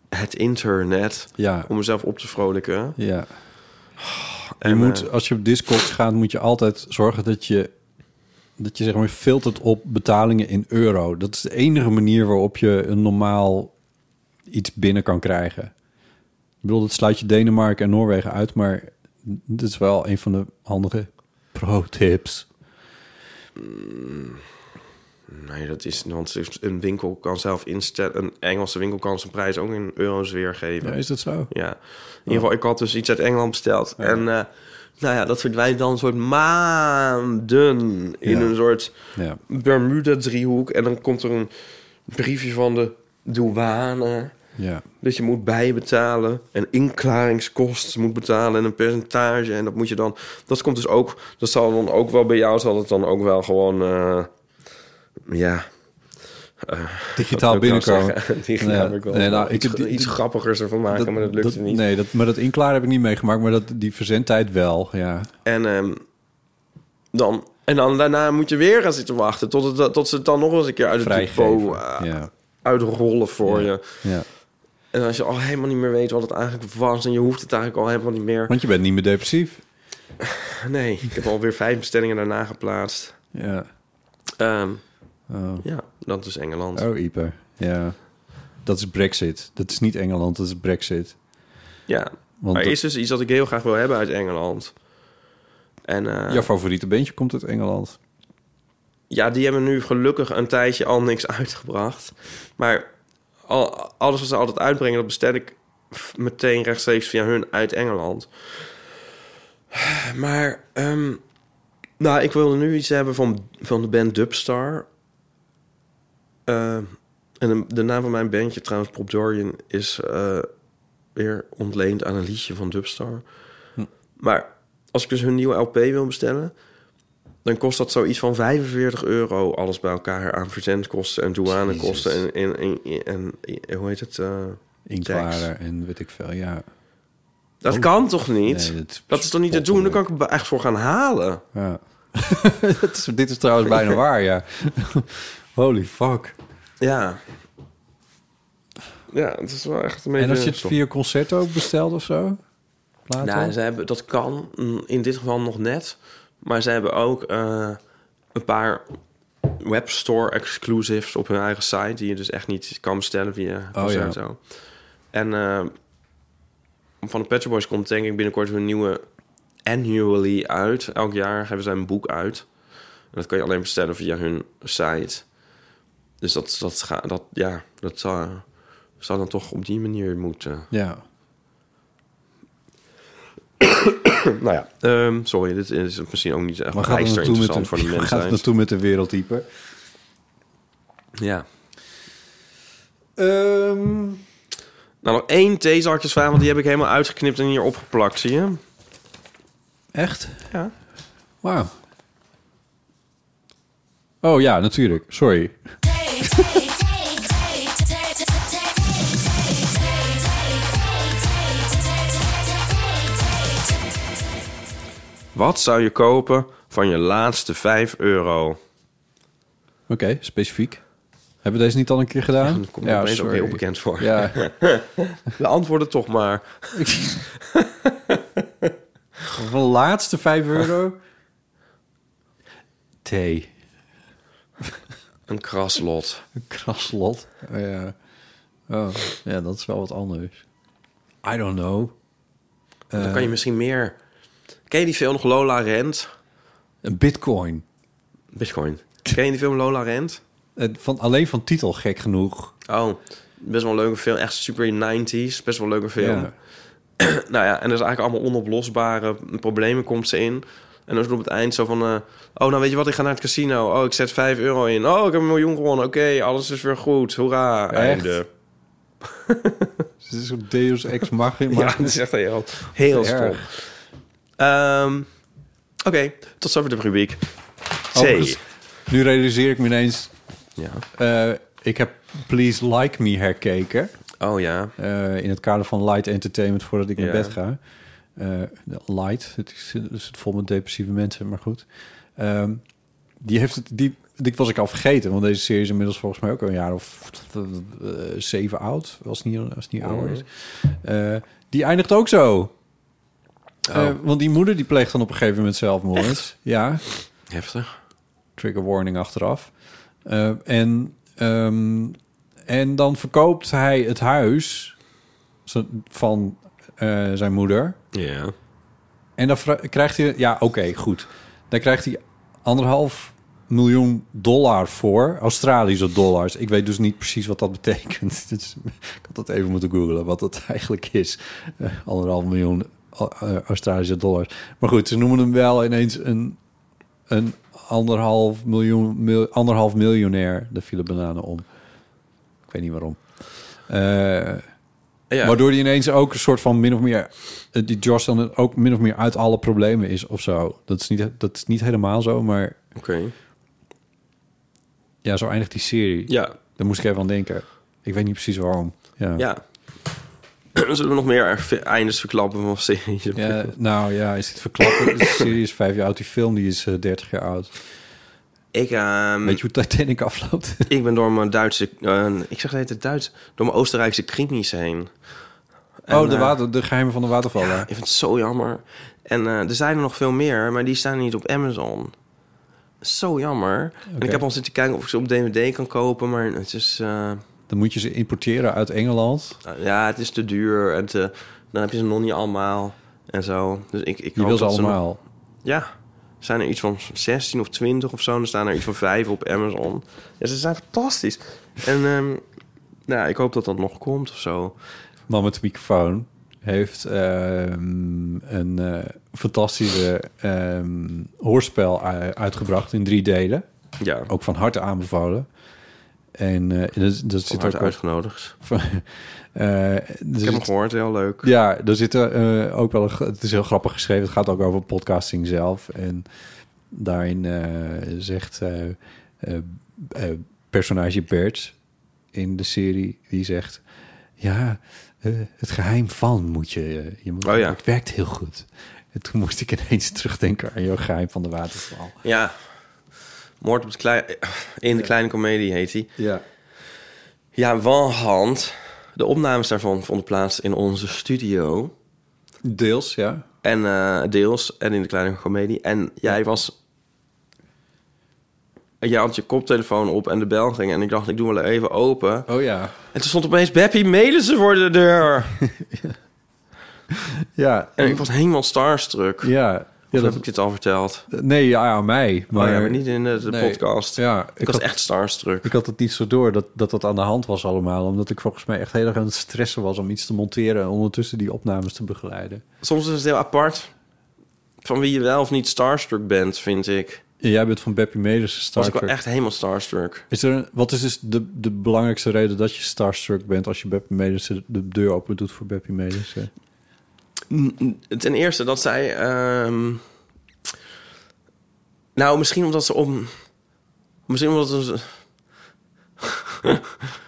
Speaker 2: het internet...
Speaker 3: Ja.
Speaker 2: om mezelf op te vrolijken.
Speaker 3: Ja. Je
Speaker 2: En,
Speaker 3: moet,
Speaker 2: eh,
Speaker 3: als je op Discord gaat, moet je altijd zorgen dat je, dat je zeg maar filtert op betalingen in euro. Dat is de enige manier waarop je een normaal iets binnen kan krijgen. Ik bedoel, dat sluit je Denemarken en Noorwegen uit, maar dit is wel een van de handige pro-tips.
Speaker 2: Mm, nee, dat is... Want een winkel kan zelf instellen... Een Engelse winkel kan zijn prijs ook in euro's weergeven.
Speaker 3: Ja, is dat zo?
Speaker 2: Ja. In ieder geval, ik had dus iets uit Engeland besteld. En eh, nou ja, dat verdwijnt dan een soort maanden in
Speaker 3: Ja.
Speaker 2: een soort
Speaker 3: Ja.
Speaker 2: Bermuda-driehoek. En dan komt er een briefje van de douane...
Speaker 3: Ja.
Speaker 2: Dat je moet bijbetalen en inklaringskosten moet betalen en een percentage. En dat moet je dan. Dat komt dus ook. Dat zal dan ook wel bij jou, zal het dan ook wel gewoon. eh, ja. eh,
Speaker 3: Digitaal
Speaker 2: wat wil ik nou
Speaker 3: binnenkomen.
Speaker 2: zeggen? Digitaal
Speaker 3: Ja.
Speaker 2: heb ik wel
Speaker 3: Nee, nou,
Speaker 2: iets,
Speaker 3: ik heb die-
Speaker 2: iets grappigers ervan maken, maar dat lukte niet.
Speaker 3: Nee, dat, maar dat inklaren heb ik niet meegemaakt, maar dat, die verzendtijd wel, ja.
Speaker 2: En, ehm, dan, en dan daarna moet je weer gaan zitten wachten tot, het, tot ze het dan nog eens een keer uit het
Speaker 3: Vrijgeven,
Speaker 2: depot eh, uitrollen voor je.
Speaker 3: Ja.
Speaker 2: En als je al helemaal niet meer weet wat het eigenlijk was en je hoeft het eigenlijk al helemaal niet meer.
Speaker 3: Want je bent niet meer depressief.
Speaker 2: Nee, ik heb alweer vijf bestellingen daarna geplaatst.
Speaker 3: Ja.
Speaker 2: Ehm,
Speaker 3: Oh.
Speaker 2: Ja, dat is Engeland.
Speaker 3: Oh, Ieper. Ja. Dat is Brexit. Dat is niet Engeland, dat is Brexit.
Speaker 2: Ja,
Speaker 3: Want
Speaker 2: er
Speaker 3: dat-
Speaker 2: is dus iets dat ik heel graag wil hebben uit Engeland. En, eh,
Speaker 3: Jouw favoriete bandje komt uit Engeland.
Speaker 2: Ja, die hebben nu gelukkig een tijdje al niks uitgebracht. Maar al, alles wat ze altijd uitbrengen, dat bestel ik f- meteen rechtstreeks via hun uit Engeland. Maar, ehm, nou, ik wilde nu iets hebben van, van de band Dubstar. Eh, en de, de naam van mijn bandje, trouwens, Prop Dorian, is eh, weer ontleend aan een liedje van Dubstar. Maar als ik dus hun nieuwe LP wil bestellen, dan kost dat zoiets van 45 euro alles bij elkaar aan verzendkosten en douanekosten en, en, en, en, en- hoe heet het? eh,
Speaker 3: Inklaren en weet ik veel, ja.
Speaker 2: Dat
Speaker 3: Oh.
Speaker 2: kan toch niet?
Speaker 3: Nee,
Speaker 2: dat, is toch niet te doen? Daar kan ik er echt voor gaan halen.
Speaker 3: Ja. Dat is- dit is trouwens bijna waar, ja. Holy fuck.
Speaker 2: Ja. Ja, het is wel echt een beetje...
Speaker 3: En als je het via Concerto bestelt of zo? Plato?
Speaker 2: Nou, ze hebben, dat kan mm, in dit geval nog net. Maar ze hebben ook eh, een paar webstore exclusives op hun eigen site... die je dus echt niet kan bestellen via
Speaker 3: ja.
Speaker 2: Concerto. En eh, van de Pet Shop Boys komt denk ik binnenkort hun nieuwe annually uit. Elk jaar hebben zij een boek uit. En dat kan je alleen bestellen via hun site. Dus dat, dat, ga, dat, ja, dat zou, zou dan toch op die manier moeten.
Speaker 3: Ja.
Speaker 2: nou ja, ehm, sorry, dit is misschien ook niet echt
Speaker 3: Waar gaat het
Speaker 2: bijster
Speaker 3: naartoe met
Speaker 2: interessant
Speaker 3: de,
Speaker 2: voor die
Speaker 3: waar
Speaker 2: mensen.
Speaker 3: gaat het naartoe met de wereld, Ieper?
Speaker 2: Ja.
Speaker 3: Ehm,
Speaker 2: Nou, nog één theezakjesvraag, want die heb ik helemaal uitgeknipt en hier opgeplakt, zie je?
Speaker 3: Echt?
Speaker 2: Ja.
Speaker 3: Wauw. Oh ja, natuurlijk. Sorry.
Speaker 2: Wat zou je kopen van je laatste 5 euro?
Speaker 3: Oké, specifiek. Hebben we deze niet al een keer gedaan? Dat
Speaker 2: Komt ja, opeens ook heel bekend voor.
Speaker 3: Ja.
Speaker 2: De antwoorden toch maar.
Speaker 3: Van de laatste 5 euro? Thee.
Speaker 2: Een kraslot.
Speaker 3: Een kraslot. Ja. Oh, ja, dat is wel wat anders. I don't know.
Speaker 2: Dan
Speaker 3: Eh,
Speaker 2: kan je misschien meer... Ken je die film nog Lola Rent?
Speaker 3: Een bitcoin.
Speaker 2: Bitcoin. Ken je die film Lola Rent?
Speaker 3: Eh, Van, alleen van titel, gek genoeg.
Speaker 2: Oh, best wel een leuke film. Echt super 90s. Best wel een leuke film.
Speaker 3: Ja.
Speaker 2: nou ja, en er zijn eigenlijk allemaal onoplosbare problemen komt ze in. En dan is het op het eind zo van... eh, oh, nou weet je wat, ik ga naar het casino. Oh, ik zet 5 euro in. Oh, ik heb een miljoen gewonnen. Oké, alles is weer goed. Hoera.
Speaker 3: Echt?
Speaker 2: Einde.
Speaker 3: Dus het is een deus ex machina.
Speaker 2: Ja, het is echt heel, heel stom. Ehm, Oké, tot zover de rubriek. C.
Speaker 3: Overigens, Nu realiseer ik me ineens... eh, ik heb Please Like Me herkeken. eh,
Speaker 2: Oh ja.
Speaker 3: in het kader van light entertainment voordat ik
Speaker 2: Ja.
Speaker 3: naar bed ga. Eh, light, het is, het is vol met depressieve mensen, maar goed. Ehm, die heeft het... Die, dit was ik al vergeten, want deze serie is inmiddels volgens mij ook al een jaar of eh, zeven oud. Als het niet, als het niet ouder is. Eh, die eindigt ook zo. Eh, want die moeder die pleegt dan op een gegeven moment zelfmoord. Ja.
Speaker 2: Heftig.
Speaker 3: Trigger warning achteraf. Eh, en, ehm, en dan verkoopt hij het huis z- van eh, zijn moeder.
Speaker 2: Ja.
Speaker 3: En dan vra- krijgt hij... Ja, oké, goed. Dan krijgt hij anderhalf miljoen dollar voor. Australische dollars. Ik weet dus niet precies wat dat betekent. Dus ik had dat even moeten googlen, wat dat eigenlijk is. Eh, anderhalf miljoen eh, Australische dollars. Maar goed, ze noemen hem wel ineens een, een anderhalf, miljoen, mil- anderhalf miljonair. De file bananen om. Ik weet niet waarom. Eh, Waardoor die ineens ook een soort van min of meer... eh, Die Josh dan ook min of meer uit alle problemen is of zo. Dat is niet, dat is niet helemaal zo, maar...
Speaker 2: Oké.
Speaker 3: Ja, zo eindigt die serie.
Speaker 2: Ja.
Speaker 3: Daar moest ik even aan denken. Ik weet niet precies waarom. Ja.
Speaker 2: Ja. Zullen we nog meer eindes verklappen van series?
Speaker 3: Ja, nou ja, is dit verklappen? de serie is vijf jaar oud. Die film die is eh, 30 jaar oud.
Speaker 2: Ik, ehm,
Speaker 3: Weet je hoe Titanic afloopt?
Speaker 2: ik ben door mijn Duitse... eh, ik zeg het het Duits. Door mijn Oostenrijkse krimis heen.
Speaker 3: oh, de,
Speaker 2: eh,
Speaker 3: water, de geheimen van de watervallen.
Speaker 2: Ja, ik vind het zo jammer. En eh, er zijn er nog veel meer, maar die staan niet op Amazon. Zo jammer. En
Speaker 3: Oké.
Speaker 2: ik heb al zitten kijken of ik ze op DVD kan kopen, maar het is... eh,
Speaker 3: Dan moet je ze importeren uit Engeland.
Speaker 2: ja, het is te duur en te, dan heb je ze nog niet allemaal en zo. Dus ik, ik
Speaker 3: Je
Speaker 2: hoop
Speaker 3: wil ze
Speaker 2: dat nog-
Speaker 3: allemaal.
Speaker 2: ja, zijn er iets van 16 of 20 of zo. En er staan er iets van 5 op Amazon. Ja, ze zijn fantastisch. En ehm, nou, ja, ik hoop dat dat nog komt of zo.
Speaker 3: man met de microfoon heeft ehm, een eh, fantastische ehm, hoorspel u- uitgebracht in drie delen.
Speaker 2: Ja.
Speaker 3: Ook van harte aanbevolen. En eh, dat, dat zit
Speaker 2: harte
Speaker 3: ook op-
Speaker 2: uitgenodigd.
Speaker 3: Van, eh, er
Speaker 2: ik heb hem
Speaker 3: zit-
Speaker 2: gehoord, heel leuk.
Speaker 3: ja, daar zit eh, ook wel. Een, gr- het is heel grappig geschreven. Het gaat ook over podcasting zelf. En daarin eh, zegt eh, eh, eh, personage Bert in de serie die zegt: ja, eh, het geheim van moet je. eh, je moet,
Speaker 2: Oh ja.
Speaker 3: Het werkt heel goed. En toen moest ik ineens terugdenken aan jouw geheim van de waterval.
Speaker 2: Ja. Moord op de klei- in de kleine komedie heet hij.
Speaker 3: Ja.
Speaker 2: Ja, Wanhand. De opnames daarvan vonden plaats in onze studio.
Speaker 3: Deels, ja.
Speaker 2: En eh, deels en in de kleine komedie. En jij was. Jij had je koptelefoon op en de bel ging. En ik dacht, ik doe wel even open.
Speaker 3: Oh ja.
Speaker 2: En toen stond opeens Beppie Melissen voor de deur.
Speaker 3: Ja.
Speaker 2: En ik was helemaal starstruck.
Speaker 3: Ja.
Speaker 2: Of
Speaker 3: dat-
Speaker 2: heb ik dit al verteld?
Speaker 3: Nee, ja, aan mij. Maar,
Speaker 2: Maar, Oh ja, maar niet in de, de
Speaker 3: Nee.
Speaker 2: podcast.
Speaker 3: Ja,
Speaker 2: ik was echt starstruck.
Speaker 3: Ik had het niet zo door dat, dat dat aan de hand was allemaal. Omdat ik volgens mij echt heel erg aan het stressen was om iets te monteren... en ondertussen die opnames te begeleiden.
Speaker 2: Soms is het heel apart van wie je wel of niet starstruck bent, vind ik.
Speaker 3: En jij bent van Beppie Medes
Speaker 2: Was ik
Speaker 3: starstruck.
Speaker 2: wel echt helemaal starstruck.
Speaker 3: Is er een- wat is dus de, de belangrijkste reden dat je starstruck bent... als je Beppie Medes de deur open doet voor Beppie Medes?
Speaker 2: Ten eerste dat zij... ehm, nou, misschien omdat ze om... Misschien omdat ze...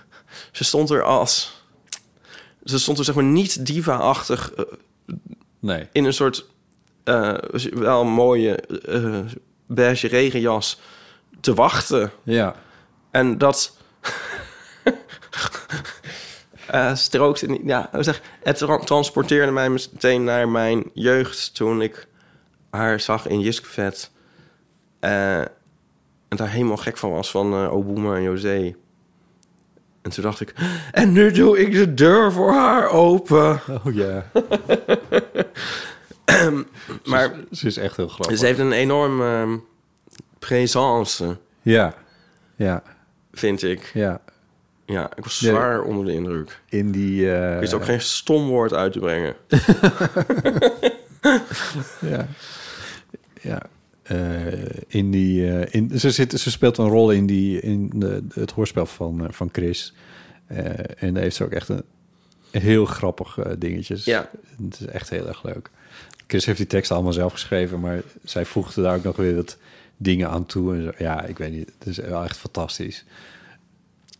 Speaker 2: ze stond er als... Ze stond er zeg maar niet diva-achtig... eh,
Speaker 3: Nee.
Speaker 2: In een soort eh, wel mooie eh, beige regenjas te wachten.
Speaker 3: Ja.
Speaker 2: En dat... eh strookte niet... Ja, ik zeg, het tra- transporteerde mij meteen naar mijn jeugd... toen ik haar zag in Jiskvet. Eh, en daar helemaal gek van was, van eh Obuma en José. En toen dacht ik... En nu doe ik de deur voor haar open.
Speaker 3: Oh ja.
Speaker 2: maar
Speaker 3: ze is, echt heel grappig.
Speaker 2: Ze heeft een enorm ehm, présence,
Speaker 3: Ja. Ja.
Speaker 2: vind ik.
Speaker 3: Ja.
Speaker 2: Ja, ik was
Speaker 3: Ja.
Speaker 2: zwaar onder de indruk.
Speaker 3: In die... eh,
Speaker 2: Ik wist ook geen stom woord uit te brengen.
Speaker 3: Ja. Ja. Eh, in die, eh, in, ze, zit, ze speelt een rol in, die, in de, het hoorspel van, eh, van Chris. Eh, en daar heeft ze ook echt een heel grappig eh, dingetjes.
Speaker 2: Ja.
Speaker 3: Het is echt heel erg leuk. Chris heeft die teksten allemaal zelf geschreven, maar zij voegde daar ook nog weer wat dingen aan toe. En zo. Ja, ik weet niet. Het is wel echt fantastisch.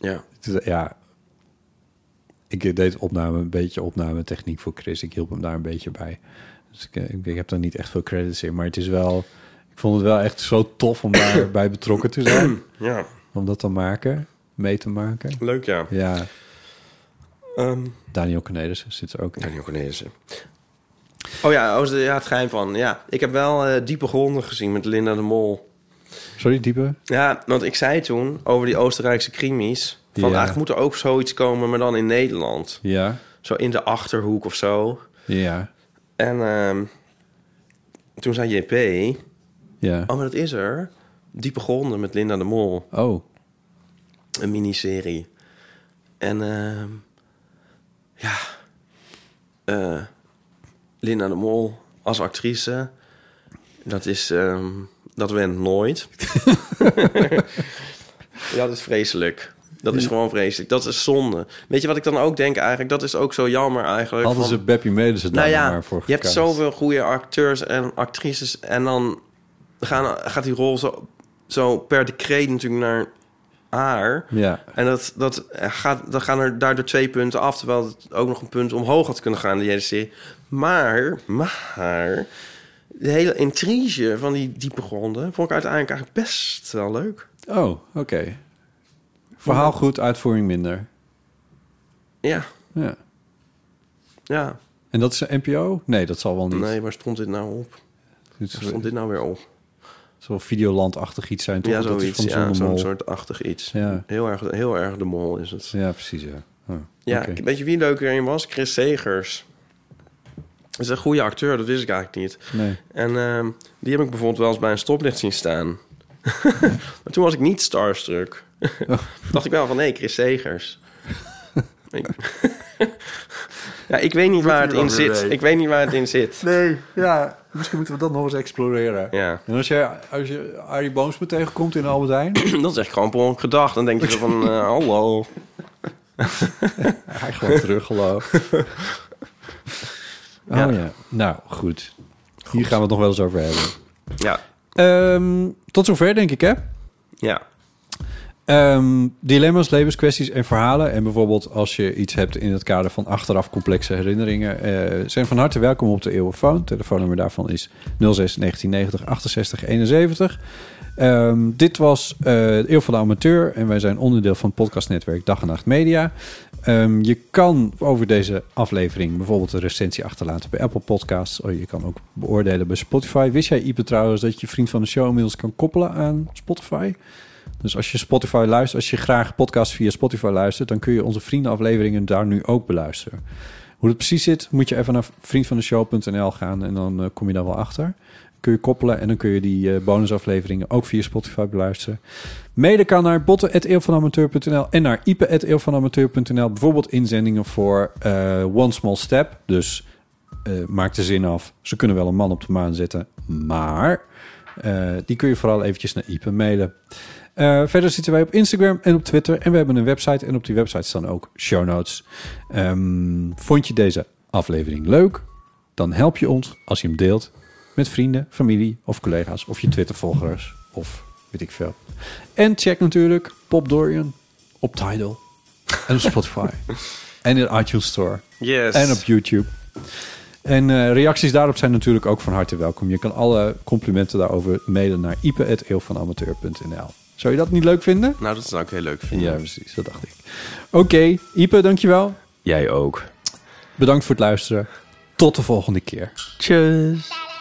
Speaker 2: Ja.
Speaker 3: Het is- ja. Ik deed opname, een beetje opname techniek voor Chris. Ik hielp hem daar een beetje bij. Dus ik, eh, ik, ik heb daar niet echt veel credits in. Maar het is wel... Ik vond het wel echt zo tof om daarbij betrokken te zijn.
Speaker 2: Ja.
Speaker 3: Om dat te maken. Mee te maken.
Speaker 2: Leuk, ja.
Speaker 3: Ja.
Speaker 2: Ehm,
Speaker 3: Daniel Cornelis zit er ook in.
Speaker 2: Daniel Cornelissen. oh ja, oh, ze- ja, het geheim van. Ja, ik heb wel eh, diepe gronden gezien met Linda de Mol.
Speaker 3: Sorry, diepe?
Speaker 2: Ja, want ik zei toen over die Oostenrijkse krimis... van
Speaker 3: Ja.
Speaker 2: eigenlijk moet er ook zoiets komen, maar dan in Nederland.
Speaker 3: Ja.
Speaker 2: Zo in de Achterhoek of zo.
Speaker 3: Ja.
Speaker 2: En ehm, toen zei JP...
Speaker 3: Ja.
Speaker 2: Oh, maar dat is er. Diepe Gronden met Linda de Mol.
Speaker 3: Oh.
Speaker 2: Een miniserie. En ehm, ja, eh, Linda de Mol als actrice, dat is, ehm, dat went nooit. ja, dat is vreselijk. Dat is
Speaker 3: Ja.
Speaker 2: gewoon vreselijk. Dat is zonde. Weet je wat ik dan ook denk eigenlijk? Dat is ook zo jammer eigenlijk.
Speaker 3: Hadden
Speaker 2: van-
Speaker 3: ze Beppie Medersen daar
Speaker 2: nou ja,
Speaker 3: maar voor
Speaker 2: je hebt
Speaker 3: gekaast.
Speaker 2: zoveel goede acteurs en actrices. En dan gaan, gaat die rol zo, zo per decreet natuurlijk naar haar.
Speaker 3: Ja.
Speaker 2: En dat, dat eh, gaat, dan gaan er daardoor twee punten af. Terwijl het ook nog een punt omhoog had kunnen gaan in die hele serie. Maar, maar... De hele intrige van die diepe gronden... vond ik uiteindelijk eigenlijk best wel leuk.
Speaker 3: Oh, oké. Verhaal goed, uitvoering minder.
Speaker 2: Ja.
Speaker 3: Ja.
Speaker 2: Ja.
Speaker 3: En dat is een NPO? Nee, dat zal wel niet.
Speaker 2: Nee, waar stond dit nou op?
Speaker 3: Dit
Speaker 2: Waar stond dit nou weer op?
Speaker 3: Het zal wel Videoland-achtig iets zijn, toch?
Speaker 2: Ja,
Speaker 3: Dat is
Speaker 2: zoiets.
Speaker 3: van
Speaker 2: Ja,
Speaker 3: Zonder
Speaker 2: zo'n
Speaker 3: Mol.
Speaker 2: soort achtig iets.
Speaker 3: Ja.
Speaker 2: Heel, erg, heel erg de mol is het.
Speaker 3: Ja, precies, ja. Oh,
Speaker 2: Ja,
Speaker 3: oké.
Speaker 2: weet je wie leuk erin was? Chris Segers. Dat is een goede acteur, dat wist ik eigenlijk niet.
Speaker 3: Nee.
Speaker 2: En ehm, die heb ik bijvoorbeeld wel eens bij een stoplicht zien staan. maar toen was ik niet starstruck. dacht ik wel van, nee, Chris Segers. Ik- ja, ik weet niet waar het
Speaker 3: hier
Speaker 2: in
Speaker 3: wel weer
Speaker 2: zit.
Speaker 3: mee.
Speaker 2: Ik weet niet waar het in zit.
Speaker 3: Nee, ja. Misschien moeten we dat nog eens exploreren.
Speaker 2: Ja.
Speaker 3: En als je, als je Arie Boomsma tegenkomt in de Albert Heijn...
Speaker 2: dat is echt gewoon per ongeluk gedacht. Dan denk je zo van, eh, hallo.
Speaker 3: Hij gewoon terug, geloof. Oh ja. Nou, goed. Hier gaan we het nog wel eens over hebben.
Speaker 2: Ja.
Speaker 3: Ehm, tot zover, denk ik, hè?
Speaker 2: Ja.
Speaker 3: Ehm, dilemma's, levenskwesties en verhalen. En bijvoorbeeld als je iets hebt in het kader van achteraf complexe herinneringen... eh, zijn van harte welkom op de Eeuwenfoon. Telefoonnummer daarvan is 06 1990 68 71. Ehm, dit was eh de Eeuw van de Amateur. En wij zijn onderdeel van het podcastnetwerk Dag en Nacht Media. Ehm, je kan over deze aflevering bijvoorbeeld een recensie achterlaten bij Apple Podcasts. Oh, je kan ook beoordelen bij Spotify. Wist jij, Ipe, trouwens dat je vriend van de show inmiddels kan koppelen aan Spotify? Dus als je Spotify luistert, als je graag podcasts via Spotify luistert, dan kun je onze vriendenafleveringen daar nu ook beluisteren. Hoe dat precies zit, moet je even naar vriendvandeshow.nl gaan en dan eh, kom je daar wel achter. Kun je koppelen en dan kun je die eh, bonusafleveringen ook via Spotify beluisteren. Mede kan naar botten.eeuwvanamateur.nl en naar ipe.eeuwvanamateur.nl. Bijvoorbeeld inzendingen voor eh, One Small Step. Dus eh, maak de zin af. Ze kunnen wel een man op de maan zetten, maar eh, die kun je vooral eventjes naar Ipe mailen. Eh, verder zitten wij op Instagram en op Twitter. En we hebben een website. En op die website staan ook show notes. Ehm, vond je deze aflevering leuk? Dan help je ons als je hem deelt met vrienden, familie of collega's. Of je Twitter-volgers. Of weet ik veel. En check natuurlijk Pop Dorian op Tidal. En op Spotify. en in de iTunes Store.
Speaker 2: Yes.
Speaker 3: En op YouTube. En eh, reacties daarop zijn natuurlijk ook van harte welkom. Je kan alle complimenten daarover mailen naar ipe.eeuwvanamateur.nl. Zou je dat niet leuk vinden?
Speaker 2: Nou, dat zou ik heel leuk vinden.
Speaker 3: Ja, precies. Dat dacht ik. Oké, Ipe, dankjewel.
Speaker 2: Jij ook.
Speaker 3: Bedankt voor het luisteren. Tot de volgende keer.
Speaker 2: Tjus.